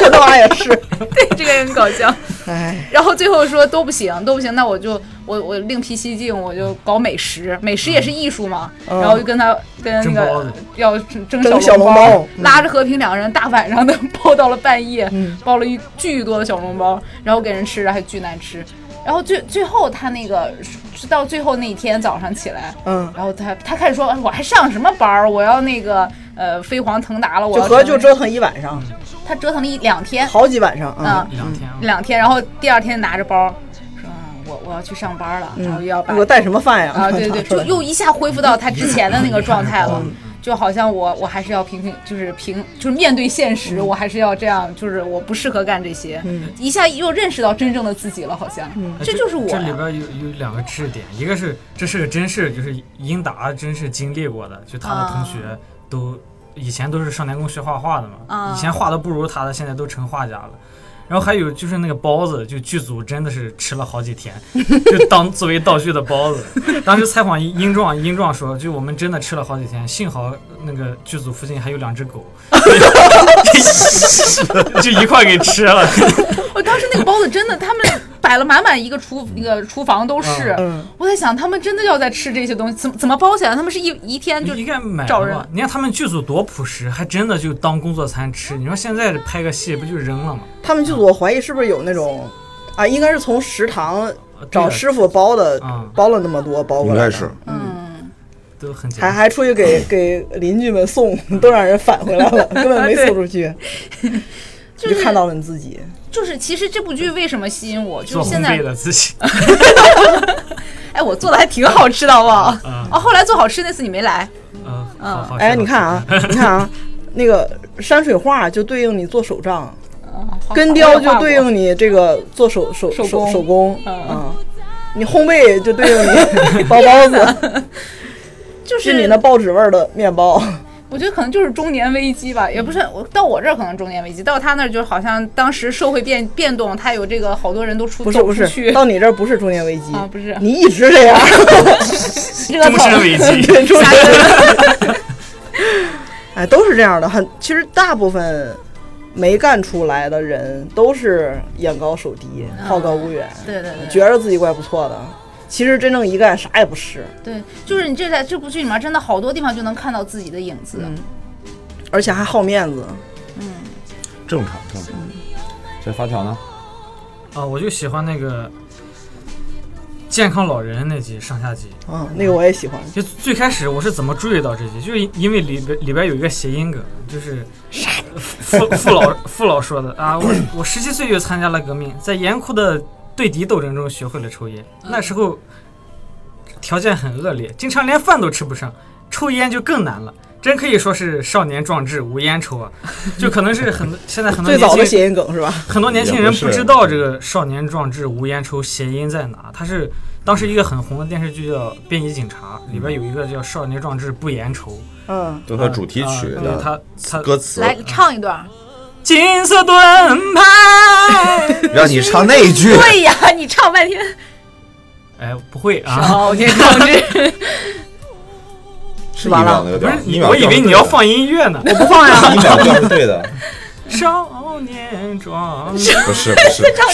Speaker 2: 这他妈也是，
Speaker 3: 这个人搞笑。
Speaker 2: 哎，
Speaker 3: 然后最后说都不行，都不行，那我就我我另辟蹊径，我就搞美食，美食也是艺术嘛。
Speaker 2: 嗯
Speaker 3: 然后就跟他跟那
Speaker 4: 蒸包
Speaker 3: 个
Speaker 4: 子
Speaker 3: 要蒸
Speaker 2: 蒸小
Speaker 3: 笼
Speaker 2: 笼
Speaker 3: 包
Speaker 2: 包，
Speaker 3: 拉着和平两个人大晚上的包到了半夜
Speaker 2: 嗯，
Speaker 3: 包了一巨多的小笼包，然后给人吃，然后还巨难吃。然后最最后他那个是到最后那一天早上起来，
Speaker 2: 嗯，
Speaker 3: 然后他他开始说，嗯我还上什么班儿？我要那个呃飞黄腾达了，我
Speaker 2: 就
Speaker 3: 要
Speaker 2: 合
Speaker 3: 成
Speaker 2: 就
Speaker 3: 为
Speaker 2: 折腾一晚上，
Speaker 3: 他折腾了一两天，
Speaker 2: 好几晚上
Speaker 3: 啊
Speaker 2: 啊。
Speaker 4: 两天啊，
Speaker 3: 两天，然后第二天拿着包说：“嗯我我要去上班了，然后又要把
Speaker 2: 嗯我带什么饭呀？
Speaker 3: 啊，对对，就又一下恢复到他之前的那个状态了。”
Speaker 2: 嗯
Speaker 3: 就好像我我还是要平平，就是平，就是面对现实，
Speaker 2: 嗯
Speaker 3: 我还是要这样，就是我不适合干这些，一下又认识到真正的自己了，好像，
Speaker 2: 嗯
Speaker 3: 这就是我
Speaker 4: 哎这里
Speaker 3: 呀。
Speaker 4: 边有有两个知识点，一个是这是个真事，就是英达真是经历过的，就他的同学都、以前都是少年宫学画画的嘛，
Speaker 3: 啊
Speaker 4: 以前画的不如他的，现在都成画家了。然后还有就是那个包子，就剧组真的是吃了好几天，就当 作为道具的包子。当时采访英壮，英壮说，就我们真的吃了好几天，幸好那个剧组附近还有两只 狗， 就一块给吃了。
Speaker 3: 我当时那个包子真的，他们摆了满满一个厨那个厨房都是，
Speaker 2: 嗯
Speaker 3: 我在想他们真的要在吃这些东西，怎么怎么包起来？他们是一一天就
Speaker 4: 你应该买
Speaker 3: 找
Speaker 4: 了
Speaker 3: 人
Speaker 4: 吧你看他们剧组多朴实，还真的就当工作餐吃。你说现在拍个戏不就扔了吗？
Speaker 2: 他们剧组我怀疑是不是有那种啊，应该是从食堂
Speaker 4: 呃
Speaker 2: 找
Speaker 4: 对
Speaker 2: 师傅包的
Speaker 3: 啊
Speaker 4: 嗯，
Speaker 2: 包了那么多包过
Speaker 5: 应
Speaker 2: 来
Speaker 5: 该
Speaker 2: 的，
Speaker 5: 是
Speaker 3: 嗯，
Speaker 4: 都很简
Speaker 2: 还
Speaker 4: 单。
Speaker 2: 还出去 给给邻居们送，都让人返回来了，根本没送出去，
Speaker 3: 就
Speaker 2: 你就是看到了你自己。
Speaker 3: 就是，其实这部剧为什么吸引我？就
Speaker 4: 做
Speaker 3: 是
Speaker 4: 烘焙
Speaker 3: 现在，
Speaker 4: 的自 己，
Speaker 3: 哎，我做的还挺好吃的，好不好？
Speaker 4: 嗯
Speaker 3: 哦，后来做好吃那次你没来，
Speaker 4: 嗯，
Speaker 3: 嗯
Speaker 4: 好好
Speaker 2: 哎，
Speaker 4: 吃
Speaker 2: 你看啊，你看啊，那个山水画就对应你做手账，
Speaker 3: 哦
Speaker 2: 根雕就对应你这个做手手
Speaker 3: 手
Speaker 2: 手
Speaker 3: 工
Speaker 2: 手工，
Speaker 3: 嗯
Speaker 2: 啊，你烘焙就对应 你包包子，
Speaker 3: 就是是
Speaker 2: 你那报纸味儿的面 包。
Speaker 3: 我觉得可能就是中年危机吧，也不是我到我这儿可能中年危机，到他那儿就好像当时社会变变动，他有这个好多人都出
Speaker 2: 不是
Speaker 3: 走
Speaker 2: 不
Speaker 3: 出去
Speaker 2: 是，到你这儿不是中年危机
Speaker 3: 啊，不是
Speaker 2: 你一直 这样，
Speaker 3: 热
Speaker 4: 终身
Speaker 3: 腾，
Speaker 4: 危机。
Speaker 2: 对 中年。 哎，都是这样的，很其实大部分没干出来的人都是眼高手低，
Speaker 3: 嗯
Speaker 2: 好高骛远，
Speaker 3: 对对对
Speaker 2: 觉着自己怪不错的，其实真正一干啥也不是。
Speaker 3: 对，就是你这在这部剧里面真的好多地方就能看到自己的影子，
Speaker 2: 而且还好面子，
Speaker 5: 正常正
Speaker 2: 嗯
Speaker 5: 常。这发条呢？
Speaker 4: 啊，我就喜欢那个健康老人那集上下集。
Speaker 2: 嗯，那个我也喜欢。
Speaker 4: 就最开始我是怎么注意到这集，就是因为里边里边有一个谐音梗，就是父父老父老说的啊，我我十七岁就参加了革命，在严酷的对敌斗争中学会了抽烟，
Speaker 2: 嗯
Speaker 4: 那时候条件很恶劣，经常连饭都吃不上，抽烟就更难了。真可以说是少年壮志无烟抽啊，就可能是很多现在很多
Speaker 2: 最早的
Speaker 4: 年轻
Speaker 2: 谐音梗是吧？
Speaker 4: 很多年轻人
Speaker 5: 也不
Speaker 4: 不
Speaker 5: 是
Speaker 4: 知道这个“少年壮志无烟抽”谐音在哪，它是当时一个很红的电视剧叫《便衣警察》，里边有一个叫“少年壮志不言愁
Speaker 2: 嗯”，
Speaker 5: 都它主题曲
Speaker 4: 啊对
Speaker 5: 的
Speaker 4: 它它
Speaker 5: 歌词，
Speaker 3: 来唱一段，
Speaker 4: 金色盾 牌。
Speaker 5: 让你唱那一句，
Speaker 7: 对哎呀， 你唱半天。
Speaker 4: 哎，不会啊，
Speaker 2: 哦
Speaker 7: 好，我先控 制。
Speaker 5: 是一秒那个
Speaker 4: 不
Speaker 5: 调
Speaker 4: 是，
Speaker 5: 一
Speaker 4: 你，
Speaker 5: 秒
Speaker 4: 我以为你要放音乐呢。我不 放呀。
Speaker 5: 一秒调是对的，
Speaker 4: 少年壮
Speaker 5: 不是不是，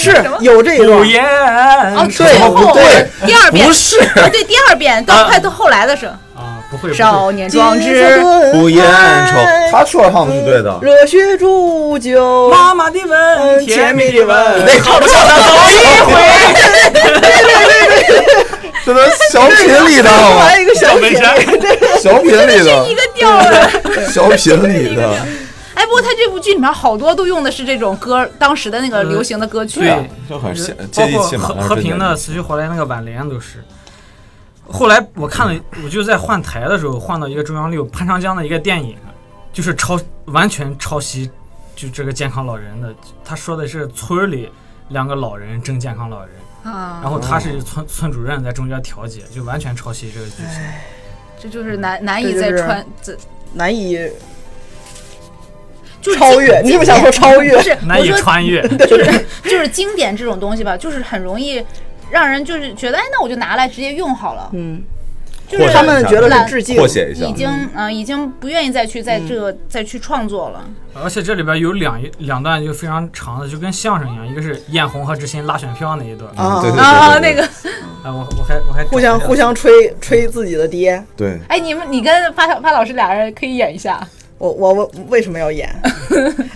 Speaker 2: 是嗯有这一
Speaker 4: 不
Speaker 2: 段，
Speaker 4: 言。
Speaker 7: 哦
Speaker 3: 哦
Speaker 5: 怎么不对？
Speaker 7: 第二遍
Speaker 5: 不是，
Speaker 7: 啊对，第二遍到
Speaker 4: 啊
Speaker 7: 快到后来的时候，
Speaker 4: 啊，不会，不会
Speaker 7: 少年壮
Speaker 2: 金色
Speaker 7: 志，
Speaker 2: 盾
Speaker 5: 不言愁
Speaker 2: 牌，
Speaker 5: 他说唱的是对的。
Speaker 2: 热血铸就。
Speaker 4: 妈妈的吻，甜蜜的吻。
Speaker 5: 那唱不唱的好一回，这都小品里的，好吗
Speaker 2: 来一个小品，
Speaker 5: 小品里
Speaker 7: 一
Speaker 5: 的，
Speaker 7: 个调儿。
Speaker 5: 小品里的，
Speaker 7: 哎，不过他这部剧里面好多都用的是这种歌，当时的那
Speaker 2: 嗯
Speaker 7: 个流行的歌曲。
Speaker 4: 对
Speaker 5: 啊就很接
Speaker 4: 包
Speaker 5: 接地
Speaker 4: 括
Speaker 5: 气嘛。
Speaker 4: 和
Speaker 5: 但是
Speaker 4: 和
Speaker 5: 真
Speaker 4: 平的，死去活来那个挽联都是。后来我看了，
Speaker 5: 嗯
Speaker 4: 我就在换台的时候换到一个中央六潘长江的一个电影，就是抄完全抄袭，就这个健康老人的。他说的是村儿里两个老人争健康老人，
Speaker 7: 啊，
Speaker 4: 然后他
Speaker 5: 哦
Speaker 4: 是村、村主任在中间调解，就完全抄袭这个剧
Speaker 2: 哎
Speaker 4: 情。
Speaker 7: 这就是难难以再
Speaker 2: 这就是
Speaker 7: 穿，这
Speaker 2: 难以
Speaker 7: 就是
Speaker 2: 超越。
Speaker 7: 经
Speaker 2: 你是不是想说超越
Speaker 7: 不？是，
Speaker 4: 难
Speaker 7: 我
Speaker 4: 以
Speaker 7: 说
Speaker 4: 穿越，
Speaker 7: 就是就是经典这种东西吧，就是很容易让人就是觉得，哎，那我就拿来直接用好了。
Speaker 2: 嗯，
Speaker 7: 就是
Speaker 2: 他们觉得
Speaker 7: 懒
Speaker 2: 是致敬
Speaker 5: 扩。写一下嗯
Speaker 7: 已，经呃已经不愿意再去在这个再去创作了。
Speaker 4: 而且这里边有两两段就非常长的，就跟相声一样，一个是艳红和知心拉选票那一段。啊，
Speaker 5: 嗯对对
Speaker 7: 啊，
Speaker 5: 对对
Speaker 7: 那个，
Speaker 4: 我我还我还
Speaker 2: 哦互相互相吹吹自己的爹，
Speaker 5: 对，
Speaker 7: 哎，你们你跟发小发老师俩人可以演一下，
Speaker 2: 我我我为什么要 演？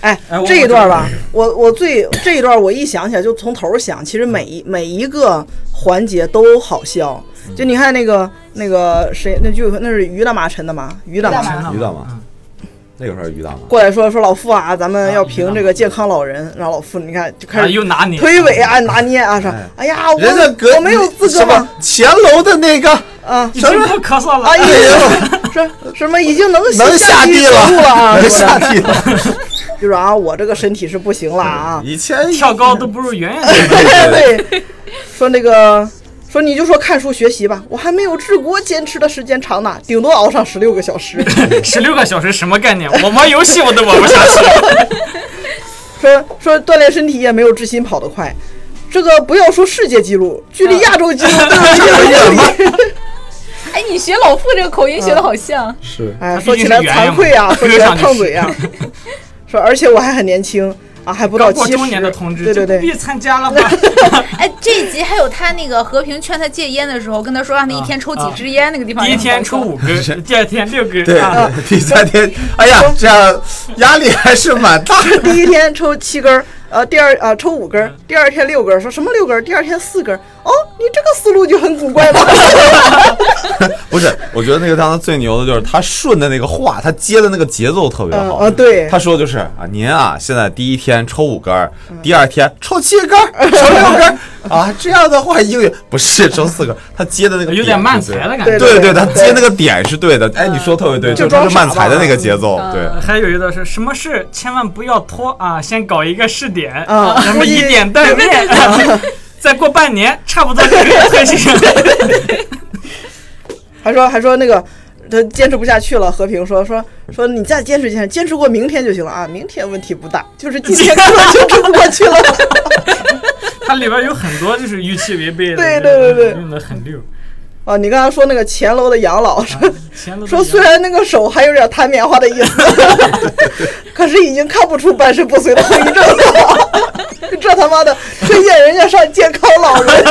Speaker 2: 哎
Speaker 4: 哎我，
Speaker 2: 这一段吧，我我最这一段我一想起来就从头想，其实每一每一个环节都好笑。
Speaker 5: 嗯
Speaker 2: 就你看那个那个谁，那就那是于大妈陈的嘛，于大
Speaker 7: 于大
Speaker 2: 妈
Speaker 7: 妈
Speaker 5: 于大妈
Speaker 2: 啊
Speaker 5: 那个时候是于大妈，
Speaker 2: 过来说说老傅啊，咱们要
Speaker 4: 啊于大
Speaker 2: 评
Speaker 4: 妈
Speaker 2: 这个健康老人，然后老傅你看就开
Speaker 4: 啊，
Speaker 2: 始
Speaker 4: 又拿你
Speaker 2: 推诿啊、拿捏啊啥
Speaker 5: 哎，
Speaker 2: 哎呀，我
Speaker 5: 人家隔
Speaker 2: 我没有资格
Speaker 5: 什么
Speaker 2: 吗？
Speaker 5: 前楼的那个哎
Speaker 2: 啊
Speaker 4: 你是不是咳嗽了？
Speaker 2: 啊，已 经说什么已经能
Speaker 5: 能下
Speaker 2: 地
Speaker 5: 地了
Speaker 2: 走路了啊，
Speaker 5: 能
Speaker 2: 什么
Speaker 5: 下
Speaker 2: 的
Speaker 5: 地了，
Speaker 2: 就是啊，我这个身体是不行了啊，
Speaker 5: 以前
Speaker 4: 跳高都不如圆
Speaker 2: 哎
Speaker 4: 圆这个
Speaker 2: 对， 说那个，说你就说看书学习吧，我还没有治国坚持的时间长呢，顶多熬上十六个小 时。
Speaker 4: 十六个小时什么概念？我玩游戏我都玩不下去。
Speaker 2: 说说锻炼身体也没有知心跑得快，这个不要说世界纪录，距离亚洲纪
Speaker 4: 嗯
Speaker 2: 录都有一 百多米。
Speaker 7: 哎，你学老傅这个口音学的好像，
Speaker 5: 是
Speaker 2: 哎，
Speaker 4: 他
Speaker 2: 说
Speaker 4: 毕
Speaker 2: 起
Speaker 4: 竟是
Speaker 2: 来
Speaker 4: 圆
Speaker 2: 惭
Speaker 4: 嘛
Speaker 2: 愧啊，说起来
Speaker 4: 磕上就
Speaker 2: 烫
Speaker 4: 是
Speaker 2: 嘴啊， 说而且我还很年轻啊，还不到
Speaker 4: 刚过
Speaker 2: 七
Speaker 4: 中年的
Speaker 2: 十
Speaker 4: 同。志
Speaker 2: 对对
Speaker 4: 就
Speaker 2: 对
Speaker 4: 不，必 参加了吧？
Speaker 7: 哎，这一集还有他那个和平劝他戒烟的时候，跟他说让他一天抽
Speaker 5: 嗯
Speaker 7: 几支烟那个地方
Speaker 4: 第
Speaker 7: 也
Speaker 4: 一
Speaker 7: 很搞笑，
Speaker 4: 天抽五根，第二天六根，
Speaker 5: 对
Speaker 4: 啊，
Speaker 5: 第三天，哎呀，这样压力还是蛮大的。
Speaker 2: 第一天抽七根儿，呃，第二啊抽五根
Speaker 4: 嗯
Speaker 2: 儿，第二天六根儿，说什么六根儿？第二天四根儿。哦，你这个思路就很古 怪了。
Speaker 5: 不是，我觉得那个当时最牛的就是他顺的那个话，他接的那个节奏特别
Speaker 2: 嗯
Speaker 5: 好。
Speaker 2: 啊，对，
Speaker 5: 他说的就是啊，您啊，现在第一天抽五根儿，
Speaker 2: 嗯
Speaker 5: 第二天抽七根儿，抽六根儿啊，这样的话英语不是抽四根儿，他接的那个
Speaker 4: 有
Speaker 5: 点
Speaker 4: 点
Speaker 5: 是
Speaker 4: 慢
Speaker 5: 对
Speaker 4: 才的感
Speaker 2: 对嗯
Speaker 4: 觉。
Speaker 5: 对对，他接那个点是对的。哎，你说得特别对，
Speaker 2: 就
Speaker 5: 他
Speaker 2: 装
Speaker 5: 是慢
Speaker 2: 傻
Speaker 5: 才的
Speaker 2: 吧嗯
Speaker 5: 那个节奏，对。
Speaker 4: 还有一段是什么事千万不要拖啊，先搞一个试点，
Speaker 2: 啊
Speaker 4: 咱
Speaker 2: 估
Speaker 4: 们
Speaker 2: 计
Speaker 4: 以点带面， 再过半年差不多这个特性。
Speaker 2: 还说还说那个他坚持不下去了，和平说说说你再坚持坚持，坚持过明天就行了啊，明天问题不大，就是今天根本就撑不过去了。
Speaker 4: 它里边有很多就是预期违背的，
Speaker 2: 对对对对
Speaker 4: 用的很 溜。
Speaker 2: 啊，你刚才说那个前楼的养老说。
Speaker 4: 前头都
Speaker 2: 说
Speaker 4: 一样
Speaker 2: 虽然那个手还有点弹棉花的意思， 可是已经看不出半身不遂的后遗症了。 这他妈的推荐人家上健康老人，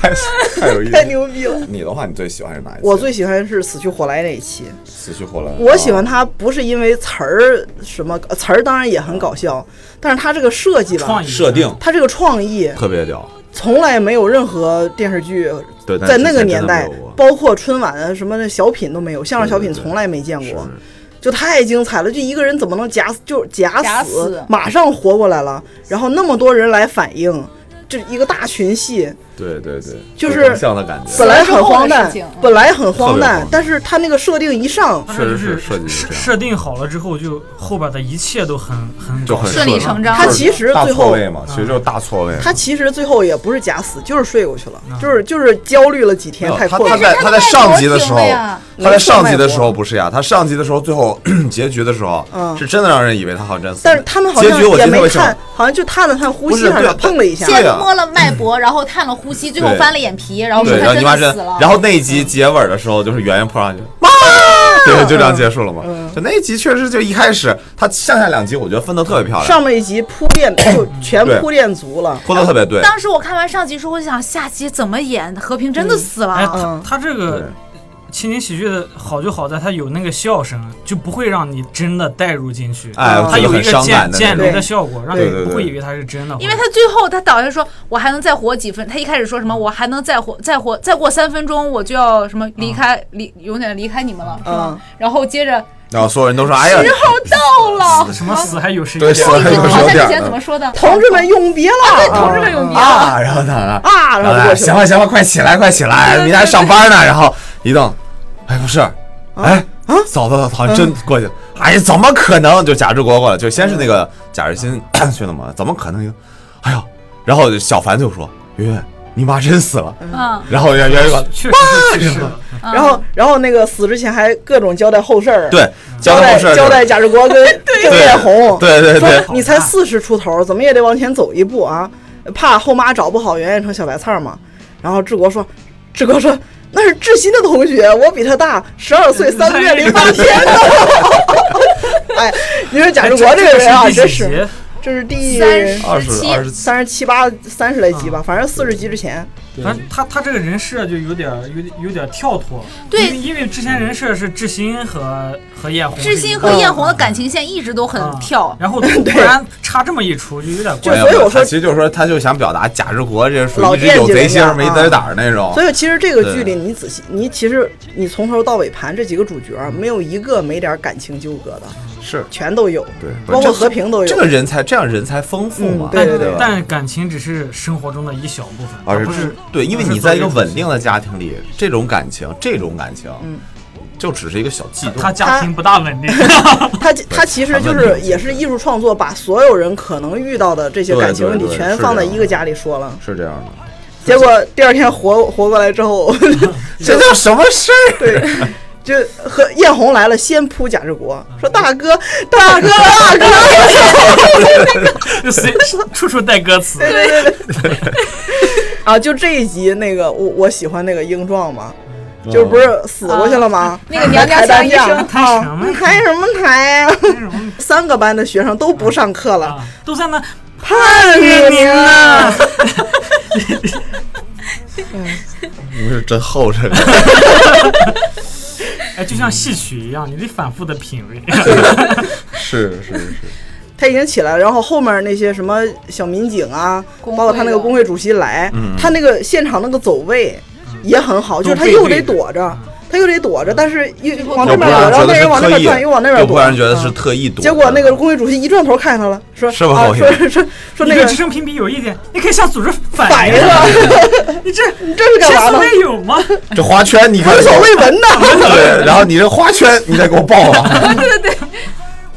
Speaker 5: 太太有意思。
Speaker 2: 太牛逼了！
Speaker 5: 你的话，你最喜欢是哪一期？
Speaker 2: 我最喜欢是死去活来那一期，
Speaker 5: 死去活来。
Speaker 2: 我喜欢它不是因为词儿什么呃词儿，当然也很搞笑，但是它这个设计吧
Speaker 4: 创意，
Speaker 5: 啊设定
Speaker 2: 它这个创意
Speaker 5: 特别屌，
Speaker 2: 从来没有任何电视剧
Speaker 5: 对但
Speaker 2: 在
Speaker 5: 之
Speaker 2: 那个
Speaker 5: 前
Speaker 2: 年
Speaker 5: 真的没
Speaker 2: 代
Speaker 5: 有过，
Speaker 2: 包括春晚啊什么的小品都没有，相声小品
Speaker 5: 对对对
Speaker 2: 从来没见
Speaker 5: 是
Speaker 2: 过。就太精彩了！就一个人怎么能假死就假死，
Speaker 7: 假死
Speaker 2: 马上活过来了，然后那么多人来反应，这一个大群戏，
Speaker 5: 对对对，
Speaker 2: 就是
Speaker 5: 有成像的感觉
Speaker 2: 本。来很
Speaker 7: 之
Speaker 2: 荒
Speaker 7: 后的
Speaker 2: 诞
Speaker 7: 事情嗯，
Speaker 2: 本来很荒
Speaker 5: 特别荒
Speaker 2: 诞
Speaker 5: 诞，
Speaker 2: 但是他那个设定一上，
Speaker 4: 它就
Speaker 5: 确实是设计是这样
Speaker 4: 设定好了之后，就后边的一切都很很
Speaker 5: 就
Speaker 4: 搞
Speaker 5: 很
Speaker 4: 笑
Speaker 7: 顺理成章
Speaker 2: 他其实
Speaker 5: 大
Speaker 2: 最
Speaker 5: 错
Speaker 2: 后，
Speaker 5: 位嘛，其实就是大错位嘛。
Speaker 2: 他其实最后也不是假死，就是睡过去了，就是就是焦虑了几天
Speaker 5: 没有
Speaker 2: 太
Speaker 5: 他
Speaker 2: 困
Speaker 5: 他
Speaker 2: 了。
Speaker 5: 在他在上集的时候
Speaker 7: 他在国庆的呀，
Speaker 5: 他在上集的时候不是呀，他上集的时候最后 结局的时候
Speaker 2: 嗯，
Speaker 5: 是真的让人以为他好像真死了。
Speaker 2: 但是他们好
Speaker 5: 结
Speaker 2: 像
Speaker 5: 局我记
Speaker 2: 也
Speaker 5: 得特
Speaker 2: 没
Speaker 5: 别清
Speaker 2: 看，好像就探了探呼
Speaker 5: 不
Speaker 2: 吸
Speaker 5: 是
Speaker 2: 还是
Speaker 5: 对
Speaker 2: 碰了一下
Speaker 5: 对。
Speaker 3: 先
Speaker 4: 啊
Speaker 5: 呀
Speaker 3: 摸了脉搏，然后探了呼吸，最后
Speaker 5: 嗯对
Speaker 3: 翻了眼皮，然后说
Speaker 5: 对，然
Speaker 3: 他
Speaker 5: 后
Speaker 3: 真
Speaker 5: 你妈真
Speaker 3: 的死了，。
Speaker 5: 然后那一集结尾的时候就是圆圆扑
Speaker 2: 嗯
Speaker 5: 上去，哇， 对，就这样结束了嘛。就那一集确实就一开始，他上下两集我觉得分的特别漂亮，
Speaker 2: 上面一集铺 垫就全
Speaker 5: 对
Speaker 2: 铺垫足了，
Speaker 5: 铺的特别对。
Speaker 3: 当时我看完上集时候，我就想下集怎么演？和平真的死了，
Speaker 4: 哎，他
Speaker 2: 嗯
Speaker 4: 他这个情景喜剧的好就好在它有那个笑声，啊就不会让你真的带入进去。
Speaker 5: 哎，
Speaker 2: 嗯
Speaker 5: 我觉
Speaker 4: 它
Speaker 5: 得
Speaker 4: 有
Speaker 5: 很
Speaker 4: 一个
Speaker 5: 伤
Speaker 4: 渐
Speaker 5: 感
Speaker 4: 渐
Speaker 5: 的。
Speaker 4: 离的效果，让
Speaker 5: 对
Speaker 4: 你
Speaker 5: 对
Speaker 4: 不
Speaker 5: 对
Speaker 4: 会以为它是真的。
Speaker 3: 因为他最后他导演说，我还能再活几分，他一开始说什么我还能再活再活再过三分钟我就要什么离开、
Speaker 5: 嗯
Speaker 3: 离永远离开你们了，是吧？然后接着
Speaker 5: 然后所有人都说：“嗯哎呀，
Speaker 3: 时候到了，
Speaker 4: 什么死还有时
Speaker 5: 对
Speaker 4: 间
Speaker 5: 死
Speaker 3: 我
Speaker 5: 还
Speaker 3: 一直
Speaker 5: 有时
Speaker 3: 我在之
Speaker 5: 间
Speaker 3: 前怎
Speaker 5: 呢
Speaker 3: 么说的？
Speaker 2: 同志们永别了，
Speaker 5: 嗯
Speaker 3: 同志们有名啊，
Speaker 5: 啊！”然后他啊，
Speaker 2: 啊，然
Speaker 5: 然后
Speaker 2: 后
Speaker 5: 来
Speaker 2: 过去
Speaker 5: 行了行了，快起来快起来，明天还上班呢。然后一瞪，哎不是，
Speaker 2: 啊
Speaker 5: 哎嫂子好像真过去
Speaker 2: 嗯
Speaker 5: 了。哎呀，怎么可能？就贾志国过来，就先是那个贾志新啊去了嘛，怎么可能？哎呦，然后小凡就说：“圆圆，你妈真死了。
Speaker 3: 嗯”，
Speaker 5: 然后圆圆就
Speaker 4: 确实是 去世了。
Speaker 2: 然后然后那个死之前还各种交代后事儿，
Speaker 5: 对交
Speaker 2: 嗯交
Speaker 5: 代
Speaker 2: 代
Speaker 5: 后事儿，
Speaker 2: 交代贾志 国跟郑艳红，
Speaker 5: 对对对
Speaker 2: 说你才四十出头，怎么也得往前走一步啊，怕后妈找不好圆圆成小白菜儿嘛。然后志国说，志国说那是志新的同学，我比他大十二岁三个月零八天呢。 哎，你说贾志国这个人 啊，真
Speaker 4: 这
Speaker 2: 是，这是第
Speaker 5: 二
Speaker 3: 十
Speaker 5: 十
Speaker 3: 七
Speaker 5: 二十
Speaker 2: 三十七八三十来集
Speaker 5: 嗯
Speaker 2: 吧，反正四十集之前，
Speaker 4: 反正他他这个人设就有点儿有点有点儿跳脱。
Speaker 3: 对
Speaker 4: 因为因为之前人设是志新和和艳红，
Speaker 3: 志新和艳红的感情线一直都很
Speaker 4: 啊
Speaker 5: 嗯
Speaker 3: 跳，
Speaker 4: 然后 突然插这么一出，就有点
Speaker 2: 就
Speaker 5: 哎
Speaker 4: 怪。
Speaker 5: 呀
Speaker 2: 所以我
Speaker 5: 他
Speaker 2: 说
Speaker 5: 其实就是说，他就想表达贾志国这属
Speaker 2: 老
Speaker 5: 于一直
Speaker 2: 惦
Speaker 5: 有
Speaker 2: 记
Speaker 5: 贼
Speaker 2: 人
Speaker 5: 心
Speaker 2: 家
Speaker 5: 儿没
Speaker 2: 啊
Speaker 5: 贼胆儿那种。
Speaker 2: 所以其实这个剧
Speaker 5: 哦对
Speaker 2: 里，你仔细，你其实你从头到尾盘这几个主角儿，没有一个没点儿感情纠葛的，
Speaker 5: 是
Speaker 2: 全都有，
Speaker 5: 嗯对
Speaker 2: 包
Speaker 5: 这
Speaker 2: 括和平都有。
Speaker 5: 这个人才这样人才丰富嘛
Speaker 2: 嗯，对
Speaker 4: 但
Speaker 2: 对对
Speaker 4: 但感情只是生活中的一小部分，
Speaker 5: 而
Speaker 4: 不是
Speaker 5: 对，因为你在一个稳定的家庭里，这种感情，这种感情，
Speaker 2: 嗯
Speaker 5: 就只是一个小悸动。
Speaker 4: 他家庭不大稳 定。
Speaker 2: 他他其实就
Speaker 5: 咱们
Speaker 2: 是
Speaker 5: 理解
Speaker 2: 也是艺术创作，把所有人可能遇到的这些
Speaker 5: 对
Speaker 2: 感情问题
Speaker 5: 对对
Speaker 2: 全
Speaker 5: 是
Speaker 2: 放在
Speaker 5: 这样
Speaker 2: 一个家里说了。
Speaker 5: 是这样的，
Speaker 2: 结果第二天活活过来之后，
Speaker 5: 这叫什么事儿？
Speaker 2: 对，就和艳红来了，先扑贾志国，
Speaker 5: 嗯
Speaker 2: 说大哥大哥大哥，
Speaker 4: 就谁处处带歌词，
Speaker 2: 啊，就这一集那个我我喜欢那个英壮嘛。
Speaker 5: 嗯
Speaker 2: 就不是死过去了吗？
Speaker 3: 那个娘娘啊腔医生
Speaker 2: 啊
Speaker 4: 开什么
Speaker 2: 开什么台呀、
Speaker 4: 那种
Speaker 2: 三个班的学生都不上课了，
Speaker 4: 啊，都在那
Speaker 2: 盼着您呢。嗯
Speaker 5: 你们是真厚这 个。
Speaker 4: 哎，就像戏曲一样，你得反复的品味。
Speaker 5: 是是是，
Speaker 2: 他已经起来了，然后后面那些什么小民警啊，
Speaker 3: 工会的
Speaker 2: 包括他那个工会主席来，
Speaker 5: 嗯
Speaker 2: 他那个现场那个走位也很好，
Speaker 4: 都
Speaker 2: 就是他
Speaker 4: 背
Speaker 2: 又
Speaker 4: 对
Speaker 2: 得
Speaker 4: 着
Speaker 2: 躲
Speaker 5: 嗯
Speaker 2: 着，他又得躲着，但是又往
Speaker 5: 要
Speaker 2: 这
Speaker 5: 不
Speaker 2: 边
Speaker 5: 让人
Speaker 2: 躲，然
Speaker 5: 觉
Speaker 2: 后那
Speaker 5: 得是
Speaker 2: 人往那
Speaker 5: 刻
Speaker 2: 边
Speaker 5: 意
Speaker 2: 转，又往那边
Speaker 5: 要不
Speaker 2: 躲嗯
Speaker 5: 让。人觉得是特意躲。
Speaker 2: 结果那个工会主席一转头看他了，说
Speaker 5: 是吧
Speaker 2: 啊
Speaker 5: 我
Speaker 2: 说
Speaker 5: 也
Speaker 2: 说说说
Speaker 4: 你
Speaker 2: 那
Speaker 4: 对
Speaker 2: 个
Speaker 4: 直升评比有一点，你可以向组织反
Speaker 2: 反应
Speaker 4: 映啊。
Speaker 2: 了，
Speaker 4: 你这
Speaker 2: 你这是干
Speaker 4: 前
Speaker 2: 嘛
Speaker 4: 所
Speaker 2: 呢？
Speaker 4: 未有吗？
Speaker 5: 这花圈，你看
Speaker 2: 闻所未闻呢。
Speaker 5: 对，然后你这花圈，你再给我报啊了。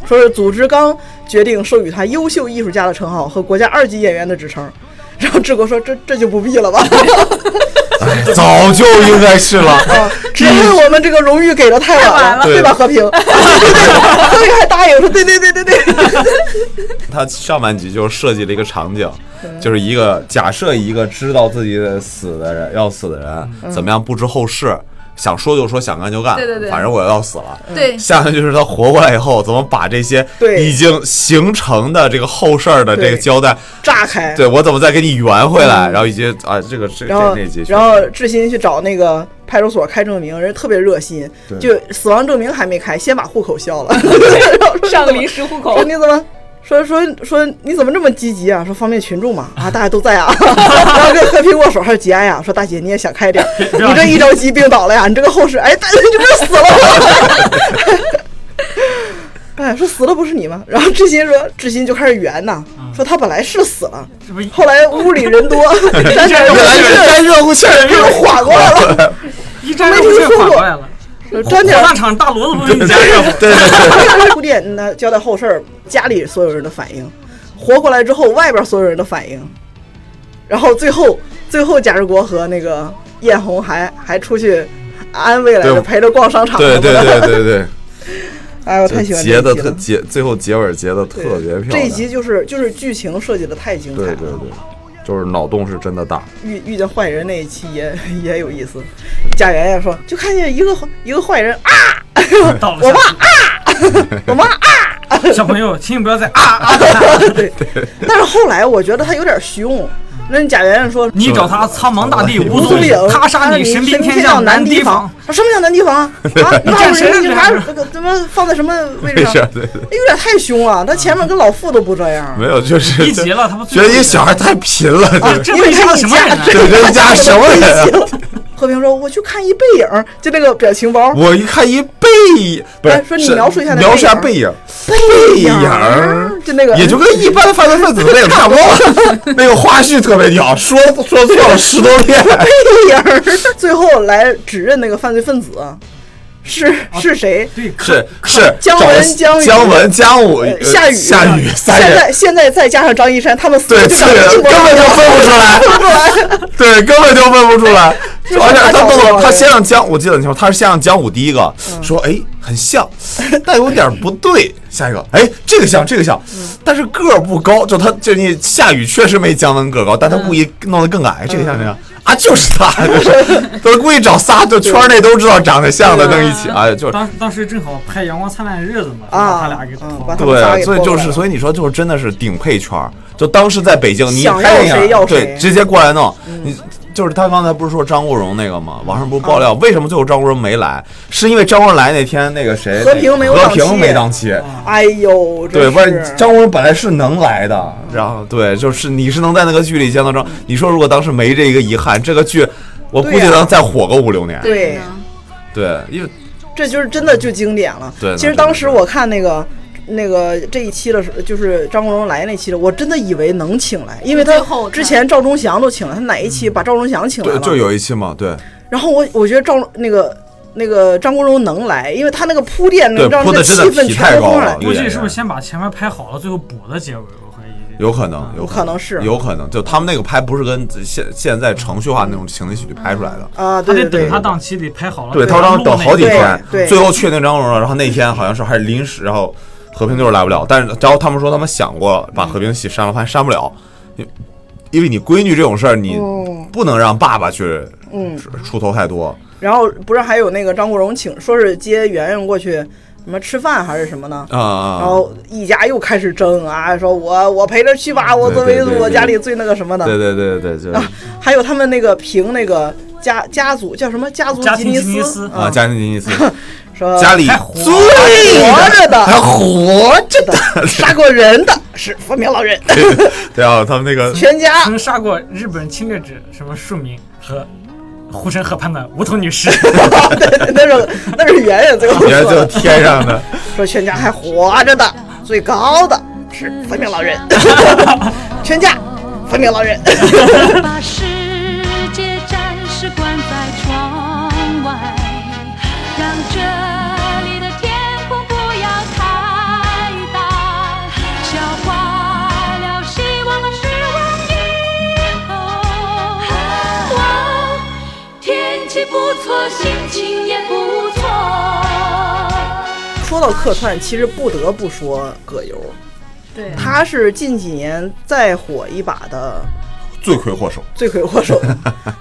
Speaker 2: 说是组织刚决定授予他优秀艺术家的称号和国家二级演员的职称， 然后志国说这这就不必了 吧。
Speaker 5: 哎 早就应该是了，
Speaker 2: 只恨我们这个荣誉给的太晚了，
Speaker 5: 对
Speaker 2: 对吧？和平，对对，和平还答应说，对对对对对，
Speaker 5: 他上半集就设计了一个场景，就是一个假设一个知道自己的死的人要死的人怎么样不知后事，想说就说，想干就干，
Speaker 3: 对对对
Speaker 5: 反正我要死了。
Speaker 3: 对，
Speaker 5: 下面就是他活过来以后，怎么把这些
Speaker 2: 对
Speaker 5: 已经形成的这个后事儿的这个
Speaker 2: 对
Speaker 5: 交代，
Speaker 2: 炸开。
Speaker 5: 对我怎么再给你圆回来，然后以及啊，这个这
Speaker 2: 然
Speaker 5: 这
Speaker 2: 后
Speaker 5: 那集，，
Speaker 2: 然后志新去找那个派出所开证明，人家特别热心，
Speaker 5: 对
Speaker 2: 就死亡证明还没开，先把户 口消了。然后说
Speaker 7: 上离石户
Speaker 5: 哦
Speaker 7: 口
Speaker 2: 说，你怎么？哎 说说说你怎么这么积极啊？说方便群众嘛啊，大家都在 啊。然后跟和平握手还是节哀啊，说大姐你也想开点儿，你这一着急病倒了呀，你这个后事哎，大姐你不是死了吗？ 哎，说死了不是你吗？然后志新说，志新就开始圆呐，
Speaker 5: 嗯
Speaker 2: 说他本来是死了，
Speaker 4: 这不
Speaker 2: 后来屋里人 多，沾点
Speaker 5: 原来是沾热乎气儿，
Speaker 2: 热乎缓过来 了，
Speaker 4: 一沾热气缓过来了。
Speaker 2: 沾
Speaker 4: 火
Speaker 2: 点
Speaker 4: 葬场大骡子不给 你加热乎，
Speaker 5: 对对对，
Speaker 2: 铺垫，嗯那交代后事儿，家里所有人的反应，活过来之后外边所有人的反应，然后最后最后贾志国和那个艳红还还出去。安慰来着，
Speaker 5: 对
Speaker 2: 陪着逛商场
Speaker 5: 对
Speaker 2: 什么
Speaker 5: 对
Speaker 2: 的。
Speaker 5: 对对对，
Speaker 2: 哎，我太喜
Speaker 5: 就
Speaker 2: 欢
Speaker 5: 结
Speaker 2: 这
Speaker 5: 的
Speaker 2: 一集
Speaker 5: 特
Speaker 2: 了。
Speaker 5: 结，最后结尾结的特别漂亮。
Speaker 2: 这一集就是就是剧情设计的太精彩了。
Speaker 5: 对对对，就是脑洞是真的大。
Speaker 2: 遇遇见坏人那一期也也有意思。贾圆圆说，就看见一个 一个坏人啊，
Speaker 4: 到了
Speaker 2: 我
Speaker 4: 下
Speaker 2: 妈啊，我妈啊。
Speaker 4: 小朋友，请你不要再啊！
Speaker 2: 对，但是后来我觉得他有点虚荣。那贾圆圆说。
Speaker 4: 你找他苍茫大地无
Speaker 2: 吴
Speaker 4: 踪
Speaker 2: 宗
Speaker 4: 影
Speaker 2: 颖，，
Speaker 4: 他杀你
Speaker 2: 神
Speaker 4: 神兵天
Speaker 2: 将
Speaker 4: 将难
Speaker 2: 敌
Speaker 4: 提防。。
Speaker 2: 什么叫难提防啊？啊，你把我
Speaker 4: 见谁
Speaker 2: 人民警察
Speaker 4: 是
Speaker 2: 这个怎么放在什么位置
Speaker 5: 没
Speaker 2: 上？哎
Speaker 5: 事，对对，
Speaker 2: 有点太凶了，他前面跟老傅都不这样。
Speaker 5: 没有，就是
Speaker 4: 一集了，他们
Speaker 5: 觉得一小孩太贫了，这
Speaker 4: 这
Speaker 2: 因
Speaker 4: 不
Speaker 2: 为
Speaker 4: 是
Speaker 2: 他
Speaker 4: 杀
Speaker 2: 一
Speaker 4: 什么人啊
Speaker 2: 家？
Speaker 5: 这人家什么人啊？
Speaker 2: 和平说：“我去看一背影，就那个表情包，
Speaker 5: 我一看一背影，不
Speaker 2: 哎
Speaker 5: 是，
Speaker 2: 说你
Speaker 5: 是
Speaker 2: 描述一下那
Speaker 5: 描述一下
Speaker 2: 背
Speaker 5: 背影，
Speaker 2: 背
Speaker 5: 影
Speaker 2: 儿就那个，
Speaker 5: 也就跟一般犯罪分子的背影差不多。 那个花絮特别屌，说说错了十多遍。
Speaker 2: 背影儿。 最后来指认那个犯罪分子是是谁？
Speaker 4: 对，
Speaker 5: 是是，
Speaker 2: 姜
Speaker 5: 找
Speaker 2: 文姜宇
Speaker 5: 姜文、姜武、
Speaker 2: 呃
Speaker 5: 呃
Speaker 2: 夏雨，啊
Speaker 5: 夏雨三
Speaker 2: 现
Speaker 5: 人，
Speaker 2: 在现在再加上张一山，他们四
Speaker 5: 对
Speaker 2: 个长得一
Speaker 5: 对，
Speaker 2: 模
Speaker 5: 根
Speaker 2: 一
Speaker 5: 本就
Speaker 2: 样。
Speaker 5: 分不出来， 对，根本就分不出来。
Speaker 2: 是
Speaker 5: 而且他
Speaker 2: 他找
Speaker 5: 弄
Speaker 2: 错
Speaker 5: 了，
Speaker 2: 了
Speaker 5: 他先让姜，我记得很清楚，他是先让姜武第一个说，哎，很像， 但有点不对。下一个，哎，这个像，这个像，但是个儿不高，就他就你夏雨确实没姜文个儿高，但他故意弄得更矮，这个像这样。啊，就是他，就是都是故意找仨，就圈内都知道长得像的弄一起，哎，就是
Speaker 4: 当当时正好拍《阳光灿烂的日子》嘛，就把他
Speaker 2: 啊
Speaker 4: 俩给
Speaker 2: 嗯
Speaker 4: 套
Speaker 2: 把
Speaker 4: 了。
Speaker 2: 他们仨
Speaker 5: 对，
Speaker 2: 给
Speaker 5: 所以
Speaker 2: 拨过
Speaker 5: 就
Speaker 2: 来
Speaker 5: 是，
Speaker 2: 了
Speaker 5: 所以你说就是真的是顶配圈儿，就当时在北京，你
Speaker 2: 想
Speaker 5: 拍
Speaker 2: 要
Speaker 5: 电影
Speaker 2: 谁要谁嗯
Speaker 5: 对，直接过来弄。你就是他刚才不是说张国荣那个吗？网上
Speaker 2: 啊
Speaker 5: 不是爆料为什么最后张国荣没来，是因为张国荣来那天那个谁
Speaker 2: 和平没有
Speaker 5: 和
Speaker 2: 档期
Speaker 5: 平没档期。
Speaker 2: 哎呦，
Speaker 5: 对，
Speaker 2: 这
Speaker 5: 不
Speaker 2: 是
Speaker 5: 是张国荣本来是能来的，然后对，就是你是能在那个剧里见到张。你说如果当时没这个遗憾，这个剧我估计
Speaker 2: 对啊
Speaker 5: 能再火个五六年。
Speaker 2: 对，
Speaker 5: 对，因为
Speaker 2: 这就是真的就经典了。
Speaker 5: 对
Speaker 2: 其实当时我看那个。那个这一期的时候，就是张国荣来那期的，我真的以为能请来，因为他
Speaker 7: 最后
Speaker 2: 之前赵忠祥都请了，他哪一期把赵忠祥请来
Speaker 5: 嗯对
Speaker 2: 了？
Speaker 5: 就有一期嘛，对
Speaker 2: 然后我我觉得赵那个那个张国荣能来，因为他那个铺垫，那
Speaker 5: 对
Speaker 2: 个让
Speaker 5: 铺得
Speaker 2: 这个
Speaker 5: 真
Speaker 2: 气
Speaker 5: 的
Speaker 2: 氛
Speaker 5: 皮
Speaker 2: 全
Speaker 5: 太
Speaker 2: 都
Speaker 5: 高
Speaker 2: 上
Speaker 5: 了
Speaker 2: 来。
Speaker 4: 估计是不是先把前面拍好了，最后补的结尾？我怀疑
Speaker 5: 有可能，有
Speaker 2: 可能是
Speaker 5: 有可能，就他们那个拍不是跟现现在程序化那种情景喜剧拍出来的。
Speaker 2: 啊，
Speaker 4: 他
Speaker 2: 对
Speaker 4: 得
Speaker 2: 对
Speaker 4: 等
Speaker 2: 对
Speaker 4: 他，档期里拍好了，
Speaker 5: 对，
Speaker 4: 再
Speaker 5: 他当时等好几
Speaker 4: 录那个
Speaker 5: 天
Speaker 2: 对对，
Speaker 5: 最后确定张国荣了，然后那天好像是还是临时，然后和平就是来不了，但是然后他们说他们想过把和平戏删了，发现删不了，因因为你闺女这种事儿，你不能让爸爸去出出头太多，
Speaker 2: 然后不是还有那个张国荣请说是接圆圆过去什么吃饭还是什么呢？
Speaker 5: 啊啊
Speaker 2: 然后一家又开始争啊，说我我陪着去吧，我作为
Speaker 5: 嗯对对对
Speaker 2: 我
Speaker 5: 对
Speaker 2: 家里最那个什么的。
Speaker 5: 对对对对，就是
Speaker 2: 还有他们那个评那个家家族叫什么家族
Speaker 4: 家
Speaker 2: 吉
Speaker 4: 庭
Speaker 2: 尼
Speaker 4: 吉尼
Speaker 2: 斯
Speaker 4: 斯
Speaker 5: 啊，家庭吉尼斯，
Speaker 2: 说
Speaker 5: 家里
Speaker 4: 还活
Speaker 5: 最
Speaker 2: 活着的
Speaker 5: 还活着 的，
Speaker 2: 杀过人的是佛明老人，
Speaker 5: 对啊，他们那个
Speaker 2: 全家
Speaker 5: 嗯
Speaker 4: 曾杀过日本侵略者什么庶民和护城河畔的无头女 尸。
Speaker 2: 对那是那是圆圆最后
Speaker 5: 你看
Speaker 2: 说
Speaker 5: 就
Speaker 2: 的，
Speaker 5: 天上的。
Speaker 2: 说全家还活着的最高的是佛明 老人，全家佛明老人。
Speaker 6: 把世界暂时关在窗外，让这里的天空不要太大，消化了希望和失望以后，哇，天气不错，心情也不错。
Speaker 2: 说到客串，其实不得不说葛优，
Speaker 7: 对
Speaker 2: 他是近几年再火一把的
Speaker 5: 罪魁祸首
Speaker 2: 罪魁祸 首。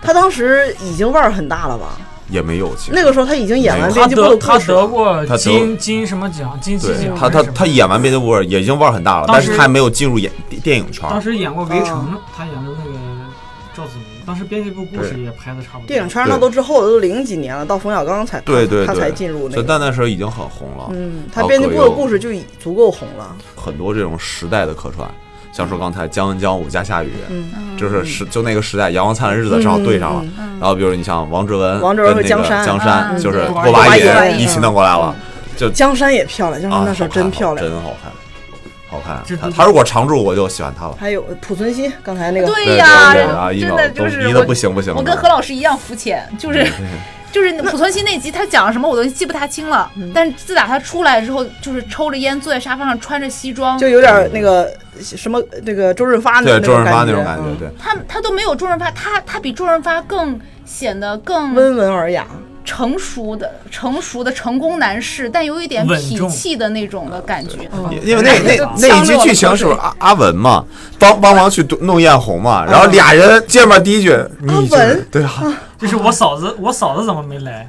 Speaker 2: 他当时已经腕儿很大了吧？
Speaker 5: 也没有，其实
Speaker 2: 那个时候他已经演完
Speaker 5: 没有
Speaker 2: 《
Speaker 4: 他
Speaker 2: 编辑部
Speaker 4: 得
Speaker 2: 的
Speaker 4: 他
Speaker 2: 故事》
Speaker 4: 得
Speaker 2: 了，
Speaker 4: 过
Speaker 5: 嗯他得
Speaker 4: 金金什么奖？金鸡
Speaker 5: 对
Speaker 4: 奖？
Speaker 5: 他他他演完《别的沃尔》也已经腕儿很大了，
Speaker 4: 当
Speaker 5: 但
Speaker 4: 时
Speaker 5: 是他还没有进入演电影圈儿。
Speaker 4: 当时演过《围
Speaker 2: 嗯
Speaker 4: 城》，他演的那个赵子明，当时编辑部故事
Speaker 5: 对
Speaker 4: 也拍的差不多。
Speaker 2: 电影圈那都之后都零几年了，到冯小刚才
Speaker 5: 对对对，
Speaker 2: 他才进入那
Speaker 5: 就
Speaker 2: 个。
Speaker 5: 但那时候已经很红了。
Speaker 2: 嗯，他《编辑部的故事》就已足够红了。
Speaker 5: 很多这种时代的客串，像说刚才姜文、姜武加夏雨，就是时就那个时代阳光灿烂日子正好对上了。然后比如你像王志文、
Speaker 2: 王志文和
Speaker 5: 跟那个
Speaker 2: 江山
Speaker 5: 江
Speaker 7: 嗯
Speaker 5: 就是
Speaker 4: 嗯
Speaker 5: 郭把
Speaker 2: 郭把
Speaker 5: 瘾
Speaker 2: 瘾
Speaker 5: 一起弄过来了，就
Speaker 2: 江山也漂亮，江山
Speaker 5: 啊，
Speaker 2: 那时候
Speaker 5: 好看
Speaker 2: 真漂亮。
Speaker 5: 真好看，好
Speaker 4: 这
Speaker 5: 看。
Speaker 4: 都
Speaker 5: 他他如果常驻，我就喜欢他了。
Speaker 2: 还有濮存昕，刚才那个
Speaker 5: 对
Speaker 7: 对呀，
Speaker 5: 对啊，一
Speaker 7: 真
Speaker 5: 秒
Speaker 7: 的
Speaker 5: 都
Speaker 7: 就是
Speaker 5: 离
Speaker 7: 我
Speaker 5: 的不行不行了。
Speaker 7: 我跟何老师一样肤浅， 就是。就是 濮存昕那集，他讲了什么我都记不太清了。
Speaker 2: 嗯
Speaker 7: 但是自打他出来之后，就是抽着烟坐在沙发上，穿着西装，
Speaker 2: 就有点那个什么那个周润发那
Speaker 5: 对
Speaker 2: 种
Speaker 5: 周润发那种
Speaker 2: 种
Speaker 5: 感
Speaker 2: 觉
Speaker 5: 觉，
Speaker 2: 嗯，
Speaker 5: 对。
Speaker 7: 他他都没有周润发，他他比周润发更显得更
Speaker 2: 温文尔雅。
Speaker 7: 成熟的、成熟的成功男士，但有一点
Speaker 4: 稳
Speaker 7: 痞
Speaker 4: 重
Speaker 7: 气的那种的
Speaker 5: 嗯
Speaker 7: 感觉。
Speaker 2: 嗯
Speaker 5: 因为那那
Speaker 2: 哎
Speaker 5: 那一集剧情是阿阿文嘛，帮帮忙去弄艳红嘛，然后俩人见面第一句，你
Speaker 2: 嗯阿文
Speaker 5: 对啊，
Speaker 4: 就是我嫂子，我嫂子怎么没来？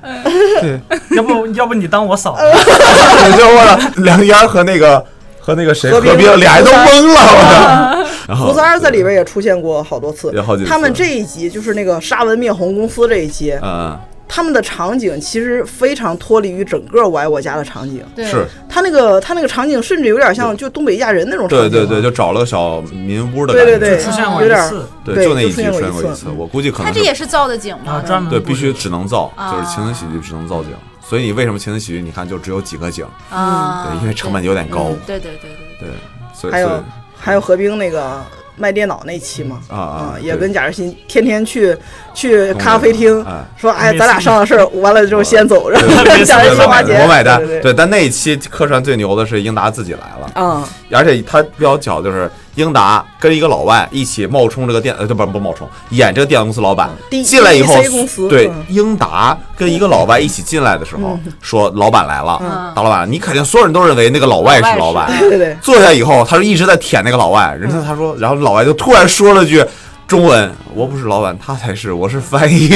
Speaker 5: 对，
Speaker 4: 要不要不你当我
Speaker 2: 嗯
Speaker 4: 嫂子？
Speaker 2: 啊
Speaker 5: 我 就问了梁嫣儿和那个和那个谁
Speaker 2: 何
Speaker 5: 何
Speaker 2: 冰
Speaker 5: 冰，俩人都懵了，我操！然后
Speaker 2: 啊胡三儿在里边也出现过好多次
Speaker 5: 有啊好几，次
Speaker 2: 他们这一集就是那个沙文灭红公司这一集，
Speaker 5: 嗯，
Speaker 2: 他们的场景其实非常脱离于整个我爱我家的场景，
Speaker 5: 嗯是
Speaker 2: 他那个他那个场景甚至有点像就东北一家人那种场
Speaker 5: 对
Speaker 2: 景，啊
Speaker 5: 对对，，就找了个小民屋的
Speaker 2: 对
Speaker 5: 感觉，
Speaker 2: 对对，
Speaker 4: 出现过
Speaker 2: 有
Speaker 4: 一
Speaker 2: 点
Speaker 4: 次
Speaker 5: 对，
Speaker 2: 对
Speaker 5: 就那一
Speaker 2: 就出
Speaker 5: 集
Speaker 2: 现
Speaker 5: 出
Speaker 2: 过
Speaker 5: 现过
Speaker 2: 一次嗯
Speaker 5: 一次，我估计可
Speaker 7: 他
Speaker 5: 能
Speaker 7: 这也是造的景
Speaker 4: 啊，
Speaker 7: 吗？
Speaker 4: 专门
Speaker 5: 对，
Speaker 4: 不
Speaker 5: 必须
Speaker 4: 是
Speaker 5: 只能造，
Speaker 7: 啊
Speaker 5: 就是情景喜剧只能造景。所以你为什么情景喜剧？你看就只有几个景，
Speaker 7: 啊，嗯
Speaker 5: 对，因为成本有点高，
Speaker 7: 对对对对
Speaker 5: 对，所以
Speaker 2: 还有
Speaker 5: 所以
Speaker 2: 还有何冰那个卖电脑那期嘛，
Speaker 5: 啊啊对
Speaker 2: 也跟贾日新天天去去咖啡厅
Speaker 5: 哎，
Speaker 2: 说哎，咱俩商量事儿，完了之后先走，然后
Speaker 5: 对
Speaker 2: 贾日新
Speaker 5: 我
Speaker 2: 花
Speaker 5: 买
Speaker 2: 钱，
Speaker 5: 单我买单
Speaker 2: 对对，对
Speaker 5: 对，但那一期客串最牛的是英达自己来了，
Speaker 2: 啊，
Speaker 5: 而且他比较巧，就是英达跟一个老外一起冒充这个电，呃，不不冒充，演这个电脑公司老板
Speaker 2: 嗯
Speaker 5: 进来以后
Speaker 2: DEC 公司，
Speaker 5: 对
Speaker 2: 嗯，
Speaker 5: 英达跟一个老外一起进来的时候，说老板来
Speaker 2: 嗯
Speaker 5: 了，大老板，你肯定所有人都认为那个老外是老板，
Speaker 2: 对对对，
Speaker 5: 坐下以后，他就一直在舔那个老外，人家
Speaker 2: 嗯
Speaker 5: 他说，然后老外就突然说了句中文，我不是老板，他才是，我是翻译。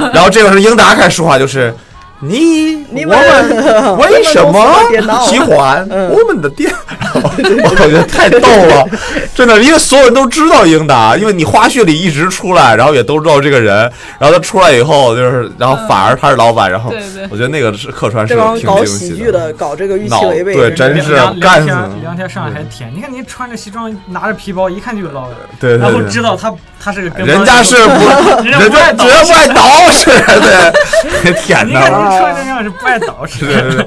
Speaker 2: 嗯
Speaker 5: 然后这个时候英达开始说话，就是你
Speaker 2: 你
Speaker 5: 我
Speaker 2: 们
Speaker 5: 们 为什
Speaker 2: 我们
Speaker 5: 么
Speaker 2: 公司的电脑
Speaker 5: 喜欢
Speaker 2: 嗯
Speaker 5: 我们的店？然后我觉得太逗了， 真的，因为所有人都知道英达，因为你花絮里一直出来，然后也都知道这个人，然后他出来以后就是，然后反而他是老板，然后
Speaker 7: 对对
Speaker 5: 我觉得那个是客串是
Speaker 2: 这帮
Speaker 5: 挺
Speaker 2: 搞
Speaker 5: 惊
Speaker 2: 喜
Speaker 5: 喜
Speaker 2: 剧的，搞这个预期
Speaker 5: 脑
Speaker 2: 违背，
Speaker 5: 对
Speaker 2: 是
Speaker 5: 真是
Speaker 4: 梁
Speaker 5: 干
Speaker 4: 梁
Speaker 5: 死
Speaker 4: 天
Speaker 5: 了
Speaker 4: 梁天上来还舔，你看你穿着西装，拿着皮包，一看就是老外，
Speaker 5: 对对
Speaker 4: 然后
Speaker 5: 对
Speaker 4: 知道他他是个跟
Speaker 5: 人
Speaker 4: 帮
Speaker 5: 家
Speaker 4: 手
Speaker 5: 是 不，
Speaker 4: 人
Speaker 5: 人
Speaker 4: 不
Speaker 5: 家
Speaker 4: 爱倒
Speaker 5: 人家
Speaker 4: 是
Speaker 5: 不爱捯饬，对，天
Speaker 4: 你看
Speaker 5: 哪！
Speaker 4: 你穿这样是不爱捯 饬
Speaker 5: 对对对，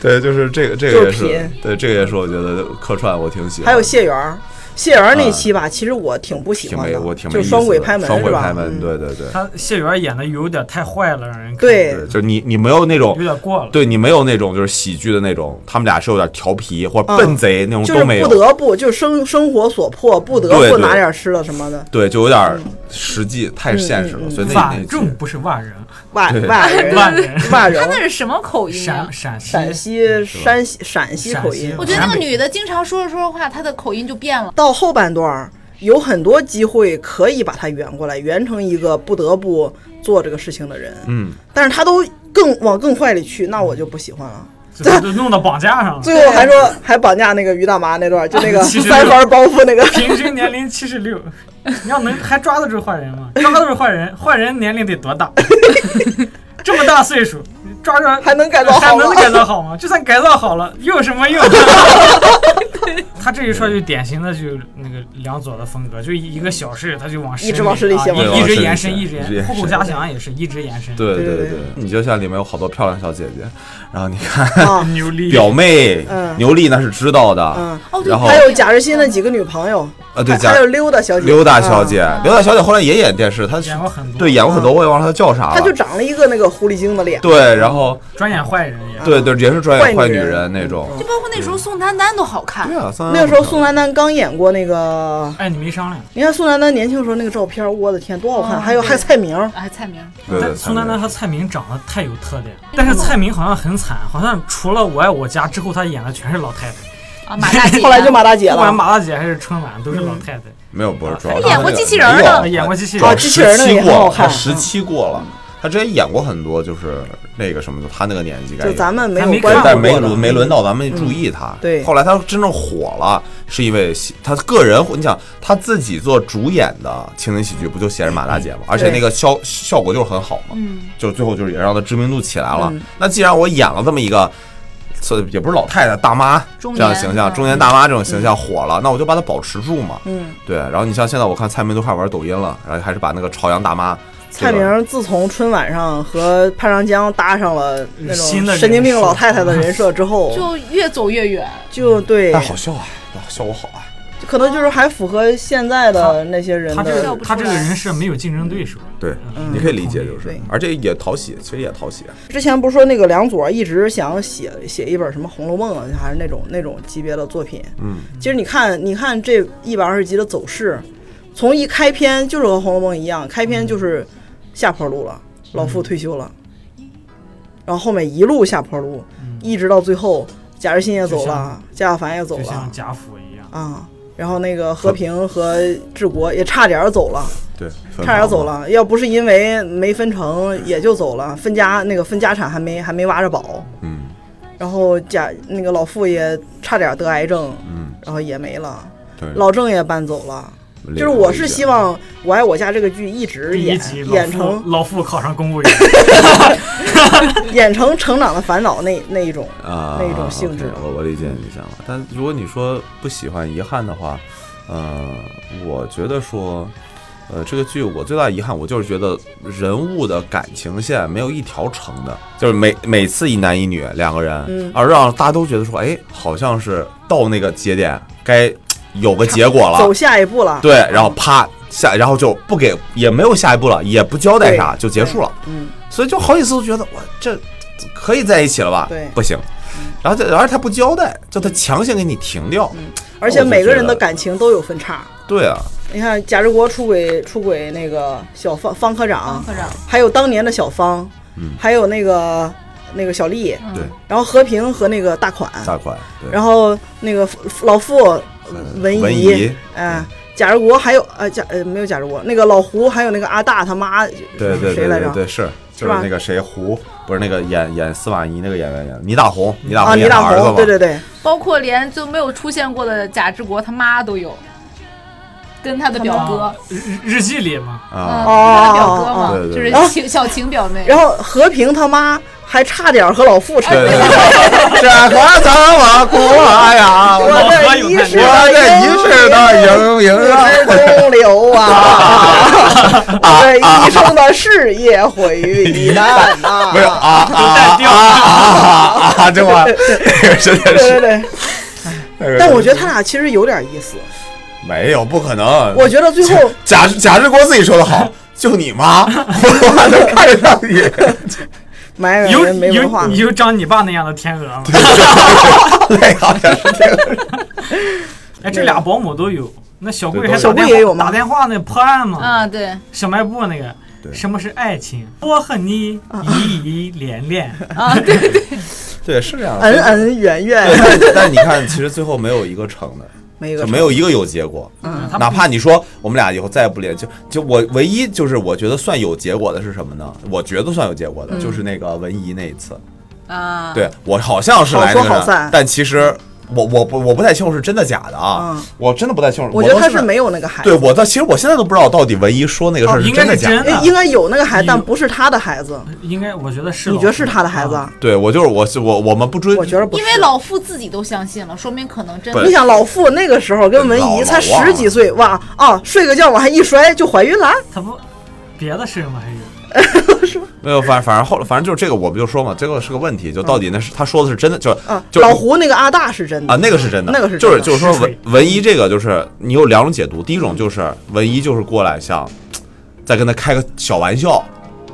Speaker 5: 对，就是这个，这个也
Speaker 2: 就是贫，
Speaker 5: 对，这个也是我觉得客串我挺喜欢的。
Speaker 2: 还有谢元儿，谢元儿那期吧，其实我挺不喜
Speaker 5: 啊挺
Speaker 2: 欢
Speaker 5: 没，
Speaker 2: 的，
Speaker 5: 我挺没
Speaker 2: 就
Speaker 5: 意思
Speaker 2: 双轨
Speaker 5: 的
Speaker 2: 拍门
Speaker 5: 双轨
Speaker 2: 是吧
Speaker 5: 拍门，
Speaker 2: 嗯
Speaker 5: 对对对，
Speaker 4: 他谢元演的有点太坏了，让人看
Speaker 2: 对
Speaker 5: 对，就是你你没有那种
Speaker 4: 有。点过了。
Speaker 5: 对你没有那种就是喜剧的那种，他们俩是有点调皮或者
Speaker 2: 嗯
Speaker 5: 笨贼那种
Speaker 2: 就是
Speaker 5: 都没有
Speaker 2: 不，得不就生生活所迫，不得
Speaker 5: 对
Speaker 2: 不
Speaker 5: 对
Speaker 2: 拿点吃的什么的，
Speaker 5: 对，就有点
Speaker 2: 嗯
Speaker 5: 实际太现实了，所以那那
Speaker 4: 反
Speaker 5: 一期
Speaker 4: 正不是万人，
Speaker 2: 外
Speaker 5: 对
Speaker 2: 外人
Speaker 4: 万人
Speaker 2: 外人
Speaker 7: 他， 那是什么口音啊
Speaker 3: 嗯
Speaker 4: 陕？陕西
Speaker 2: 陕西、山西、陕西口音
Speaker 4: 陕西。
Speaker 7: 我觉得那
Speaker 4: 陕
Speaker 7: 个
Speaker 4: 北
Speaker 7: 女的经常说着说着话，她的口音就变了。
Speaker 2: 到后半段儿有很多机会可以把他圆过来，圆成一个不得不做这个事情的人，
Speaker 5: 嗯，
Speaker 2: 但是他都更往更坏里去，那我就不喜欢了。
Speaker 4: 就就弄到绑架上了，
Speaker 2: 最后还说还绑架那个于大妈那段儿，就那个
Speaker 4: 其实
Speaker 2: 三番包袱那个，
Speaker 4: 平均年龄七十六，你要能还抓得住坏人吗？抓得住坏人，坏人年龄得多大？ 这么大岁数，抓着
Speaker 2: 还能改造
Speaker 4: 还
Speaker 2: 好
Speaker 4: 能
Speaker 2: 吗？
Speaker 4: 改造好吗？就算改造好了，又有什么用？他这一串就典型的就那个梁左的风格，就一个小事他就往深
Speaker 2: 一直往深里
Speaker 4: 啊
Speaker 2: 写往
Speaker 5: 深
Speaker 4: 一
Speaker 5: 里
Speaker 4: 直
Speaker 5: 写
Speaker 4: 延伸，一
Speaker 5: 一直
Speaker 4: 直延
Speaker 5: 延
Speaker 4: 伸。
Speaker 5: 伸
Speaker 4: 虎口遐想也是一直延伸。
Speaker 5: 对
Speaker 2: 对
Speaker 5: 对
Speaker 2: 对
Speaker 5: 对，你就像里面有好多漂亮小姐姐，然后你看
Speaker 2: 啊，
Speaker 4: 牛力
Speaker 5: 表妹
Speaker 2: 嗯
Speaker 5: 牛莉那是知道的
Speaker 2: 嗯，
Speaker 7: 哦，对，
Speaker 5: 然后
Speaker 2: 还有贾日新的几个女朋友，
Speaker 5: 啊对
Speaker 2: 还
Speaker 5: 贾
Speaker 2: 还有溜达小姐，
Speaker 5: 溜达小
Speaker 2: 啊
Speaker 5: 姐，溜达小姐后来也演电视，她
Speaker 4: 演过很多
Speaker 5: 对演过很多，我也忘了她叫啥了。
Speaker 2: 嗯她就长了一个那个狐狸精的脸，
Speaker 5: 啊对，然后
Speaker 4: 专演坏人也是。
Speaker 5: 对对也是专业
Speaker 2: 坏
Speaker 5: 坏
Speaker 2: 女
Speaker 5: 女
Speaker 2: 人嗯
Speaker 5: 人那种。
Speaker 7: 就包括那时候宋丹丹都好看
Speaker 5: 对。啊，三
Speaker 2: 那个时候宋丹丹刚演过那个，
Speaker 4: 哎，你没商量。
Speaker 2: 你看宋丹丹年轻时候那个照片，我的天，多好看！
Speaker 4: 哦
Speaker 7: 嗯
Speaker 2: 还有还有蔡 明儿，
Speaker 7: 哎，蔡明，
Speaker 5: 对对
Speaker 4: 但宋丹丹
Speaker 5: 她
Speaker 4: 和蔡明长得太有特点了，但是蔡明好像很惨，好像除了《我爱我家》之后，他演的全是老太太，
Speaker 7: 啊，马大姐，
Speaker 2: 后来就马大姐
Speaker 4: 不管
Speaker 2: 了。
Speaker 4: 马大姐还是春晚都是老太太。
Speaker 5: 没有不是主要
Speaker 7: 她
Speaker 5: 是
Speaker 7: 演
Speaker 5: 她
Speaker 7: 过
Speaker 5: 那
Speaker 7: 机
Speaker 5: 个
Speaker 7: 器人儿
Speaker 5: 没
Speaker 7: 的
Speaker 5: 有
Speaker 4: 演过机器
Speaker 5: 主
Speaker 4: 人
Speaker 5: 要
Speaker 4: 儿
Speaker 2: 啊机器人儿
Speaker 5: 17
Speaker 2: 那个也很
Speaker 5: 过
Speaker 2: 好
Speaker 5: 了她
Speaker 2: 看
Speaker 5: 十七过了，她之前演过很多，就是那个什么的，她那个年纪该
Speaker 2: 就
Speaker 5: 演
Speaker 2: 咱们没有
Speaker 4: 还没
Speaker 2: 关注
Speaker 4: 看
Speaker 2: 过
Speaker 5: 但是
Speaker 2: 的，嗯
Speaker 5: 没轮没轮到咱们注意他。
Speaker 2: 对
Speaker 5: 后来他真正火了，是因为喜他个人，你想他自己做主演的情景喜剧，不就写着马大姐
Speaker 2: 嗯
Speaker 5: 吗？而且那个效效果就是很好嘛，
Speaker 7: 嗯，
Speaker 5: 就是最后就是也让他知名度起来了。
Speaker 2: 嗯
Speaker 5: 那既然我演了这么一个。所以也不是老太太、大妈
Speaker 7: 中
Speaker 5: 这
Speaker 7: 年
Speaker 5: 样的形象，
Speaker 7: 嗯
Speaker 5: 中年大妈这种形象火了，那我就把它保持住嘛。
Speaker 2: 嗯，
Speaker 5: 对，然后你像现在我看蔡明都开始玩抖音了，然后还是把那个朝阳大妈这
Speaker 2: 蔡
Speaker 5: 个
Speaker 2: 明儿自从春晚上和潘长江搭上了那
Speaker 4: 新的
Speaker 2: 种
Speaker 4: 人
Speaker 2: 神经病
Speaker 4: 设
Speaker 2: 老太太的人设 之后，就
Speaker 7: 就越走越远。
Speaker 2: 就对
Speaker 5: 但，好笑啊，但效果好啊。
Speaker 2: 可能就是还符合现在的那些人
Speaker 4: 他这
Speaker 2: 嗯的
Speaker 4: 个他这个人设没有竞争对手，
Speaker 5: 对，
Speaker 4: 嗯
Speaker 5: 你可以理解，就
Speaker 2: 同
Speaker 5: 是
Speaker 2: 意，
Speaker 5: 而且也讨喜，其实也讨喜。啊
Speaker 2: 之前不是说那个梁左一直想写写一本什么《红楼梦》啊，还是那种那种级别的作品。
Speaker 5: 嗯，
Speaker 2: 其实你看，你看这一百二十集的走势，从一开篇就是和《红楼梦》一样，开篇就是下坡路了，老傅退休了，然后后面一路下坡路，
Speaker 4: 嗯
Speaker 2: 一直到最后，贾日新也走
Speaker 4: 就
Speaker 2: 了
Speaker 4: 像，
Speaker 2: 贾小凡也走
Speaker 4: 就像
Speaker 2: 了
Speaker 4: 贾府一样，
Speaker 2: 啊，然后那个和平和治国也差点儿走了，
Speaker 5: 对，啊分
Speaker 2: 差点
Speaker 5: 房嗯
Speaker 2: 儿走
Speaker 5: 嘛。
Speaker 2: 了，要不是因为没分成，也就走了，分家那个分家产还没还没挖着宝，
Speaker 5: 嗯
Speaker 2: 然后贾那个老傅也差点儿得癌症，
Speaker 5: 嗯，
Speaker 2: 然后也没了，
Speaker 5: 对。
Speaker 2: 老郑也搬走了。就是
Speaker 5: 两个
Speaker 2: 我
Speaker 5: 意
Speaker 2: 是
Speaker 5: 见
Speaker 2: 希望《我爱我家》这个剧一直
Speaker 4: 第一
Speaker 2: 演
Speaker 4: 集老
Speaker 2: 演
Speaker 4: 傅
Speaker 2: 成
Speaker 4: 老傅考上公务 员，啊
Speaker 2: 演成成长的烦恼那那一种，
Speaker 5: 啊
Speaker 2: 那一种性质
Speaker 5: OK，我我理解你的想法，但如果你说不喜欢、遗憾的话，呃，我觉得说，呃，这个剧我最大的遗憾，我就是觉得人物的感情线没有一条成的，就是每每次一男一女两个人，
Speaker 2: 嗯
Speaker 5: 而让大家都觉得说，哎，好像是到那个节点该有个结果了
Speaker 2: 走，下一步了。
Speaker 5: 对，然后啪下，然后就不给，也没有下一步了，也不交代啥，
Speaker 2: 对
Speaker 5: 就结束了。
Speaker 2: 嗯，
Speaker 5: 所以就好几次都觉得我这可以在一起了吧？
Speaker 2: 对嗯
Speaker 5: 不行。然后这，而且他不交代，就他强行给你停掉。
Speaker 2: 而且每个人的感情都有分叉。
Speaker 5: 对啊，
Speaker 2: 你看贾志国出轨出轨那个小方方科长，
Speaker 3: 科长
Speaker 2: 还有当年的小芳，
Speaker 5: 嗯
Speaker 2: 还有那个那个小丽，
Speaker 5: 对，
Speaker 2: 然后和平和那个大款，
Speaker 5: 大款。对，
Speaker 2: 嗯然后那个老傅文
Speaker 5: 嗯文嗯
Speaker 2: 姨
Speaker 5: 姨，
Speaker 2: 哎。贾志国还有呃贾呃没有贾志国，那个老胡还有那个阿大他妈，
Speaker 5: 对对
Speaker 2: 谁
Speaker 5: 对
Speaker 2: 来
Speaker 5: 对
Speaker 2: 着？
Speaker 5: 对是。
Speaker 2: 是
Speaker 5: 就
Speaker 2: 吧
Speaker 5: 是那个谁胡，不是那个演演司马懿那个演员演的倪大红，倪大
Speaker 2: 啊，
Speaker 5: 红
Speaker 2: 倪
Speaker 5: 演
Speaker 2: 大
Speaker 5: 他儿子嘛
Speaker 2: 红，，对对对，
Speaker 7: 包括连就没有出现过的贾志国他妈都有，跟他的表哥，
Speaker 4: 日日记里嘛，
Speaker 7: 嗯，
Speaker 5: 啊，
Speaker 7: 跟他的表哥
Speaker 5: 哦
Speaker 7: 嘛
Speaker 5: 对，对
Speaker 7: 就
Speaker 5: 对
Speaker 7: 是
Speaker 2: 然后
Speaker 7: 晴小晴表妹，
Speaker 2: 然后和平他妈还差点和老傅成
Speaker 5: 对对 对，这啊和怎么过呀？啊
Speaker 2: 我
Speaker 5: 我
Speaker 2: 的啊一世
Speaker 5: 这一世的盈盈啊！
Speaker 2: 是东流啊， 我这一生的事业毁于一旦啊！
Speaker 5: 不 是啊啊啊啊啊！这我真的
Speaker 2: 对对
Speaker 5: 是，
Speaker 2: 对，但我觉得他俩其实有点意思。
Speaker 5: 没有不可能。
Speaker 2: 我觉得最后
Speaker 5: 贾贾志国自己说的好，就你妈，我能看得上你。
Speaker 2: 埋
Speaker 4: 有
Speaker 2: 哎人没文化
Speaker 4: 有，有长你爸那样的天鹅吗？
Speaker 5: 对，好像是这个。
Speaker 4: 哎，这俩保姆都有。那小
Speaker 5: 对
Speaker 4: 贵
Speaker 5: 都
Speaker 4: 还
Speaker 5: 有
Speaker 4: 打
Speaker 2: 小贵
Speaker 4: 电
Speaker 2: 也
Speaker 4: 话
Speaker 2: 有吗
Speaker 4: 打电话那破案嘛，
Speaker 3: 嗯
Speaker 7: 啊，对，
Speaker 4: 小卖部那个
Speaker 5: 对
Speaker 4: 什么是爱情？我和你
Speaker 2: 啊
Speaker 4: 依依恋恋，
Speaker 5: 对，是这样。
Speaker 2: 恩恩怨怨，
Speaker 5: 但但你看，其实最后没有一个成的，
Speaker 2: 没
Speaker 5: 就
Speaker 2: 个
Speaker 5: 没有一个有结果。
Speaker 4: 他
Speaker 5: 哪怕你说我们俩以后再也不联，就就我唯一就是我觉得算有结果的是什么呢？我觉得算有结果的就是那个文怡那一次。
Speaker 7: 啊，
Speaker 5: 对我好像是
Speaker 2: 好
Speaker 5: 来那
Speaker 2: 说
Speaker 5: 个
Speaker 2: 好
Speaker 5: 人
Speaker 2: 散
Speaker 5: 但其实我我不我不太清楚是真的假的啊，
Speaker 2: 嗯
Speaker 5: 我真的不太清楚。
Speaker 2: 我觉得
Speaker 5: 到
Speaker 2: 他
Speaker 5: 现
Speaker 2: 是
Speaker 5: 在
Speaker 2: 没有那个孩
Speaker 5: 对
Speaker 2: 子，
Speaker 5: 我到其实我现在都不知道到底文一说那个事儿
Speaker 4: 哦应该
Speaker 5: 真
Speaker 4: 是
Speaker 5: 的假
Speaker 4: 真
Speaker 2: 应
Speaker 4: 的
Speaker 2: 应该有那个孩子，
Speaker 4: 有
Speaker 2: 但不是他的孩子。
Speaker 4: 应该我觉得是。
Speaker 2: 你觉得是他的孩子？啊？
Speaker 5: 对我就是我是我我们不追，
Speaker 2: 我觉得不是
Speaker 7: 因为老傅自己都相信了，说明可能真
Speaker 5: 不
Speaker 7: 的
Speaker 5: 对
Speaker 2: 你想老傅那个时候跟文
Speaker 5: 老
Speaker 2: 怡
Speaker 5: 老
Speaker 2: 才
Speaker 5: 忘了
Speaker 2: 十几岁，哇啊，睡个觉往下一摔就怀孕了，
Speaker 4: 他不别的事吗？还有
Speaker 5: 没有，反反正后来反正就是这个，我不就说嘛，这个是个问题，就到底那是他说的是真的，就是
Speaker 2: 啊，
Speaker 5: 就是
Speaker 2: 嗯老胡那个阿大是真的
Speaker 5: 啊，那个是真的，
Speaker 2: 那个是
Speaker 5: 就是
Speaker 2: 真的
Speaker 5: 就是说
Speaker 4: 是
Speaker 5: 文文一这个就是你有两种解读，第一种就是文一就是过来想再跟他开个小玩笑，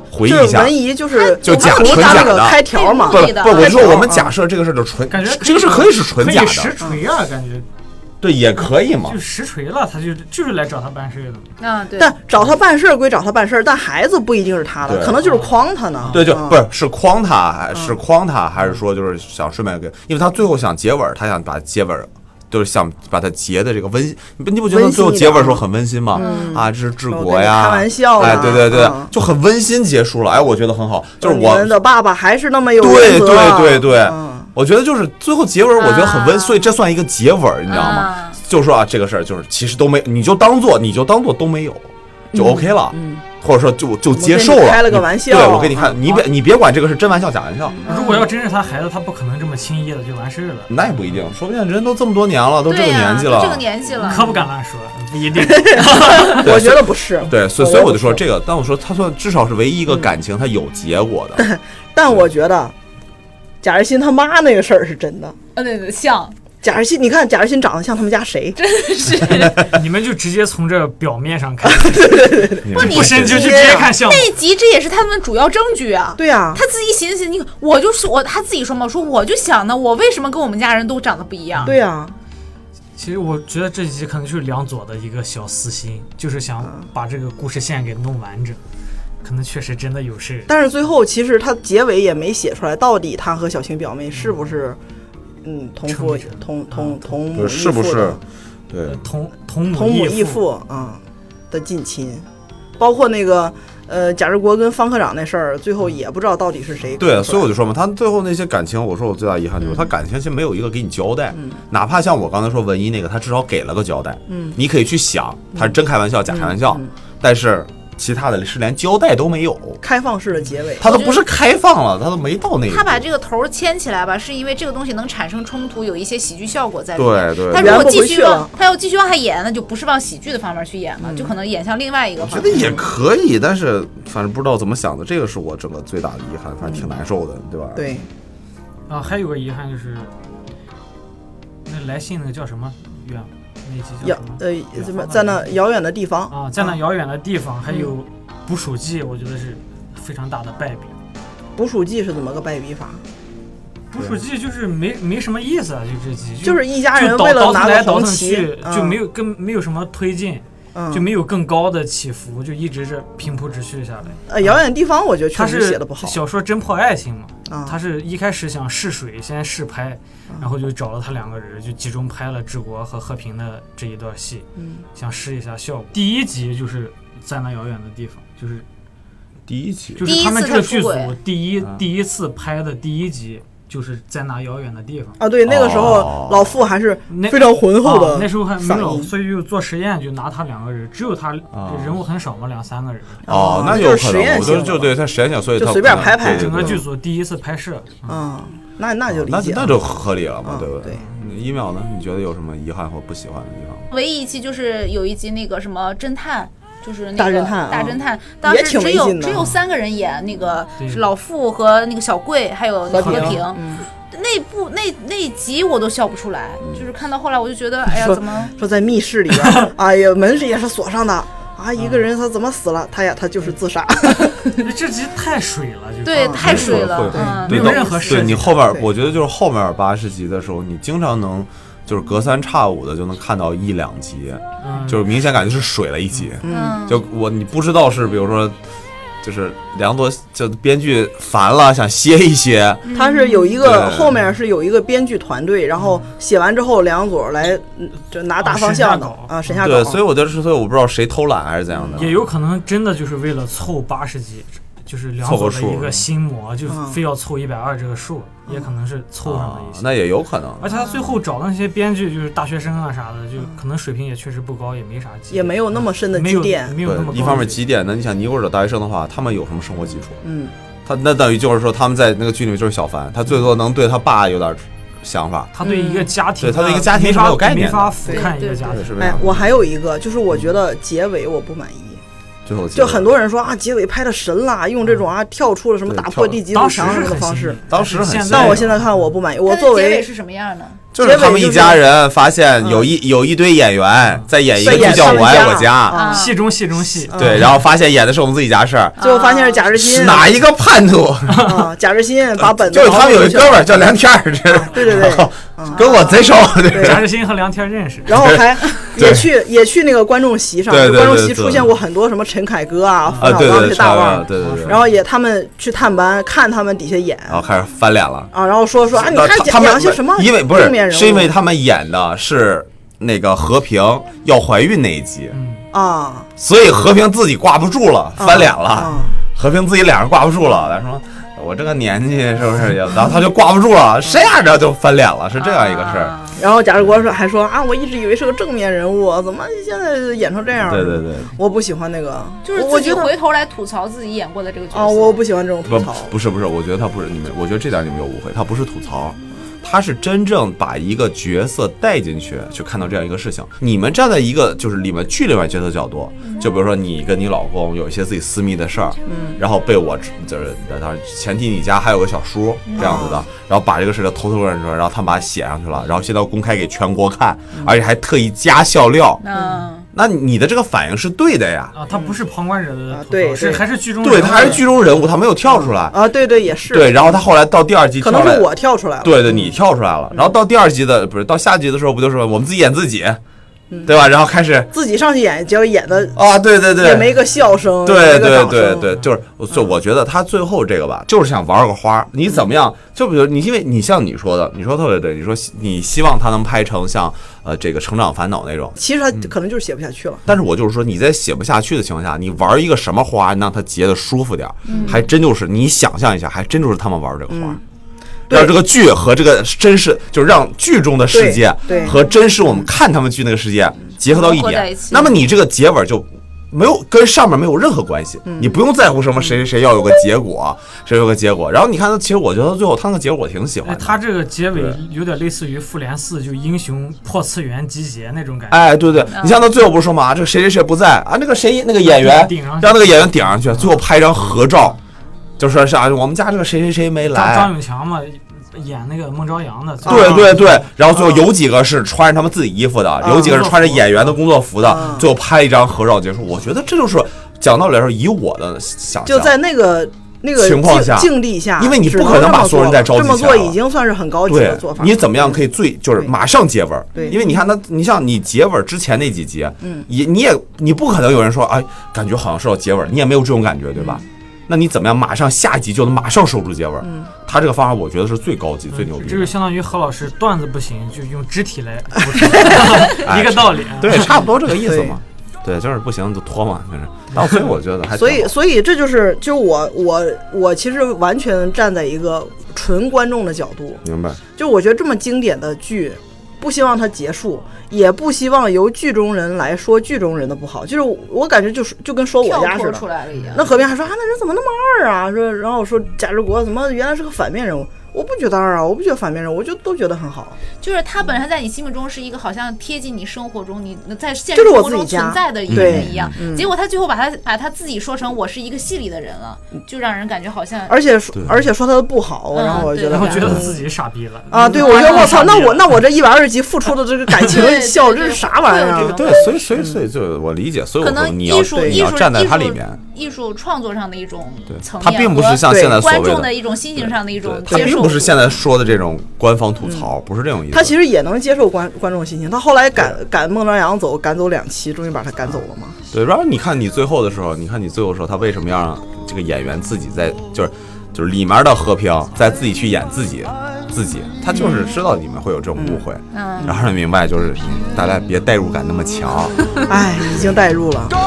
Speaker 5: 回忆
Speaker 2: 就
Speaker 5: 一
Speaker 2: 是
Speaker 5: 下
Speaker 2: 文，怡就是
Speaker 5: 就假
Speaker 2: 胡
Speaker 5: 纯
Speaker 2: 搭
Speaker 5: 假
Speaker 2: 那个
Speaker 5: 的
Speaker 2: 开条嘛
Speaker 5: 不，
Speaker 7: 故
Speaker 5: 不
Speaker 7: 意的
Speaker 5: 不，我是说
Speaker 2: 啊
Speaker 5: 我们假设这个事儿就纯
Speaker 4: 感觉
Speaker 5: 这个事儿可以是纯
Speaker 4: 可
Speaker 5: 假
Speaker 4: 以
Speaker 5: 的，
Speaker 4: 实
Speaker 5: 啊
Speaker 4: 锤啊，感觉
Speaker 5: 对，也可以嘛
Speaker 4: 就，实锤了，他就就是来找他办事的。
Speaker 7: 啊，对，
Speaker 2: 但找他办事儿归找他办事儿，但孩子不一定是他的，
Speaker 5: 对啊
Speaker 2: 可能就是诓他呢。
Speaker 5: 对，就
Speaker 2: 嗯
Speaker 5: 不是是诓他，还是诓他，还是说就是想顺便给，因为他最后想结尾儿，他想把结尾儿，就是想把它结的这个温馨，你不你不觉得
Speaker 2: 温馨
Speaker 5: 最后
Speaker 2: 一
Speaker 5: 结尾儿
Speaker 2: 点
Speaker 5: 的
Speaker 2: 嗯
Speaker 5: 时候很温馨吗？啊，这是治
Speaker 2: 我
Speaker 5: 国
Speaker 2: 跟你
Speaker 5: 呀，
Speaker 2: 开玩笑
Speaker 5: 哎，
Speaker 2: 啦
Speaker 5: 对对对
Speaker 2: 嗯，哦
Speaker 5: 就很温馨结束了，哎，我觉得很好，就是
Speaker 2: 你
Speaker 5: 我，
Speaker 2: 们的爸爸还是那么有
Speaker 5: 对
Speaker 2: 原则啊
Speaker 5: 对对对
Speaker 2: 嗯，
Speaker 5: 我觉得就是最后结尾儿，我觉得很温，所以这算一个结尾儿，你知道吗
Speaker 7: 啊？
Speaker 5: 就说啊，这个事儿就是其实都没，你就当做你就当做都没有，就 OK 了，或者说就就接受
Speaker 2: 嗯我跟
Speaker 5: 了，
Speaker 2: 你开了个
Speaker 5: 你
Speaker 2: 玩笑啊嗯
Speaker 5: 对我给你看，你别你别管这个是真玩笑假玩笑。
Speaker 4: 如果要真是他孩子，他不可能这么轻易的就完事儿了，
Speaker 5: 那也不一定，说不定人都这么多年了，都这个
Speaker 7: 对呀
Speaker 5: 年纪
Speaker 7: 都
Speaker 5: 了，
Speaker 7: 这个年纪
Speaker 2: 嗯
Speaker 7: 了，
Speaker 4: 可不敢乱说，不一定。
Speaker 5: 对
Speaker 2: 我觉得不是。
Speaker 5: 对，所以
Speaker 2: 我
Speaker 5: 所以
Speaker 2: 觉
Speaker 5: 我就
Speaker 2: 得不嗯
Speaker 5: 说
Speaker 2: 是
Speaker 5: 这个，但我说他算至少是唯一一个感情，他有结果 的，
Speaker 2: 但我觉得贾日新他妈那个事儿是真的。
Speaker 7: 啊，对对，像
Speaker 2: 贾日新，你看贾日新长得像他们家谁？
Speaker 4: 你们就直接从这表面上 看，
Speaker 5: 不
Speaker 7: 你
Speaker 4: 不深究就
Speaker 2: 啊
Speaker 4: 直接看项目。
Speaker 7: 那集这也是他们主要证据啊。
Speaker 2: 对呀、
Speaker 7: 他自己寻思，你我就是我，他自己说嘛，我说我就想呢，我为什么跟我们家人都长得不一样？
Speaker 2: 对呀、
Speaker 4: 其实我觉得这集
Speaker 2: 嗯
Speaker 4: 可能就是梁左的一个小私心，就是想把这个故事线给弄完整。可能确实真的有事。
Speaker 2: 但是最后其实他结尾也没写出来，到底他和小青表妹是不是嗯同父
Speaker 4: 成不成
Speaker 2: 同同同母
Speaker 5: 对，
Speaker 2: 异
Speaker 5: 是啊不
Speaker 2: 父
Speaker 5: 是
Speaker 2: 的？
Speaker 5: 对，
Speaker 4: 同同
Speaker 2: 同
Speaker 4: 母
Speaker 2: 母异
Speaker 4: 父，
Speaker 2: 父啊、的近亲，包括那个呃贾志国跟方科长那事儿，最后也不知道到底是谁搞出来
Speaker 5: 对，
Speaker 2: 的。
Speaker 5: 所以我就说嘛，他最后那些感情，我说我最大遗憾就是他感情先没有一个给你交代，哪怕像我刚才说文一那个，他至少给了个交代，嗯，你可以去想他是真开玩笑、假开玩笑，但是其他的是连交代都没有，
Speaker 2: 开放式的结尾，
Speaker 5: 他都不是开放了，他都没到那一步
Speaker 7: 他把这个头儿牵起来吧，是因为这个东西能产生冲突，有一些喜剧效果在里面。
Speaker 5: 对对，
Speaker 7: 他如
Speaker 2: 圆
Speaker 7: 果
Speaker 2: 不
Speaker 7: 继
Speaker 2: 回去
Speaker 7: 续
Speaker 2: 了嗯
Speaker 7: 往他要继续往下演，那就不是往喜剧的方面去演了，就可能演向另外一个
Speaker 5: 我觉
Speaker 7: 方
Speaker 5: 得
Speaker 7: 面。
Speaker 5: 也可以，但是反正不知道怎么想的，这个是我整个最大的遗憾，反正挺难受的，对吧？，
Speaker 2: 对，
Speaker 4: 啊，还有个遗憾就是，那来信那个叫什么远那集叫
Speaker 2: 遥
Speaker 4: 什么？
Speaker 2: 呃
Speaker 4: 远
Speaker 2: 怎么
Speaker 4: 方的
Speaker 2: 在
Speaker 4: 人
Speaker 2: 那遥远的地方
Speaker 4: 啊，在那遥远的地方，还有
Speaker 2: 嗯
Speaker 4: 捕鼠记，我觉得是非常大的败笔。
Speaker 2: 捕鼠记是怎么个败笔法？
Speaker 4: 捕鼠记就是没没什么意思啊，就这集
Speaker 2: 就是一家人
Speaker 4: 就倒
Speaker 2: 为了
Speaker 4: 倒腾
Speaker 2: 拿
Speaker 4: 来
Speaker 2: 个
Speaker 4: 倒
Speaker 2: 红
Speaker 4: 腾
Speaker 2: 旗
Speaker 4: 去，，就
Speaker 2: 嗯
Speaker 4: 没有更没有什么推进，
Speaker 2: 嗯
Speaker 4: 就没有更高的起伏，就一直这平铺直叙下来。
Speaker 2: 呃遥远的地方，我觉得确
Speaker 4: 他
Speaker 2: 实
Speaker 4: 是
Speaker 2: 写的不好。
Speaker 4: 小说侦破爱情嘛，
Speaker 2: 啊
Speaker 7: 嗯
Speaker 4: 他是一开始想试水，先试拍，然后就找了他两个人，就集中拍了治国和和平的这一段戏，
Speaker 7: 嗯
Speaker 4: 想试一下效果。第一集就是在那遥远的地方，就是
Speaker 5: 第一期
Speaker 4: 就
Speaker 7: 嗯
Speaker 4: 是
Speaker 7: 第一
Speaker 4: 他们
Speaker 7: 次
Speaker 4: 这个
Speaker 7: 他出
Speaker 4: 剧组
Speaker 7: 轨
Speaker 4: 第一
Speaker 5: 嗯
Speaker 4: 第一次拍的第一集，就是在那遥远的地方。
Speaker 2: 啊，对，那个时
Speaker 5: 哦
Speaker 2: 候老傅还是
Speaker 4: 那
Speaker 2: 非常浑厚的
Speaker 4: 啊，那时候还没
Speaker 2: 嗓
Speaker 4: 有，
Speaker 2: 音，
Speaker 4: 所以就做实验，就拿他两个人，只有他
Speaker 5: 啊
Speaker 4: 人物很少嘛，两三个人。
Speaker 5: 哦，那
Speaker 2: 就
Speaker 5: 有
Speaker 2: 是
Speaker 5: 可
Speaker 2: 实
Speaker 5: 能，
Speaker 2: 验
Speaker 5: 我觉
Speaker 2: 性
Speaker 5: 得
Speaker 2: 的
Speaker 5: 就对他实验性，所以
Speaker 2: 就
Speaker 5: 他
Speaker 2: 随便拍拍
Speaker 5: 对
Speaker 4: 整
Speaker 5: 对
Speaker 4: 个
Speaker 5: 对
Speaker 4: 剧组第一次拍 摄，
Speaker 2: 嗯，那那就理
Speaker 5: 哦那
Speaker 2: 解了。
Speaker 5: 那就合理了嘛，
Speaker 2: 嗯
Speaker 5: 对不
Speaker 2: 对？
Speaker 5: 一秒呢？你觉得有什么遗憾或不喜欢的地方吗？
Speaker 7: 唯一一期就是有一集那个什么侦探。就是那
Speaker 2: 大
Speaker 7: 个
Speaker 2: 侦探啊
Speaker 7: 大侦探，当
Speaker 2: 也
Speaker 7: 时
Speaker 2: 挺
Speaker 7: 只
Speaker 2: 没
Speaker 7: 有
Speaker 2: 劲的啊
Speaker 7: 只有三个人演，那个
Speaker 4: 对
Speaker 7: 是老傅和那个小贵，还有那个
Speaker 4: 和
Speaker 7: 和
Speaker 4: 平
Speaker 7: 平。
Speaker 2: 嗯
Speaker 7: 那部那那集我都笑不出来，就是看到后来我就觉得，哎呀，
Speaker 2: 说
Speaker 7: 怎
Speaker 5: 啊
Speaker 7: 么
Speaker 2: 说在密室里边 儿，哎呀，门是也是锁上的啊，
Speaker 4: 嗯
Speaker 2: 一个人他怎么死了？他呀，他就是自杀。
Speaker 4: 这集太水了，就
Speaker 7: 对太水了
Speaker 5: 会，
Speaker 7: 嗯，
Speaker 5: 对
Speaker 4: 没
Speaker 5: 到
Speaker 4: 有任何设
Speaker 5: 对
Speaker 4: 计
Speaker 5: 你后面，
Speaker 2: 对
Speaker 5: 我觉得就是后面八十集的时候，你经常能就是隔三差五的就能看到一两集，
Speaker 4: 嗯
Speaker 5: 就是明显感觉是水了一集。
Speaker 7: 嗯，
Speaker 5: 就我你不知道是比如说，就是梁多就编剧烦了想歇一歇，
Speaker 4: 嗯
Speaker 2: 他是有一个
Speaker 5: 对
Speaker 2: 后面是有一个编剧团队，然后写完之后，梁左来嗯就拿大方向的
Speaker 4: 啊审下稿
Speaker 2: 啊，审下稿
Speaker 5: 对，。所以我觉得是，所以我不知道谁偷懒还是怎样的。
Speaker 4: 也有可能真的就是为了凑八十集，就是两组的一个心魔，就
Speaker 2: 嗯
Speaker 4: 非要凑一百二这个数，也可能啊是凑上
Speaker 5: 啊
Speaker 4: 的一，些。
Speaker 5: 那也有可能。
Speaker 4: 而且他最后找的那些编剧就是大学生啊啥的，就可能水平也确实不高，也没啥积累，
Speaker 2: 也没有那么深的
Speaker 4: 没
Speaker 2: 积
Speaker 4: 有
Speaker 2: 淀，
Speaker 4: 没有那么高
Speaker 5: 对，一
Speaker 4: 的
Speaker 5: 方面
Speaker 4: 积
Speaker 5: 几点呢？你想尼泊尔大学生的话，他们有什么生活基础？
Speaker 2: 嗯，
Speaker 5: 他那等于就是说，他们在那个剧里面就是小凡，他最多能对他爸有点想法
Speaker 4: 累，，他对一
Speaker 2: 嗯
Speaker 4: 个家庭
Speaker 5: 对
Speaker 4: 啊，
Speaker 5: 他对一个家庭
Speaker 4: 没
Speaker 5: 是没
Speaker 4: 法
Speaker 5: 有概念的
Speaker 4: 没法俯瞰一个
Speaker 5: 对，
Speaker 4: 家
Speaker 5: 啊
Speaker 4: 庭。
Speaker 5: 是不是
Speaker 2: 哎？，我还有一个就是我觉得结尾我不满意，
Speaker 5: 最后
Speaker 2: 就很多人说啊，结尾拍的神啦，用这种啊跳出了什么
Speaker 5: 嗯对
Speaker 2: 打破
Speaker 5: 跳
Speaker 2: 第几堵
Speaker 4: 当时
Speaker 2: 墙什
Speaker 4: 是
Speaker 2: 么的
Speaker 4: 很
Speaker 2: 方
Speaker 4: 新
Speaker 2: 式
Speaker 4: 颖，，
Speaker 5: 当时很
Speaker 4: 现
Speaker 5: 新
Speaker 4: 在
Speaker 2: 但
Speaker 5: 颖
Speaker 2: 我现在看我不满意。我
Speaker 7: 它的
Speaker 2: 作
Speaker 7: 结尾
Speaker 2: 为
Speaker 7: 是什么样的？
Speaker 5: 就是他们一家人发现
Speaker 2: 嗯
Speaker 5: 有一有一堆演员在演一个剧叫《我爱我家
Speaker 7: 啊，
Speaker 4: 戏中戏中戏，》，
Speaker 5: 对，然后发现演的是我们自己家事儿，
Speaker 2: 最后发现
Speaker 7: 啊
Speaker 2: 嗯啊是贾志新
Speaker 5: 哪一个叛 徒？
Speaker 2: 啊，贾志新把本子
Speaker 5: 就是他们有一
Speaker 2: 拿
Speaker 5: 哥们儿叫梁天儿，这
Speaker 2: 啊对对嗯啊对
Speaker 5: 然后 跟我贼熟，对
Speaker 4: 贾志新和梁天认识，
Speaker 2: 然后还
Speaker 5: 对
Speaker 2: 也去也去那个观众席上，
Speaker 5: 对对对
Speaker 2: 观众席
Speaker 5: 对
Speaker 2: 出现过很多什么陈凯歌啊、
Speaker 5: 啊，
Speaker 2: 冯小
Speaker 5: 对
Speaker 2: 刚
Speaker 5: 对
Speaker 2: 这
Speaker 5: 对
Speaker 2: 些大腕儿，
Speaker 5: 对对对，
Speaker 2: 然后也他们去探班看他们底下演
Speaker 5: 然后开始翻脸了。
Speaker 2: 啊，然后说说啊，你
Speaker 5: 那
Speaker 2: 看
Speaker 5: 他他
Speaker 2: 讲
Speaker 5: 们
Speaker 2: 讲些什么
Speaker 5: 因为不
Speaker 2: 正面
Speaker 5: 是，
Speaker 2: 人物
Speaker 5: 是因为他们演的是那个和平要怀孕那一集，
Speaker 2: 啊
Speaker 5: 所以和平自己挂不住了，翻脸了
Speaker 2: 啊。
Speaker 5: 和平自己脸上挂不住了，他说我这个年纪是不是也？然后他就挂不住了，谁呀、这就翻脸了，是这样一个事儿。
Speaker 2: 然后贾志国说还说啊，我一直以为是个正面人物，怎么现在演成这样？
Speaker 5: 对对对，
Speaker 2: 我不喜欢那个，
Speaker 7: 就是
Speaker 2: 我
Speaker 7: 自己
Speaker 2: 觉得
Speaker 7: 回头来吐槽自己演过的这个角色。
Speaker 2: 啊，我不喜欢这种吐
Speaker 5: 不
Speaker 2: 槽。
Speaker 5: 不是不是，我觉得他不是你们，我觉得这点你们有误会，他不是吐槽。他是真正把一个角色带进去，去看到这样一个事情。你们站在一个就是里面剧里面角色角度，
Speaker 2: 嗯
Speaker 5: 就比如说你跟你老公有一些自己私密的事儿，嗯，然后被我知就是当然前提你家还有个小叔
Speaker 2: 嗯
Speaker 5: 这样
Speaker 2: 啊
Speaker 5: 子的，然后把这个事情偷偷认出来，然后他把它写上去了，然后现在要公开给全国看，
Speaker 2: 嗯
Speaker 5: 而且还特意加笑料，
Speaker 7: 嗯，
Speaker 5: 那你的这个反应是对的呀，
Speaker 4: 啊，他不是旁观者的吐槽，
Speaker 2: 啊对
Speaker 4: 是
Speaker 2: 对
Speaker 4: 还是剧中
Speaker 5: 对
Speaker 4: 人
Speaker 5: 他
Speaker 4: 物
Speaker 5: 还是剧中人物，他没有跳出来，
Speaker 2: 啊，对对也是，
Speaker 5: 对，然后他后来到第二集
Speaker 2: 可
Speaker 5: 跳出
Speaker 2: 能
Speaker 5: 来，
Speaker 2: 是我跳出来了。嗯
Speaker 5: 对对，你跳出来了。然后到第二集的不是到下集的时候，不就是我们自己演自己，
Speaker 2: 嗯
Speaker 5: 对吧？然后开始
Speaker 2: 自己上去演，结果演的
Speaker 5: 啊，对对对，
Speaker 2: 也没个笑声，也
Speaker 5: 对
Speaker 2: 没个
Speaker 5: 对
Speaker 2: 掌
Speaker 5: 对
Speaker 2: 声嗯
Speaker 5: 对，就是就我觉得他最后这个吧，就是想玩个花儿。你怎么样？就比如你，因为你像你说的，你说特别对，你说希你希望他能拍成像呃这个《成长烦恼》那种。
Speaker 2: 其实他可能就是写不下去了。
Speaker 5: 但是我就是说，你在写不下去的情况下，你玩一个什么花儿，你让它结的舒服点儿，
Speaker 7: 嗯
Speaker 5: 还真就是你想象一下，还真就是他们玩这个花儿。
Speaker 2: 对
Speaker 5: 让这个剧和这个真实，就是让剧中的世界
Speaker 2: 对对
Speaker 5: 和真实我们看他们剧那个世界结合到一
Speaker 7: 嗯融合在
Speaker 5: 点
Speaker 7: 一起，
Speaker 5: 那么你这个结尾就没有跟上面没有任何关系，
Speaker 7: 嗯
Speaker 5: 你不用在乎什么谁谁谁要有个结果，谁有个结果。然后你看，其实我觉得最后他那个结果我挺喜欢
Speaker 4: 哎，
Speaker 5: 的。
Speaker 4: 他这个结尾
Speaker 5: 对
Speaker 4: 有点类似于复联四，就英雄破次元集结那种感觉。
Speaker 5: 哎，对对，
Speaker 4: 嗯
Speaker 5: 你像他最后不是说嘛，这个谁谁谁不在啊？那个谁那个演员
Speaker 4: 顶上去
Speaker 5: 让那个演员顶上去，最后拍一张合照，就说啥我们家这个谁谁谁没
Speaker 4: 张张
Speaker 5: 来。
Speaker 4: 永强嘛，演那个孟朝阳的。
Speaker 5: 对对对，然后最后有几个是穿着他们自己衣服的，有几个是穿着演员的工作服的，最后拍一张合照结束。我觉得这就是讲道理来说，以我的想象，
Speaker 2: 就在那个那个
Speaker 5: 情况
Speaker 2: 境
Speaker 5: 下
Speaker 2: 境地下，
Speaker 5: 因为你
Speaker 2: 只
Speaker 5: 不可能
Speaker 2: 这么
Speaker 5: 把所有人
Speaker 2: 做
Speaker 5: 再召
Speaker 2: 这
Speaker 5: 集
Speaker 2: 么
Speaker 5: 起
Speaker 2: 做
Speaker 5: 来了
Speaker 2: 已经算是很高级
Speaker 5: 对
Speaker 2: 哦的做法。
Speaker 5: 你怎么样可以最就是马上结尾儿？
Speaker 2: 对
Speaker 5: 因为你看他，你像你结尾儿之前那几集，嗯，也你也你不可能有人说哎，感觉好像是要结尾儿，你也没有这种感觉，对吧？那你怎么样马上下集就能马上收住结尾儿？他这个方法我觉得是最高级、最牛逼
Speaker 4: 这
Speaker 5: 的
Speaker 4: 就。相当于何老师段子不行，就用肢体来补 充，一个道理。
Speaker 5: 哎对，差不多这个意思嘛。对，就是不行就拖嘛，反正。然后所以我觉得还挺好，
Speaker 2: 所以，所以这就是，就是我，我，我其实完全站在一个纯观众的角度，
Speaker 5: 明白，
Speaker 2: 就我觉得这么经典的剧，不希望它结束，也不希望由剧中人来说剧中人的不好。就是我我感觉就是就跟说我
Speaker 7: 跳
Speaker 2: 家似
Speaker 7: 脱
Speaker 2: 的
Speaker 7: 出，来了一样。
Speaker 2: 那何冰还说啊，那人怎么那么二啊？说，然后我说贾志国怎么原来是个反面人物？我不觉得二啊，我不觉得反面人物，我就都觉得很好。
Speaker 7: 就是他本身在你心目中是一个好像贴近你生活中，你在现
Speaker 2: 就
Speaker 7: 实
Speaker 2: 是
Speaker 7: 生
Speaker 2: 我
Speaker 7: 活
Speaker 2: 自己
Speaker 7: 中
Speaker 2: 家
Speaker 7: 存在
Speaker 5: 嗯
Speaker 7: 的一个人一样。结果他最后把他把他自己说成我是一个戏里的人了，就让人感觉好像
Speaker 2: 而且说，而且说他的不好，
Speaker 7: 嗯
Speaker 2: 然后我
Speaker 7: 对
Speaker 2: 觉得
Speaker 4: 然后觉
Speaker 2: 很
Speaker 4: 得自己傻逼了
Speaker 2: 啊，对，我觉 得我操，那我那
Speaker 4: 我
Speaker 2: 我这一百二十集付出的这个感情
Speaker 7: 对
Speaker 2: 效，
Speaker 7: 对
Speaker 2: 这
Speaker 7: 对
Speaker 2: 是啥玩意儿
Speaker 7: 会有这种
Speaker 2: 啊？
Speaker 5: 对，所以所以所以就我理解，所以我
Speaker 7: 可
Speaker 5: 说
Speaker 7: 能
Speaker 5: 你要
Speaker 7: 艺术
Speaker 5: 你
Speaker 7: 艺
Speaker 5: 要
Speaker 7: 术
Speaker 5: 站在它里
Speaker 7: 艺术
Speaker 5: 面，
Speaker 7: 艺术创作上的一种
Speaker 5: 对，
Speaker 7: 层
Speaker 5: 它
Speaker 7: 面，
Speaker 5: 并不是像
Speaker 2: 对
Speaker 5: 现在所
Speaker 7: 观
Speaker 5: 谓
Speaker 7: 众
Speaker 5: 的
Speaker 7: 的一种心情上的一种
Speaker 5: 他
Speaker 7: 接
Speaker 5: 并
Speaker 7: 受
Speaker 5: 不
Speaker 7: 度。嗯
Speaker 5: 是现在说的这种官方吐槽，不是这种意思。
Speaker 2: 他其实也能接受观观众心情，他后来赶赶孟张阳走，赶走两期，终于把他赶走了嘛。
Speaker 5: 对，然后你看你最后的时候，你看你最后的时候，他为什么要让这个演员自己在就是就是里面的和平在自己去演自己自己，他就是知道里面会有这种误会，
Speaker 7: 嗯
Speaker 5: 然后让你明白就是嗯大家别代入感那么强，
Speaker 2: 哎，已经代入了。
Speaker 1: 告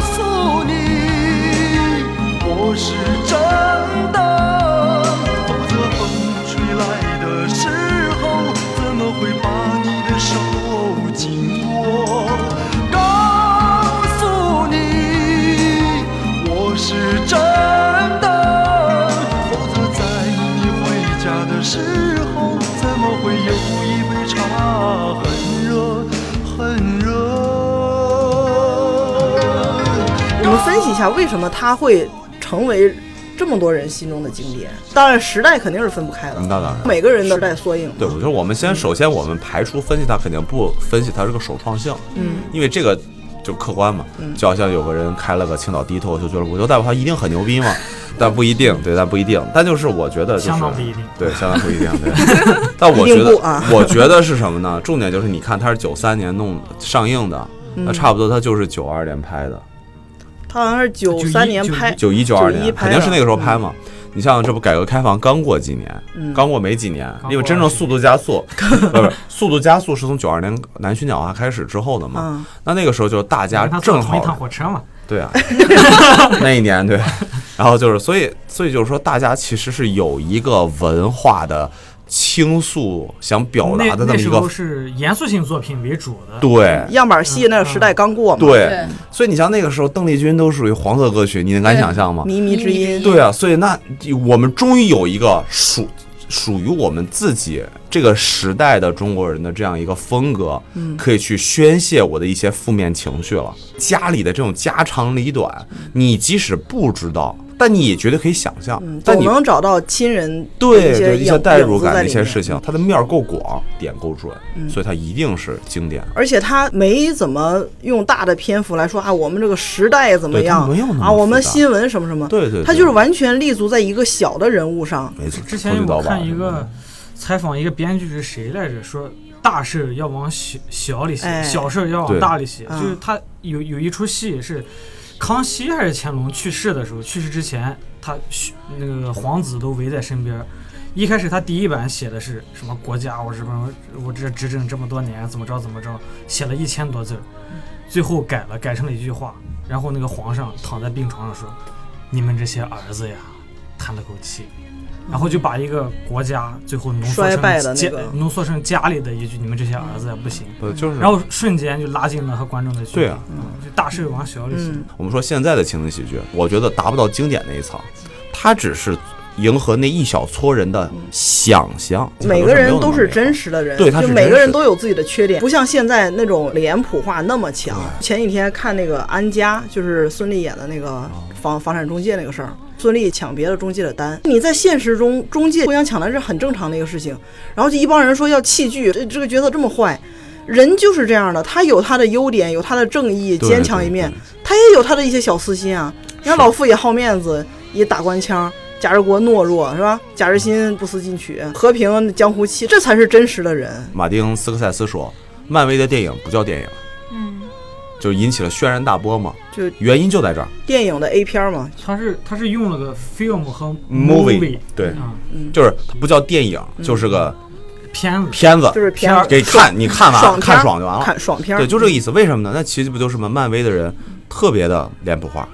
Speaker 1: 诉你，我是真的，否则风吹来的时候，怎么会把你的手紧握？告诉你，我是真的，否则在你回家的时候，怎么会有一杯茶很热很热？
Speaker 2: 我们分析一下为什么他会成为这么多人心中的经典。当然，时代肯定是分不开的，
Speaker 5: 那当然
Speaker 2: 每个人都在缩影。
Speaker 5: 对，我觉得我们先首先我们排除分析它，肯定不分析它这个首创性，嗯，因为这个就客观嘛，
Speaker 2: 嗯
Speaker 5: 就好像有个人开了个青岛第一脱口秀俱乐部，就代表他一定很牛逼嘛，但不一定，对，但不一定，但就是我觉得就是
Speaker 4: 相当不一定
Speaker 5: 对，相当不一定，对。 但我觉
Speaker 2: 一定
Speaker 5: 得
Speaker 2: 不啊，
Speaker 5: 我觉得是什么呢？重点就是你看它是九三年弄上映的，
Speaker 2: 嗯
Speaker 5: 那差不多它就是九二年拍的，
Speaker 2: 他好像是九三年拍，
Speaker 5: 九一九二
Speaker 2: 91
Speaker 5: 年，
Speaker 2: 拍
Speaker 5: 肯
Speaker 2: 的
Speaker 5: 定是那个时候拍嘛。你像这不改革开放刚过几年，刚过没几年，因为真正速度加速， 不是速度加速是从九二年南巡讲话开始之后的嘛。那那个时候就是大家
Speaker 4: 哎跟他坐
Speaker 5: 正
Speaker 4: 同一
Speaker 5: 好
Speaker 4: 趟火车嘛，
Speaker 5: 对啊，那一年对，然后就是所以所以就是说大家其实是有一个文化的倾诉想表
Speaker 4: 那
Speaker 5: 达的
Speaker 4: 那
Speaker 5: 么一
Speaker 4: 时
Speaker 5: 个
Speaker 4: 候是严肃性作品为主的。
Speaker 5: 对。
Speaker 2: 样板戏那个时代刚过嘛，
Speaker 5: 嗯对，所以你像那个时候，邓丽君都属于黄色歌曲，你能敢想象吗？
Speaker 2: 靡靡之音。
Speaker 5: 对啊，所以那我们终于有一个属属于我们自己这个时代的中国人的这样一个风格，
Speaker 2: 嗯
Speaker 5: 可以去宣泄我的一些负面情绪了。家里的这种家长里短，
Speaker 2: 嗯
Speaker 5: 你即使不知道，但你也绝对可以想象。但
Speaker 2: 总
Speaker 5: 你
Speaker 2: 能找到亲人
Speaker 5: 对
Speaker 2: 一
Speaker 5: 对
Speaker 2: 些
Speaker 5: 一
Speaker 2: 影
Speaker 5: 些代入
Speaker 2: 影子
Speaker 5: 感
Speaker 2: 在
Speaker 5: 的一
Speaker 2: 里
Speaker 5: 些
Speaker 2: 面嗯
Speaker 5: 事情，它的面儿够广，点够准，所以它一定是经典。
Speaker 2: 而且他没怎么用大的篇幅来说啊，我们这个时代怎么
Speaker 5: 对他
Speaker 2: 样
Speaker 5: 没有那么
Speaker 2: 啊，我们
Speaker 5: 复杂
Speaker 2: 新闻什么什么，
Speaker 5: 对对对
Speaker 2: 他就是完全立足在一个小的人物上，
Speaker 5: 没错，
Speaker 4: 之
Speaker 5: 从
Speaker 4: 前
Speaker 5: 头到
Speaker 4: 我
Speaker 5: 尾
Speaker 4: 看一个采访一个编剧是谁来着，说大事要往小小里写，
Speaker 2: 哎
Speaker 4: 小事要往
Speaker 5: 对
Speaker 4: 大里写。
Speaker 2: 嗯
Speaker 4: 就是他有有一出戏是康熙还是乾隆去世的时候，去世之前，他许那个皇子都围在身边儿。一开始他第一版写的是什么国家，我什么我这执政这么多年怎么着怎么着，写了一千多字儿，最后改了，改成了一句话。然后那个皇上躺在病床上说：“你们这些儿子呀，叹了口气。”然后就把一个国家最后浓缩
Speaker 2: 嗯衰
Speaker 4: 成
Speaker 2: 败的那
Speaker 4: 家
Speaker 2: 个
Speaker 4: 浓缩成家里的一句“你们这些儿子也不行”，
Speaker 5: 呃，就是
Speaker 4: 然后瞬间就拉近了和观众的距离。嗯
Speaker 5: 对啊，
Speaker 4: 就大事往小里写。
Speaker 2: 嗯
Speaker 5: 我们说现在的情景喜剧，我觉得达不到经典那一层，它只是迎合那一小撮人的想象。
Speaker 2: 每个人都
Speaker 5: 实。
Speaker 2: 是真实的人，
Speaker 5: 对他是
Speaker 2: 就每个
Speaker 5: 真
Speaker 2: 人
Speaker 5: 实
Speaker 2: 都有自己的缺点，不像现在那种脸谱化那么强。前几天看那个安家，就是孙俪演的那个房房产中介那个事儿，孙俪抢别的中介的单，你在现实中中介互相抢单是很正常的一个事情，然后就一帮人说要弃剧，这这个角色这么坏。人就是这样的，他有他的优点，有他的正义、
Speaker 5: 对
Speaker 2: 坚强一
Speaker 5: 对
Speaker 2: 面
Speaker 5: 对，
Speaker 2: 他也有他的一些小私心啊。你看老傅也好面子，也打官腔，贾日国懦弱是吧？贾日新不思进取，和平江湖气，这才是真实的人。
Speaker 5: 马丁斯科塞斯说，漫威的电影不叫电影，
Speaker 3: 嗯，
Speaker 5: 就引起了轩然大波嘛。
Speaker 2: 就
Speaker 5: 原因就在这儿
Speaker 2: 电影的 A 片嘛，
Speaker 4: 他是他是用了个 film 和
Speaker 5: 对，
Speaker 4: 啊、
Speaker 2: 嗯
Speaker 5: 就是它不叫电影，就是个
Speaker 4: 片子，
Speaker 5: 片子，
Speaker 2: 就是片
Speaker 4: 片儿
Speaker 5: 给看，你看完
Speaker 2: 爽
Speaker 5: 了
Speaker 2: 片
Speaker 5: 看
Speaker 2: 儿
Speaker 5: 爽就完了，
Speaker 2: 看爽片儿，
Speaker 5: 对，就这个意思。为什么呢？那其实不就是嘛，漫威的人特别的脸谱化，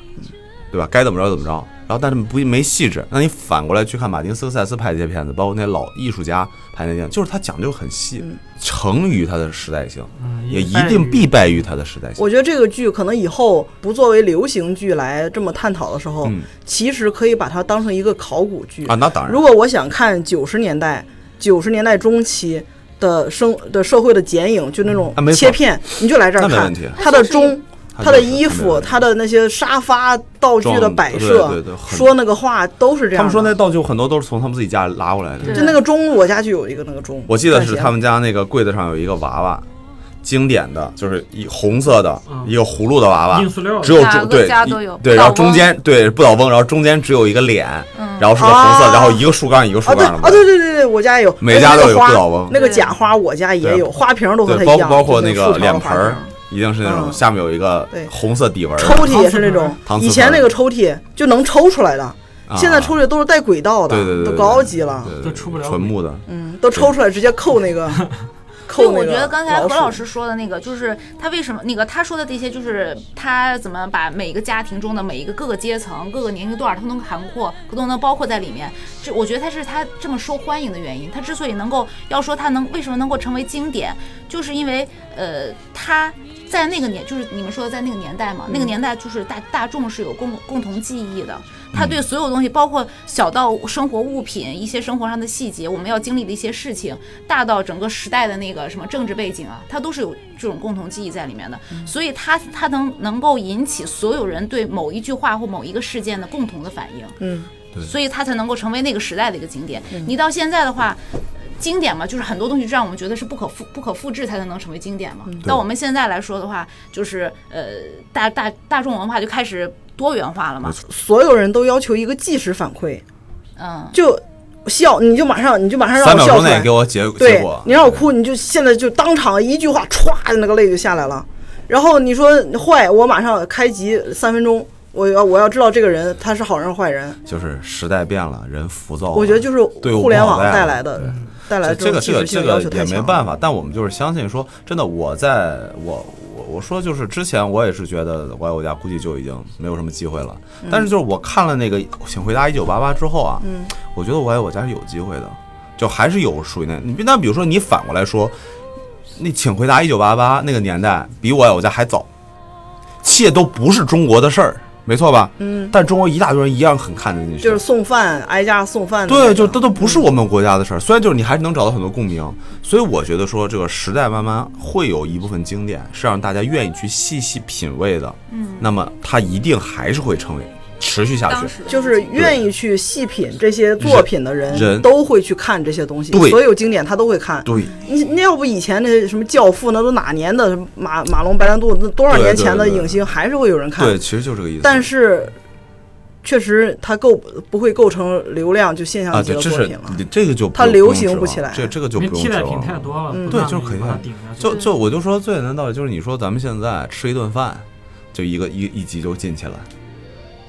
Speaker 5: 对吧？该怎么着怎么着。然后但是不没细致。那你反过来去看马丁斯科塞斯拍的这些片子，包括那老艺术家拍那些，就是他讲究很细，
Speaker 2: 嗯
Speaker 5: 成于它的时代性，
Speaker 4: 嗯，
Speaker 5: 也一
Speaker 4: 败
Speaker 5: 定
Speaker 4: 于
Speaker 5: 必败于它的时代性。
Speaker 2: 我觉得这个剧可能以后不作为流行剧来这么探讨的时候，
Speaker 5: 嗯
Speaker 2: 其实可以把它当成一个考古剧
Speaker 5: 啊，。那当然
Speaker 2: 如。果我想看九十年代、九十年代中期的生的社会的剪影，就那种
Speaker 5: 啊没错
Speaker 2: 切片，你就来这儿
Speaker 5: 那没
Speaker 2: 看
Speaker 5: 问题
Speaker 2: 它的钟。
Speaker 5: 它
Speaker 2: 他的
Speaker 5: 就是
Speaker 2: 衣
Speaker 5: 它没
Speaker 2: 服、
Speaker 5: 问题
Speaker 2: 他的那些沙发道具的
Speaker 5: 装
Speaker 2: 摆
Speaker 5: 对
Speaker 2: 设，
Speaker 5: 对对很
Speaker 2: 说那个话都是这样的。
Speaker 5: 他们说那道具很多都是从他们自己家拉过来的。
Speaker 2: 就那个钟，我家就有一个那个钟，
Speaker 5: 我记得是
Speaker 2: 赚钱
Speaker 5: 他们家那个柜子上有一个娃娃，经典的就是一红色的、
Speaker 4: 嗯
Speaker 5: 一个葫芦的娃娃
Speaker 4: 硬，塑料的
Speaker 5: 只有
Speaker 7: 哪
Speaker 5: 中
Speaker 7: 个
Speaker 5: 对
Speaker 7: 家
Speaker 5: 一
Speaker 7: 都有
Speaker 5: 对，
Speaker 7: 不
Speaker 5: 然后
Speaker 7: 倒翁
Speaker 5: 中
Speaker 7: 嗯
Speaker 5: 间对不倒翁，然后中间只有一个脸，然后是个红色，
Speaker 2: 啊
Speaker 5: 然后一个树干一个树
Speaker 2: 啊，对
Speaker 5: 干的
Speaker 2: 啊，对对对对，我家也有，
Speaker 5: 每家
Speaker 2: 而且
Speaker 5: 都有不
Speaker 2: 那个
Speaker 5: 倒
Speaker 2: 花
Speaker 5: 翁，
Speaker 2: 那个假花我家也
Speaker 5: 对
Speaker 2: 有，花瓶都和
Speaker 5: 对，
Speaker 2: 它一
Speaker 5: 包
Speaker 2: 样，
Speaker 5: 包括
Speaker 2: 就
Speaker 5: 那
Speaker 2: 个
Speaker 5: 个
Speaker 2: 树
Speaker 5: 脸
Speaker 2: 桃
Speaker 5: 盆
Speaker 2: 的花
Speaker 5: 儿
Speaker 2: 瓶。
Speaker 5: 一定是那种
Speaker 2: 嗯
Speaker 5: 下面有一个
Speaker 2: 对
Speaker 5: 红色底纹儿的，
Speaker 2: 抽屉也是那种
Speaker 5: 搪，瓷
Speaker 2: 以前那个抽屉就能抽出来的，
Speaker 5: 啊
Speaker 2: 现在抽屉都是带轨道的，
Speaker 5: 对对对，
Speaker 2: 都
Speaker 5: 对
Speaker 2: 高级了，
Speaker 5: 对对
Speaker 4: 都出不了
Speaker 5: 纯木的，
Speaker 2: 嗯，都抽出来直接扣那 个，
Speaker 3: 对，
Speaker 2: 扣那个。
Speaker 3: 我觉得刚才何老
Speaker 2: 师，
Speaker 3: 师说的那个，就是他为什么那个他说的这些，就是他怎么把每一个家庭中的每一个各个阶层、各个年龄段儿，他都能涵括，都能包括在里面。这我觉得他是他这么受欢迎的原因。他之所以能够要说他能为什么能够成为经典，就是因为呃他。在那个年，就是你们说的在那个年代嘛，那个年代就是大大众是有共共同记忆的，他对所有东西，包括小到生活物品、一些生活上的细节，我们要经历的一些事情，大到整个时代的那个什么政治背景啊，它都是有这种共同记忆在里面的，所以它它能能够引起所有人对某一句话或某一个事件的共同的反应，
Speaker 2: 嗯，
Speaker 3: 所以它才能够成为那个时代的一个经典。你到现在的话。经典嘛，就是很多东西让我们觉得是不可复不可复制，才能成为经典嘛。到我们现在来说的话，就是呃，大大大众文化就开始多元化了嘛。
Speaker 2: 所有人都要求一个即时反馈，
Speaker 3: 嗯，
Speaker 2: 就笑，你就马上，你就
Speaker 7: 嗯
Speaker 2: 马上让
Speaker 5: 三
Speaker 2: 我
Speaker 5: 秒
Speaker 2: 笑
Speaker 5: 钟
Speaker 2: 出来
Speaker 5: 内给。我结结
Speaker 2: 对
Speaker 5: 果，，
Speaker 2: 你让我哭，你就现在就当场一句话，歘，那个泪就下来了。然后你说坏，我马上开集三分钟，我要我要知道这个人他是好人还是坏人。
Speaker 5: 就是时代变了，人浮躁了，
Speaker 2: 我觉得就是
Speaker 5: 哦对我
Speaker 2: 互联网
Speaker 5: 不好带
Speaker 2: 带
Speaker 5: 了
Speaker 2: 来的带来的
Speaker 5: 这
Speaker 2: 种
Speaker 5: 个
Speaker 2: 即
Speaker 5: 这个
Speaker 2: 时
Speaker 5: 这
Speaker 2: 性要
Speaker 5: 个
Speaker 2: 求
Speaker 5: 也
Speaker 2: 太
Speaker 5: 没
Speaker 2: 强。
Speaker 5: 办法，但我们就是相信说，真的，我在我我我说就是之前我也是觉得《我爱我家》估计就已经没有什么机会了，
Speaker 2: 嗯
Speaker 5: 但是就是我看了那个《请回答一九八八》之后啊，我觉得《我爱我家》是有机会的，就还是有属于那你那比如说你反过来说，那《请回答一九八八》那个年代比《我爱我家》还早，切都不是中国的事儿，没错吧？嗯，但中国一大堆人一样很看得进去，
Speaker 2: 就是送饭挨家送饭的那嗯
Speaker 5: 对，
Speaker 2: 种，
Speaker 5: 就这都不是我们国家的事儿。虽然就是你还是能找到很多共鸣，所以我觉得说这个时代慢慢会有一部分经典是让大家愿意去细细品味的。嗯，那么它一定还是会成为持续下去。
Speaker 2: 就是愿意去细品这些作品的人，
Speaker 5: 人
Speaker 2: 都会去看这些东西，
Speaker 5: 对
Speaker 2: 所有经典他都会看。
Speaker 5: 对，
Speaker 2: 你那要不以前那什么《教父》，那都哪年的什么马马龙、白兰度，那多少
Speaker 5: 对
Speaker 2: 年
Speaker 5: 对
Speaker 2: 前的
Speaker 5: 对
Speaker 2: 影星，还是会有人看。
Speaker 5: 对，其实就这个意思。
Speaker 2: 但是确实它构不会构成流量就现象
Speaker 5: 啊，
Speaker 2: 级
Speaker 5: 对，
Speaker 2: 的
Speaker 5: 这
Speaker 2: 作
Speaker 5: 是
Speaker 2: 品了。
Speaker 5: 你这个就不
Speaker 2: 它
Speaker 5: 用
Speaker 2: 流
Speaker 5: 用
Speaker 2: 行
Speaker 5: 指
Speaker 2: 不
Speaker 5: 望
Speaker 2: 起来
Speaker 5: 这这个就
Speaker 4: 因为
Speaker 5: 不用
Speaker 4: 替代
Speaker 5: 指
Speaker 4: 品
Speaker 5: 望
Speaker 4: 太
Speaker 5: 了。
Speaker 4: 多了，
Speaker 2: 嗯
Speaker 4: 不
Speaker 5: 对
Speaker 4: 断
Speaker 5: 就是
Speaker 4: 地
Speaker 5: 可以
Speaker 4: 把它
Speaker 5: 的
Speaker 4: 顶下去。
Speaker 5: 就就我就说最简单道理就是你说咱们现在吃一顿饭，就一个一一集就进去了，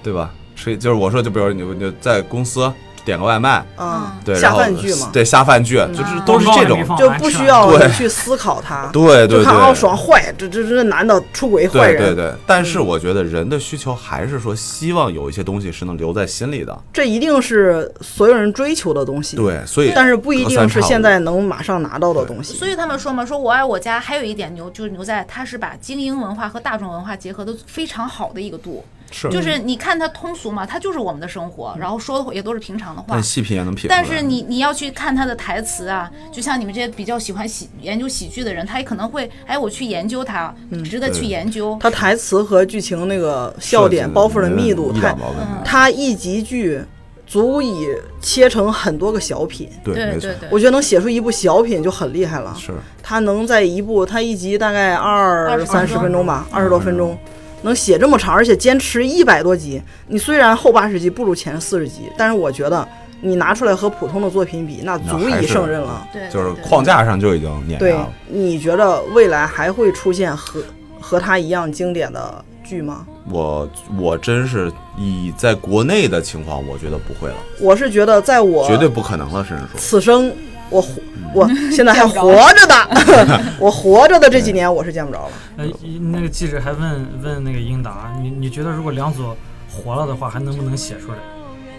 Speaker 5: 对吧？吃就是我说就比如你你在公司点个外卖，
Speaker 2: 啊，
Speaker 5: 对，然
Speaker 2: 下
Speaker 5: 后
Speaker 2: 饭剧嘛，
Speaker 5: 对下饭剧，
Speaker 7: 嗯
Speaker 5: 就是都是这种。
Speaker 2: 就不需要
Speaker 5: 对
Speaker 2: 你去思考它。
Speaker 5: 对对
Speaker 2: 就看
Speaker 5: 对，
Speaker 2: 哦，爽坏，这这这男的出轨坏
Speaker 5: 对
Speaker 2: 人，嗯
Speaker 5: 对对，但是我觉得人的需求还是说，希望有一些东西是能留在心里的。
Speaker 2: 这一定是所有人追求的东西。，
Speaker 5: 对，所以
Speaker 2: 但是不一
Speaker 5: 隔
Speaker 2: 定
Speaker 5: 三差
Speaker 2: 是
Speaker 5: 五
Speaker 2: 现在能马上拿到的东西。
Speaker 7: 所以他们说嘛，说我爱我家还有一点牛，就是牛在它是把精英文化和大众文化结合的非常好的一个度。
Speaker 5: 是
Speaker 7: 就是你看它通俗嘛，它就是我们的生活，然后说的也都是平常的话
Speaker 5: 但。细品也能品出来。
Speaker 7: 但是你你要去看它的台词啊，就像你们这些比较喜欢喜研究喜剧的人，他也可能会，哎，我去研究它，值得去
Speaker 5: 对
Speaker 7: 研究。
Speaker 2: 它台词和剧情那个笑
Speaker 5: 设计
Speaker 2: 点包袱的
Speaker 5: 没
Speaker 2: 密度
Speaker 5: 一
Speaker 2: 太
Speaker 5: 两，
Speaker 7: 嗯
Speaker 5: 毛病。
Speaker 2: 它一集剧足以切成很多个小品。
Speaker 5: 对，
Speaker 7: 对
Speaker 5: 没错
Speaker 7: 对，对，
Speaker 2: 我觉得能写出一部小品就很厉害了。
Speaker 5: 是
Speaker 2: 他能在一部，他一集大概二
Speaker 7: 20
Speaker 2: 三十分钟吧，二十多分
Speaker 5: 嗯
Speaker 2: 钟，能写这么长，而且坚持一百多集。你虽然后八十集不如前四十集，但是我觉得你拿出来和普通的作品比，那
Speaker 5: 那
Speaker 2: 足
Speaker 5: 还
Speaker 2: 以
Speaker 5: 是
Speaker 2: 胜任了。
Speaker 7: 对
Speaker 5: 就是
Speaker 7: 对
Speaker 5: 框架上就已经碾
Speaker 2: 对
Speaker 5: 压了。，
Speaker 2: 你觉得未来还会出现和和他一样经典的剧吗？
Speaker 5: 我我真是以在国内的情况，我觉得不会了，
Speaker 2: 我是觉得，在我
Speaker 5: 绝对嗯不可能了，甚至说。
Speaker 2: 此生我活，我现在还活着的， 我活着的这几年我是见不着了。
Speaker 4: 呃，一那个记者还问问那个英达，你你觉得如果梁左活了的话，还能不能写出来？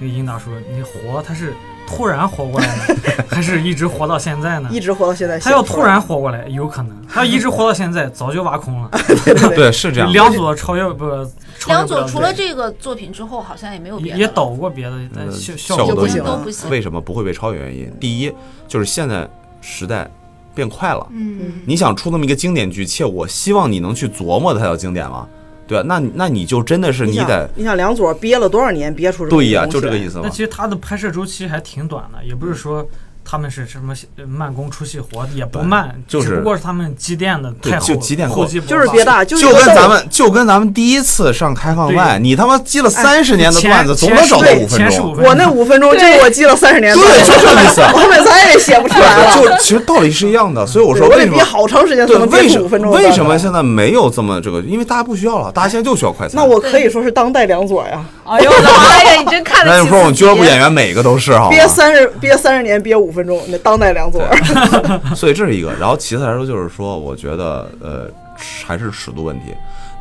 Speaker 4: 那个英达说，你活他是突然活过来呢，还是一直活到现在呢？
Speaker 2: 一直活到现在，
Speaker 4: 他要突然活过来，有可能；他要一直活到现在，早就挖空了。
Speaker 2: 对对 对
Speaker 5: 对，啊是这样的。
Speaker 4: 梁左超越不，超越
Speaker 7: 梁
Speaker 4: 不
Speaker 7: 左
Speaker 4: 了
Speaker 7: 除了
Speaker 4: 对
Speaker 7: 这个作品之后，好像也没有别
Speaker 4: 也
Speaker 7: 的
Speaker 4: 也
Speaker 7: 了
Speaker 4: 导过别的，但
Speaker 5: 呃
Speaker 4: 效
Speaker 5: 效果
Speaker 4: 果
Speaker 2: 都
Speaker 5: 不
Speaker 2: 不行
Speaker 5: 行
Speaker 2: 了
Speaker 7: 都不行
Speaker 5: 为什么不会被超越？原因第一就是现在时代变快了，
Speaker 7: 嗯，
Speaker 5: 你想出那么一个经典剧，且我希望你能去琢磨它叫经典吗？对吧？那你那你就真的是
Speaker 2: 你
Speaker 5: 你
Speaker 2: 想
Speaker 5: 得
Speaker 2: 你想梁左憋了多少年憋出这
Speaker 5: 对呀，就这个
Speaker 2: 思。
Speaker 5: 意思
Speaker 4: 那
Speaker 5: 嘛
Speaker 4: 其。实它的拍摄周期还挺短的，也不是说他们是什么呃慢工出细活，也不
Speaker 5: 对
Speaker 4: 慢，
Speaker 5: 就是
Speaker 4: 只不过是他们积淀的
Speaker 5: 对
Speaker 4: 太厚，
Speaker 5: 就积淀过
Speaker 4: 厚积薄
Speaker 2: 就是
Speaker 4: 发
Speaker 2: 别大，就
Speaker 5: 就
Speaker 2: 一个
Speaker 5: 跟
Speaker 2: 豆
Speaker 5: 咱们就跟咱们第一次上开放麦，
Speaker 4: 对
Speaker 5: 你他妈积了三十年的
Speaker 4: 前
Speaker 5: 段子，总
Speaker 4: 前
Speaker 5: 得
Speaker 4: 十
Speaker 5: 找到
Speaker 4: 对
Speaker 5: 五分
Speaker 4: 前十
Speaker 5: 钟
Speaker 4: 五。
Speaker 2: 我那五分钟就我记了三十年，
Speaker 5: 对，就这个意思。啊
Speaker 2: 我每次还也写不出来了。
Speaker 5: 就其实道理是一样的，所以我
Speaker 2: 对
Speaker 5: 说
Speaker 2: 我
Speaker 5: 为
Speaker 2: 得
Speaker 5: 什
Speaker 2: 憋
Speaker 5: 么
Speaker 2: 好长时间才
Speaker 5: 对
Speaker 2: 能
Speaker 5: 为
Speaker 2: 憋出
Speaker 5: 什
Speaker 2: 五分钟
Speaker 5: 么
Speaker 2: 的段子。啊
Speaker 5: 为什么现在没有这么这个？因为大家不需要了，大家现在就需要快餐。
Speaker 2: 那我可以说是当代梁左呀，
Speaker 7: 哎呦我的妈呀，你真看得
Speaker 5: 那
Speaker 7: 起
Speaker 5: 你说我们
Speaker 7: 自己
Speaker 5: 俱乐部演员每个都是好吗？
Speaker 2: 憋三十憋三十年憋五分钟，那当代梁左。
Speaker 5: 所以这是一个。然后其次来说，就是说，我觉得呃，还是尺度问题。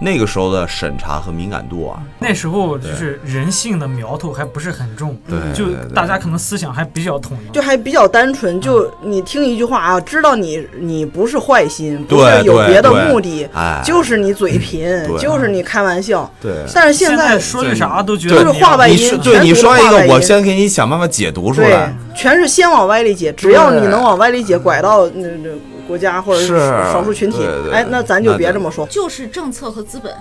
Speaker 5: 那个时候的审查和敏感度啊，
Speaker 2: 嗯
Speaker 4: 那时候就是人性的苗头还不是很重，
Speaker 5: 对
Speaker 4: 就
Speaker 5: 对对
Speaker 4: 大家可能思想还比较统一，
Speaker 2: 就还比较单纯，就你听一句话啊，知道你你不是坏心，不
Speaker 5: 对
Speaker 2: 是有
Speaker 5: 对
Speaker 2: 别的
Speaker 5: 对
Speaker 2: 目的
Speaker 5: 哎，
Speaker 2: 就是你嘴 贫，
Speaker 5: 对
Speaker 2: 就是你开玩笑。
Speaker 5: 对
Speaker 2: 但是现
Speaker 4: 现
Speaker 2: 在
Speaker 4: 说句啥都觉
Speaker 5: 对
Speaker 4: 得
Speaker 2: 就是话外
Speaker 5: 你
Speaker 2: 音
Speaker 5: 说
Speaker 2: 全
Speaker 5: 对
Speaker 2: 都
Speaker 5: 你
Speaker 2: 是
Speaker 5: 说一
Speaker 2: 话
Speaker 5: 个
Speaker 2: 外，音
Speaker 5: 我先给你想办法解读出
Speaker 2: 对
Speaker 5: 来。，
Speaker 2: 全是先往歪里解，只要你
Speaker 5: 对
Speaker 2: 能往歪里解，拐到那那国家或者
Speaker 5: 是
Speaker 2: 少数群体
Speaker 5: 对，对
Speaker 2: 哎，那咱就
Speaker 5: 那
Speaker 2: 别
Speaker 5: 就
Speaker 2: 这么说。
Speaker 7: 就是政策和资本。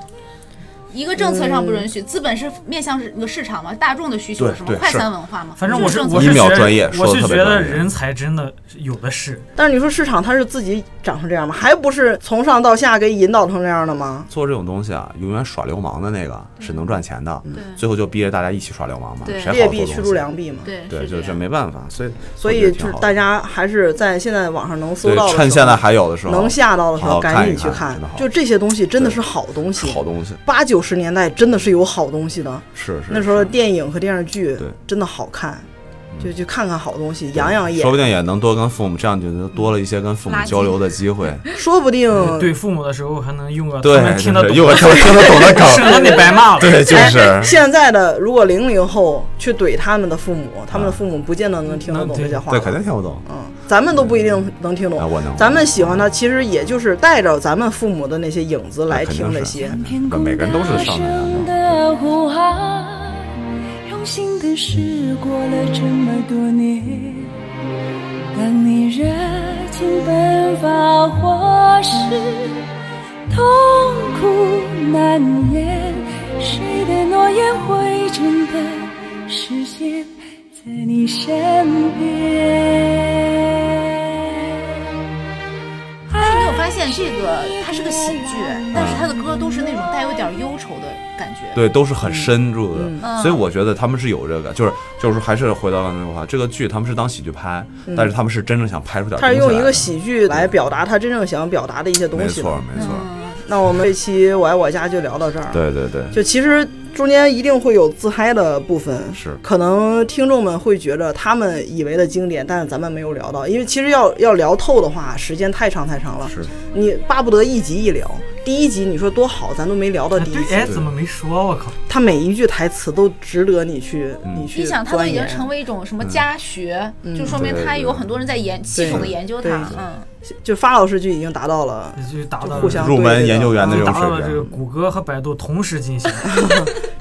Speaker 7: 一个政策上不允许，资本是面向市市场嘛，大众的需求
Speaker 5: 对
Speaker 7: 是
Speaker 5: 对
Speaker 7: 吗？快
Speaker 5: 是
Speaker 7: 餐文化嘛，
Speaker 4: 反正我是
Speaker 7: 就是政
Speaker 4: 我
Speaker 7: 策
Speaker 4: 是
Speaker 5: 一秒
Speaker 4: 觉得
Speaker 5: 专业
Speaker 4: 我
Speaker 5: 说得
Speaker 4: 是
Speaker 5: 特别
Speaker 4: 觉
Speaker 5: 专
Speaker 4: 得
Speaker 5: 业
Speaker 4: 人才真的有的是，
Speaker 2: 但是你说市场它是自己长成这样吗？还不是从上到下给引导成这样的吗？
Speaker 5: 做这种东西啊，永远耍流氓的那个是能赚钱的，最后就逼着大家一起耍流氓嘛，
Speaker 7: 嗯对
Speaker 5: 谁好
Speaker 2: 劣
Speaker 5: 做
Speaker 2: 币
Speaker 5: 东
Speaker 2: 驱逐
Speaker 5: 西？
Speaker 2: 良币嘛。
Speaker 7: 对
Speaker 5: 对，
Speaker 7: 是
Speaker 5: 就
Speaker 7: 这
Speaker 5: 这
Speaker 7: 样。
Speaker 5: 没办法，所以
Speaker 2: 所以就是大家还是在现在网上能搜
Speaker 5: 对
Speaker 2: 到的时候，
Speaker 5: 趁现在还有的时候，
Speaker 2: 能下到的时
Speaker 5: 好
Speaker 2: 候，
Speaker 5: 好
Speaker 2: 赶
Speaker 5: 看一
Speaker 2: 紧去
Speaker 5: 看真的好
Speaker 2: 就这些东西真的是好东西。
Speaker 5: 好东西
Speaker 2: 八九十年代真的是有好东西的，
Speaker 5: 是是
Speaker 2: 那时候的
Speaker 5: 是
Speaker 2: 电影和电视剧
Speaker 5: 对嗯
Speaker 2: 真的好看，就去看看好东西，养养眼
Speaker 5: 说。不定也能多跟父母这样，就能多了一些跟父母交流的机 会。
Speaker 2: 说不定
Speaker 5: 嗯
Speaker 4: 对父母的时候还能用个
Speaker 5: 对，
Speaker 4: 他们听得
Speaker 5: 就是
Speaker 4: 懂，
Speaker 5: 又听听得懂的
Speaker 4: 省
Speaker 5: 梗，
Speaker 4: 得你白骂了。
Speaker 5: 对，就
Speaker 2: 哎
Speaker 5: 是
Speaker 2: 现在的如果零零后去怼他们的父母，他们的父母不见得能听得懂这些话
Speaker 5: 对，，肯定听不懂。
Speaker 2: 嗯，咱们都不一定能听
Speaker 5: 哎我
Speaker 2: 懂
Speaker 5: 能。
Speaker 2: 咱们喜欢他，其实也就是带着咱们父母的那些影子来
Speaker 5: 肯定
Speaker 2: 听
Speaker 5: 是
Speaker 2: 这些。
Speaker 6: 天空
Speaker 5: 每个人都是
Speaker 6: 大
Speaker 5: 上来的
Speaker 2: 嗯
Speaker 6: 声的呼喊。荣幸的是，过了这么多年，当你热情奔放或是痛苦难言，谁的诺言会真的实现，在你身边？
Speaker 7: 但是你有发现这个它是个喜剧，但是它的歌
Speaker 3: 歌都是那种带有点忧愁的感觉。
Speaker 5: 对，都是很深入的，
Speaker 2: 嗯
Speaker 5: 所以我觉得他们是有这个，就是就是还是回到刚才那句话，这个剧他们是当喜剧拍，但是他们是真正想拍出点
Speaker 2: 嗯他
Speaker 5: 东
Speaker 2: 是
Speaker 5: 西来的。
Speaker 2: 用一个喜剧来表达他真正想表达的一些东
Speaker 5: 没
Speaker 2: 西。
Speaker 5: 错，没错，
Speaker 2: 那我们这期我爱我家就聊到这儿。
Speaker 5: 对对对，
Speaker 2: 就其实中间一定会有自嗨的部分，
Speaker 5: 是
Speaker 2: 可能听众们会觉着他们以为的经典，但是咱们没有聊到，因为其实要要聊透的话，时间太长太长了，
Speaker 5: 是
Speaker 2: 你巴不得一集一聊。第一集你说多好，咱都没聊到
Speaker 4: 哎
Speaker 2: 第一
Speaker 4: 对，
Speaker 2: 集，
Speaker 4: 哎，怎么没说？我靠，
Speaker 2: 他每一句台词都值得你去
Speaker 5: 嗯
Speaker 2: 你去
Speaker 3: 你想，它都已经
Speaker 2: 钻研嗯
Speaker 3: 成为一种什么家学，就说明
Speaker 5: 对
Speaker 3: 它
Speaker 5: 对
Speaker 3: 有很多人在研系统的研究
Speaker 2: 对
Speaker 3: 它。嗯，
Speaker 2: 就发老师就已经达到了
Speaker 4: 就达到了
Speaker 2: 互相嗯
Speaker 5: 入门研究员那
Speaker 4: 就
Speaker 5: 种
Speaker 4: 达到
Speaker 5: 水
Speaker 4: 了这个
Speaker 5: 平。
Speaker 4: 谷歌和百度同时进 行。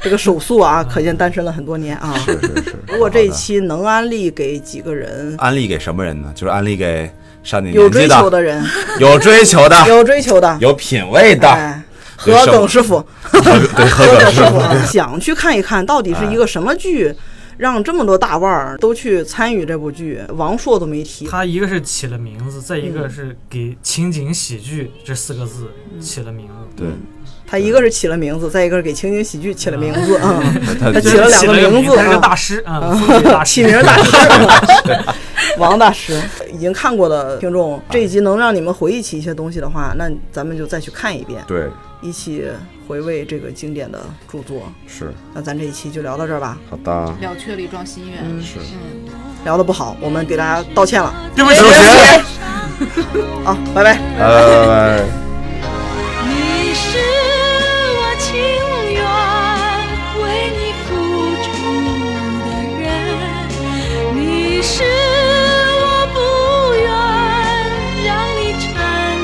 Speaker 2: 这个手速啊，可见单身了很多年啊。
Speaker 5: 是是是。
Speaker 2: 如果这一
Speaker 5: 好的
Speaker 2: 期能安利给几个人，
Speaker 5: 安利给什么人呢？就是安利给上点
Speaker 2: 有
Speaker 5: 啊年纪
Speaker 2: 追求
Speaker 5: 的、
Speaker 2: 的人，
Speaker 5: 有追求的、
Speaker 2: 有追求的，
Speaker 5: 有品味的，
Speaker 2: 哎， 和
Speaker 5: 对
Speaker 2: 耿师傅。
Speaker 5: 对，何可是
Speaker 2: 想去看一看到底是一个什么剧，让这么多大腕儿都去参与这部剧。王朔都没提，
Speaker 4: 他一个是起了名字，再一
Speaker 2: 嗯
Speaker 4: 个是给情景喜剧这四个字起了名字。
Speaker 5: 对，
Speaker 2: 他一个是起了名字，再一个是给情景喜剧起了名字，嗯，
Speaker 5: 他
Speaker 2: 他
Speaker 5: 就
Speaker 2: 起了两个
Speaker 4: 个
Speaker 2: 名字
Speaker 4: 他是
Speaker 2: 啊
Speaker 4: 个大师啊，风水大师
Speaker 2: 起名大师，王大师。已经看过的听众，这一集能让你们回忆起一些东西的话，那咱们就再去看一遍，
Speaker 5: 对，
Speaker 2: 一起回味这个经典的著作。
Speaker 5: 是
Speaker 2: 那咱这一期就聊到这儿吧，
Speaker 5: 好的，
Speaker 3: 了却了一桩心愿。
Speaker 2: 嗯
Speaker 3: 嗯
Speaker 5: 是。
Speaker 2: 聊的不好，我们给大家道歉了
Speaker 4: 对不起，
Speaker 2: 啊，拜拜。
Speaker 5: 拜拜拜拜。
Speaker 6: 你是我情愿为你付出的人，你是我不愿让你缠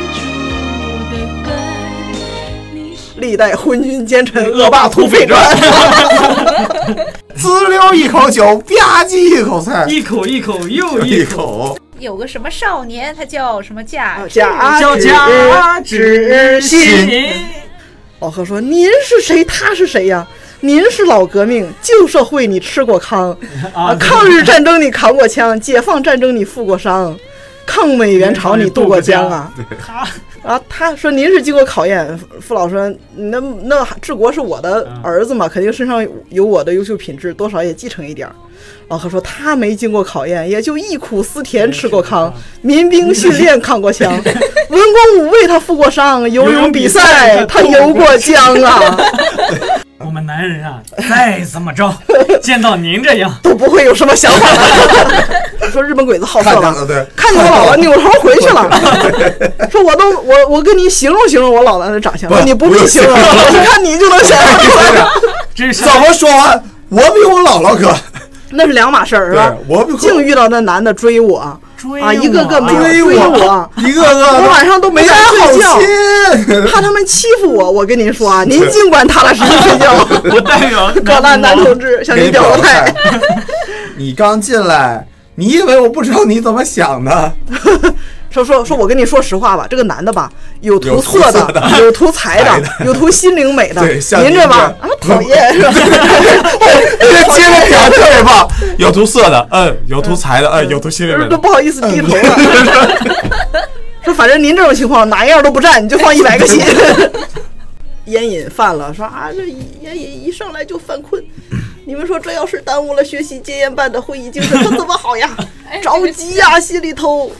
Speaker 6: 住的根，你是。
Speaker 2: 历代昏君奸臣恶霸土匪传。
Speaker 5: 滋溜一口酒，吧唧一口菜，
Speaker 4: 一口一口又
Speaker 5: 一
Speaker 4: 一口，
Speaker 5: 口。
Speaker 3: 有个什么少年，他叫什么驾
Speaker 2: 嗯
Speaker 3: 驶？
Speaker 2: 假
Speaker 4: 叫家之
Speaker 2: 心。
Speaker 4: 心。
Speaker 2: 老何哦说：“您是谁？他是谁呀？您是老革命，旧社会你吃过糠，啊，抗日战争你扛过枪，解放战争你负过伤，抗美援朝你渡过江啊。”啊，他说您是经过考验，傅傅老师说，那那治国是我的儿子嘛，肯定身上有我的优秀品质，多少也继承一点儿。老何说他没经过考验，也就忆苦思甜吃过糠，民兵训练扛过 枪，文工武为他负过伤，游泳比 赛他游过江啊，
Speaker 4: 我们男人啊，再怎么着，见到您这样，
Speaker 2: 都不会有什么想法了。 说日本鬼子好色啊吧？
Speaker 5: 对，
Speaker 2: 看见我老了，扭头回去 了。说我都我我跟你形容形容我老了的长相，
Speaker 5: 不
Speaker 2: 你不
Speaker 5: 不
Speaker 2: 必
Speaker 5: 用
Speaker 2: 形容，
Speaker 5: 形
Speaker 2: 我看你就能 想象出来。
Speaker 4: 这是
Speaker 5: 怎么说完？我比我姥姥哥，
Speaker 2: 那是两码事儿，是吧
Speaker 5: 对？我不
Speaker 2: 净遇到那男的追我，
Speaker 4: 追
Speaker 2: 啊，一个个没有
Speaker 4: 我
Speaker 2: 追我，
Speaker 5: 一个个
Speaker 2: 我晚上都没
Speaker 5: 没
Speaker 2: 敢睡觉
Speaker 5: 好，亲。
Speaker 2: 怕他们欺负我。我跟您说啊，您尽管踏踏实实睡觉。
Speaker 4: 我代表
Speaker 2: 广大男同志向
Speaker 5: 给
Speaker 2: 您
Speaker 5: 你
Speaker 2: 表
Speaker 5: 表
Speaker 2: 个
Speaker 5: 个
Speaker 2: 态
Speaker 5: 态。。你刚进来，你以为我不知道你怎么想的？
Speaker 2: 说说说，我跟你说实话吧，这个男的吧，有
Speaker 5: 有
Speaker 2: 图
Speaker 5: 图
Speaker 2: 色
Speaker 5: 色
Speaker 2: 的
Speaker 5: 的，
Speaker 2: 有图 财
Speaker 5: 财
Speaker 2: 的，
Speaker 5: 的
Speaker 2: 有图心灵美的。
Speaker 5: 对像
Speaker 2: 您
Speaker 5: 您
Speaker 2: 这吧，
Speaker 5: 这
Speaker 2: 啊，讨厌 是吧？
Speaker 5: 这接着表特别棒，有图色的，嗯，有图财的，嗯，有图心里面的。
Speaker 2: 都
Speaker 5: 嗯
Speaker 2: 不好意思低头了。说反正您这种情况哪一样都不占，你就放一百个 心。烟瘾犯了，说啊这烟瘾一上来就犯困，你们说这要是耽误了学习戒烟办的会议精神，可怎么好呀？着急呀、心里头。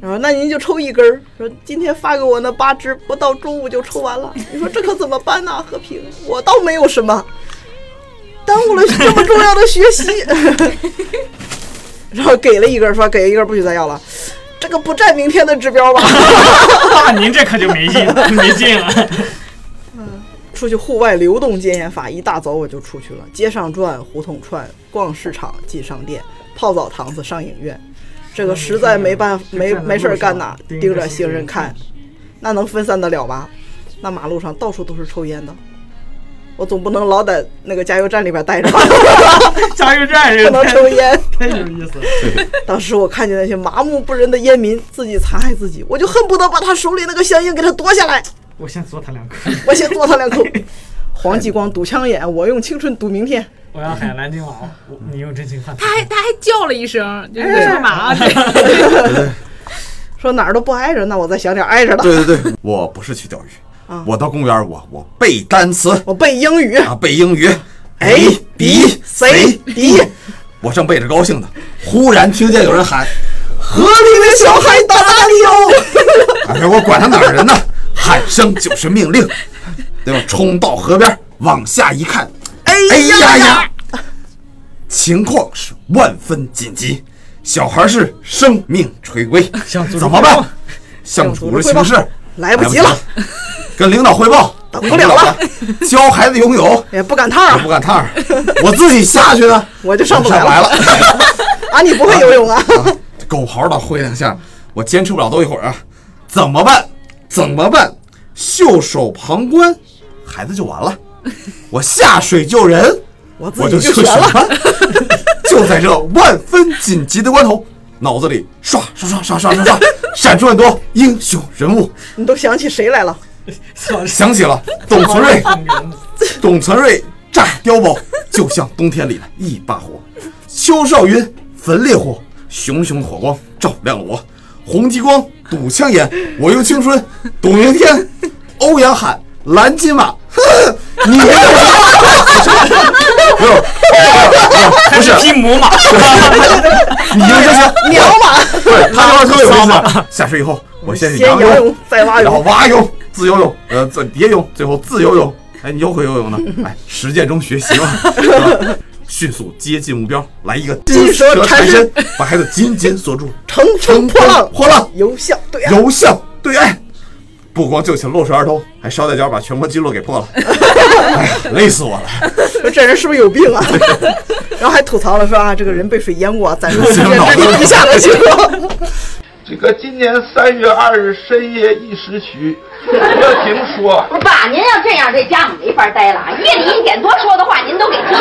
Speaker 2: 然后那您就抽一根儿，说今天发给我那八支，不到中午就抽完了。你说这可怎么办呢、和平，我倒没有什么，耽误了这么重要的学习。然后给了一根儿，说给一根儿不许再要了，这个不占明天的指标吧。
Speaker 4: 那您这可就没劲没劲了。
Speaker 2: 出去户外流动戒烟法，一大早我就出去了，街上转，胡同串，逛市场，进商店，泡澡堂子，上影院。这个实在没办法，没没事儿干呐，盯着行人看，那能分散得了吗？那马路上到处都是抽烟的，我总不能老在那个加油站里边待着吧，
Speaker 4: 加油站
Speaker 2: 不
Speaker 4: 人
Speaker 2: 能抽烟。
Speaker 4: 太有意思了。
Speaker 2: 当时我看见那些麻木不仁的烟民自己残害自己，我就恨不得把他手里那个香烟给他夺下来。
Speaker 4: 我先左他两口，
Speaker 2: 我先剁他两口。黄继光堵枪眼，我用青春赌明天。
Speaker 4: 我要喊蓝鲸娃娃，我你用真情换。
Speaker 7: 他还他还叫了一声，就是说嘛啊，对
Speaker 2: 说哪儿都不挨着，那我再想点挨着 的。
Speaker 7: 对对对，我不是去钓鱼，我到公园我我背单词
Speaker 2: 我背英语
Speaker 7: 啊，背英语
Speaker 2: ，A B C D，
Speaker 7: 我正背着高兴呢，忽然听见有人喊：“河里面小
Speaker 2: 小
Speaker 7: 孩
Speaker 2: 孩到哪里哦？
Speaker 7: 哎呀，我管他哪儿人呢，喊声就是命令，对吧？冲到河边，往下一看，
Speaker 2: 哎
Speaker 7: 哎呀
Speaker 2: 呀
Speaker 7: 呀，情况是万分紧急，小孩是生命垂 危，
Speaker 8: 向组织
Speaker 7: 怎么
Speaker 8: 汇
Speaker 7: 办
Speaker 8: 报？
Speaker 7: 向组织
Speaker 2: 向组织汇报
Speaker 7: 形势
Speaker 2: 来不及了，
Speaker 7: 跟领导汇报
Speaker 2: 等不了了，
Speaker 7: 教孩子游泳。
Speaker 2: 也不赶趟
Speaker 7: 我
Speaker 2: 儿
Speaker 7: 不，赶趟儿，我自己下去的，
Speaker 2: 我就上不
Speaker 7: 不来
Speaker 2: 来了 啊！你不会游泳啊？
Speaker 7: 啊狗刨的挥两下，我坚持不了多一会儿啊，怎么办？怎么办？袖手旁观，孩子就完了。我下水救人，
Speaker 2: 我自
Speaker 7: 我
Speaker 2: 己
Speaker 7: 就去
Speaker 2: 悬了。
Speaker 7: 了。就在这万分紧急的关头，脑子里刷刷刷刷刷刷刷，闪出很多英雄人物，
Speaker 2: 你都想起谁来了？
Speaker 7: 想起了董存瑞。董存瑞炸碉堡，就像冬天里的一把火；邱少云焚烈火，熊熊火光照亮了我。洪吉光堵枪眼，我又青春；董明天，欧阳喊蓝金马，呵呵你没有 不用，不是，
Speaker 8: 匹母马，
Speaker 7: 你赢就行。
Speaker 2: 鸟马，
Speaker 7: 对他聊的特别有 意思。啊下水以后，我先是
Speaker 2: 先
Speaker 7: 仰
Speaker 2: 游
Speaker 7: 泳
Speaker 2: 泳，再蛙
Speaker 7: 然后
Speaker 2: 泳，
Speaker 7: 蛙泳、自由 泳，呃，自蝶泳，最后自由泳。哎，你又会游泳 呢？哎，实践中学习嘛， 是吧迅速接近目标，来一个金蛇缠身，把孩子紧紧锁住，
Speaker 2: 乘风破浪，
Speaker 7: 破浪
Speaker 2: 游向对啊岸。
Speaker 7: 游向对岸。不光救起了落水儿童，还捎带脚把全国纪录给 破了。哎呀，累死我了！
Speaker 2: 说这人是不是有 病啊？然后还吐槽了说啊，这个人被水淹过， 暂时世界之地一下得去了。
Speaker 9: 这个今年三月二日深夜一时许，乐婷说
Speaker 10: 不是爸，您要这样，这家我没法待了啊！夜里一点多说的话，您都给记了。：“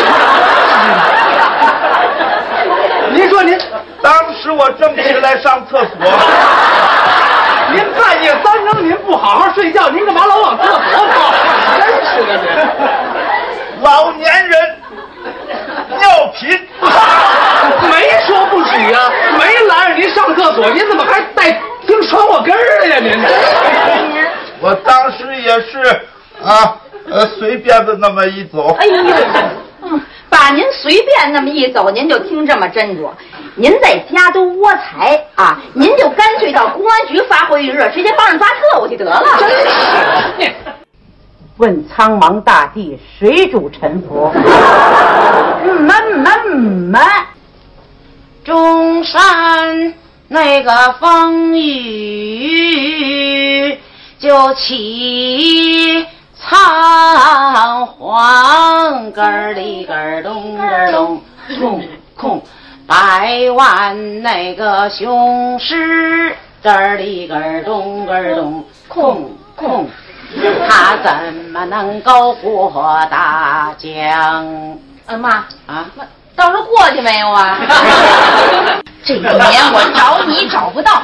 Speaker 9: 您说您，当时我正起来上厕所，您半夜三更您不好好睡觉，您干嘛老往厕所跑？真是的，这老年人尿频，没说不许啊，没拦着您上厕所，您怎么还带听穿我根儿了呀？您这，我当时也是啊，呃，随便的那么一走
Speaker 10: 哎呦，嗯，爸，您随便那么一走，您就听这么斟酌。您在家都窝财啊，您就干脆到公安局发挥余热，直接帮着抓特务去得了。真是。
Speaker 11: 问苍茫大地，谁主沉浮？ 嗯嘛嗯嘛嗯嘛，中山那个风雨就起苍黄，根儿里根儿咚根儿咚，空空。百万那个雄狮，根儿里根儿咚根儿咚，空空。他怎么能够过大江？
Speaker 10: 嗯，妈，
Speaker 11: 啊，
Speaker 10: 到时候过去没有啊？这一年我找你找不到，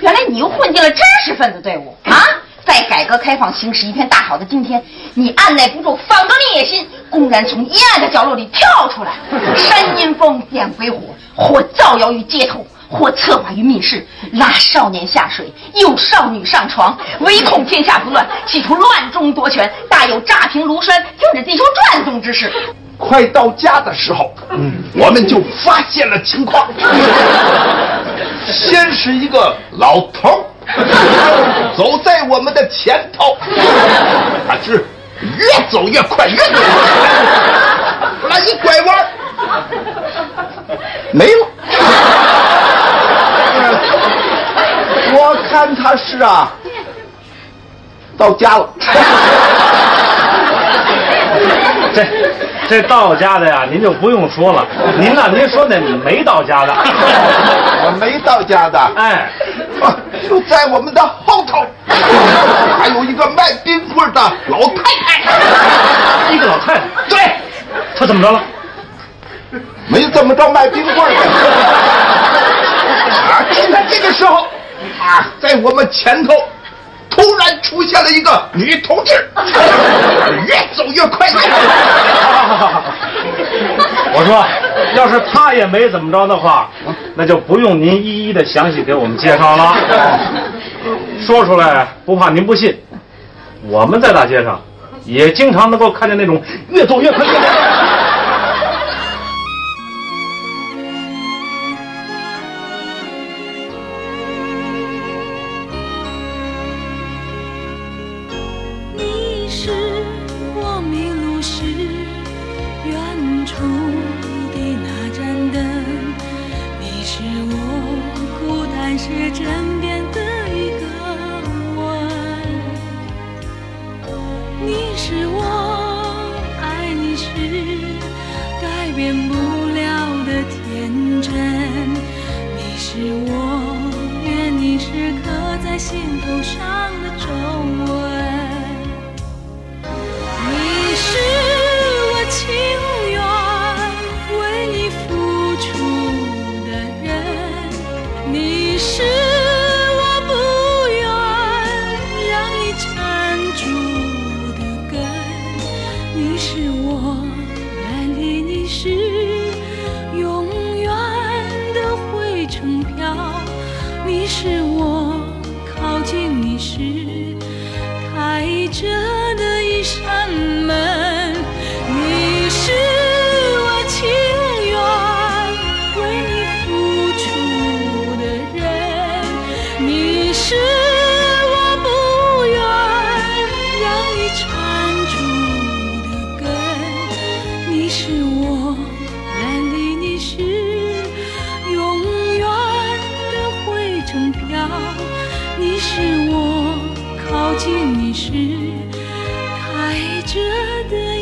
Speaker 10: 原来你又混进了知识分子队伍啊！在改革开放形势一片大好的今天，你按耐不住反革命野心，公然从阴暗的角落里跳出来，煽阴风，点鬼火，或造谣于街头，或策划于密室，拉少年下水，诱少女上床，唯恐天下不乱，企图乱中夺权，大有炸平庐山，停止地球转动之势。
Speaker 9: 快到家的时候，我们就发现了情 况。先是一个老头儿 走在我们的前头，他是越走越快，越走越快，后来一拐弯儿没了。我看他是啊，到家了。
Speaker 6: 这这到家的呀，您就不用说了。您呐，您说那没到家的，
Speaker 9: 我没到家的，
Speaker 6: 哎，
Speaker 9: 啊就在我们的后 头，还有一个卖冰棍的老太太，
Speaker 6: 一个老太太，
Speaker 9: 对，
Speaker 6: 她怎么着了？
Speaker 9: 没怎么着卖冰棍的。啊，就在这个时候，啊，在我们前头，突然出现了一个女同 志，越走越快。
Speaker 12: 我说，要是他也没怎么着的话，那就不用您一一的详细给我们介绍了。说出来不怕您不信，我们在大街上也经常能够看见那种越走越快。
Speaker 6: 你是我迷路时远处的那盏灯，你是我孤单时枕边的一个吻，你是我爱你时改变不了的天真，你是我愿你时刻在心头上的皱纹。你是我情愿为你付出的人，你是我不愿让你缠住的根，你是我远离你时永远的灰尘飘，你是我靠近你时。开着的一扇门。你是我情愿为你付出的人，你是我不愿让你缠住的根，你是我远离你时永远的灰尘飘，你是我。靠近你时开着的。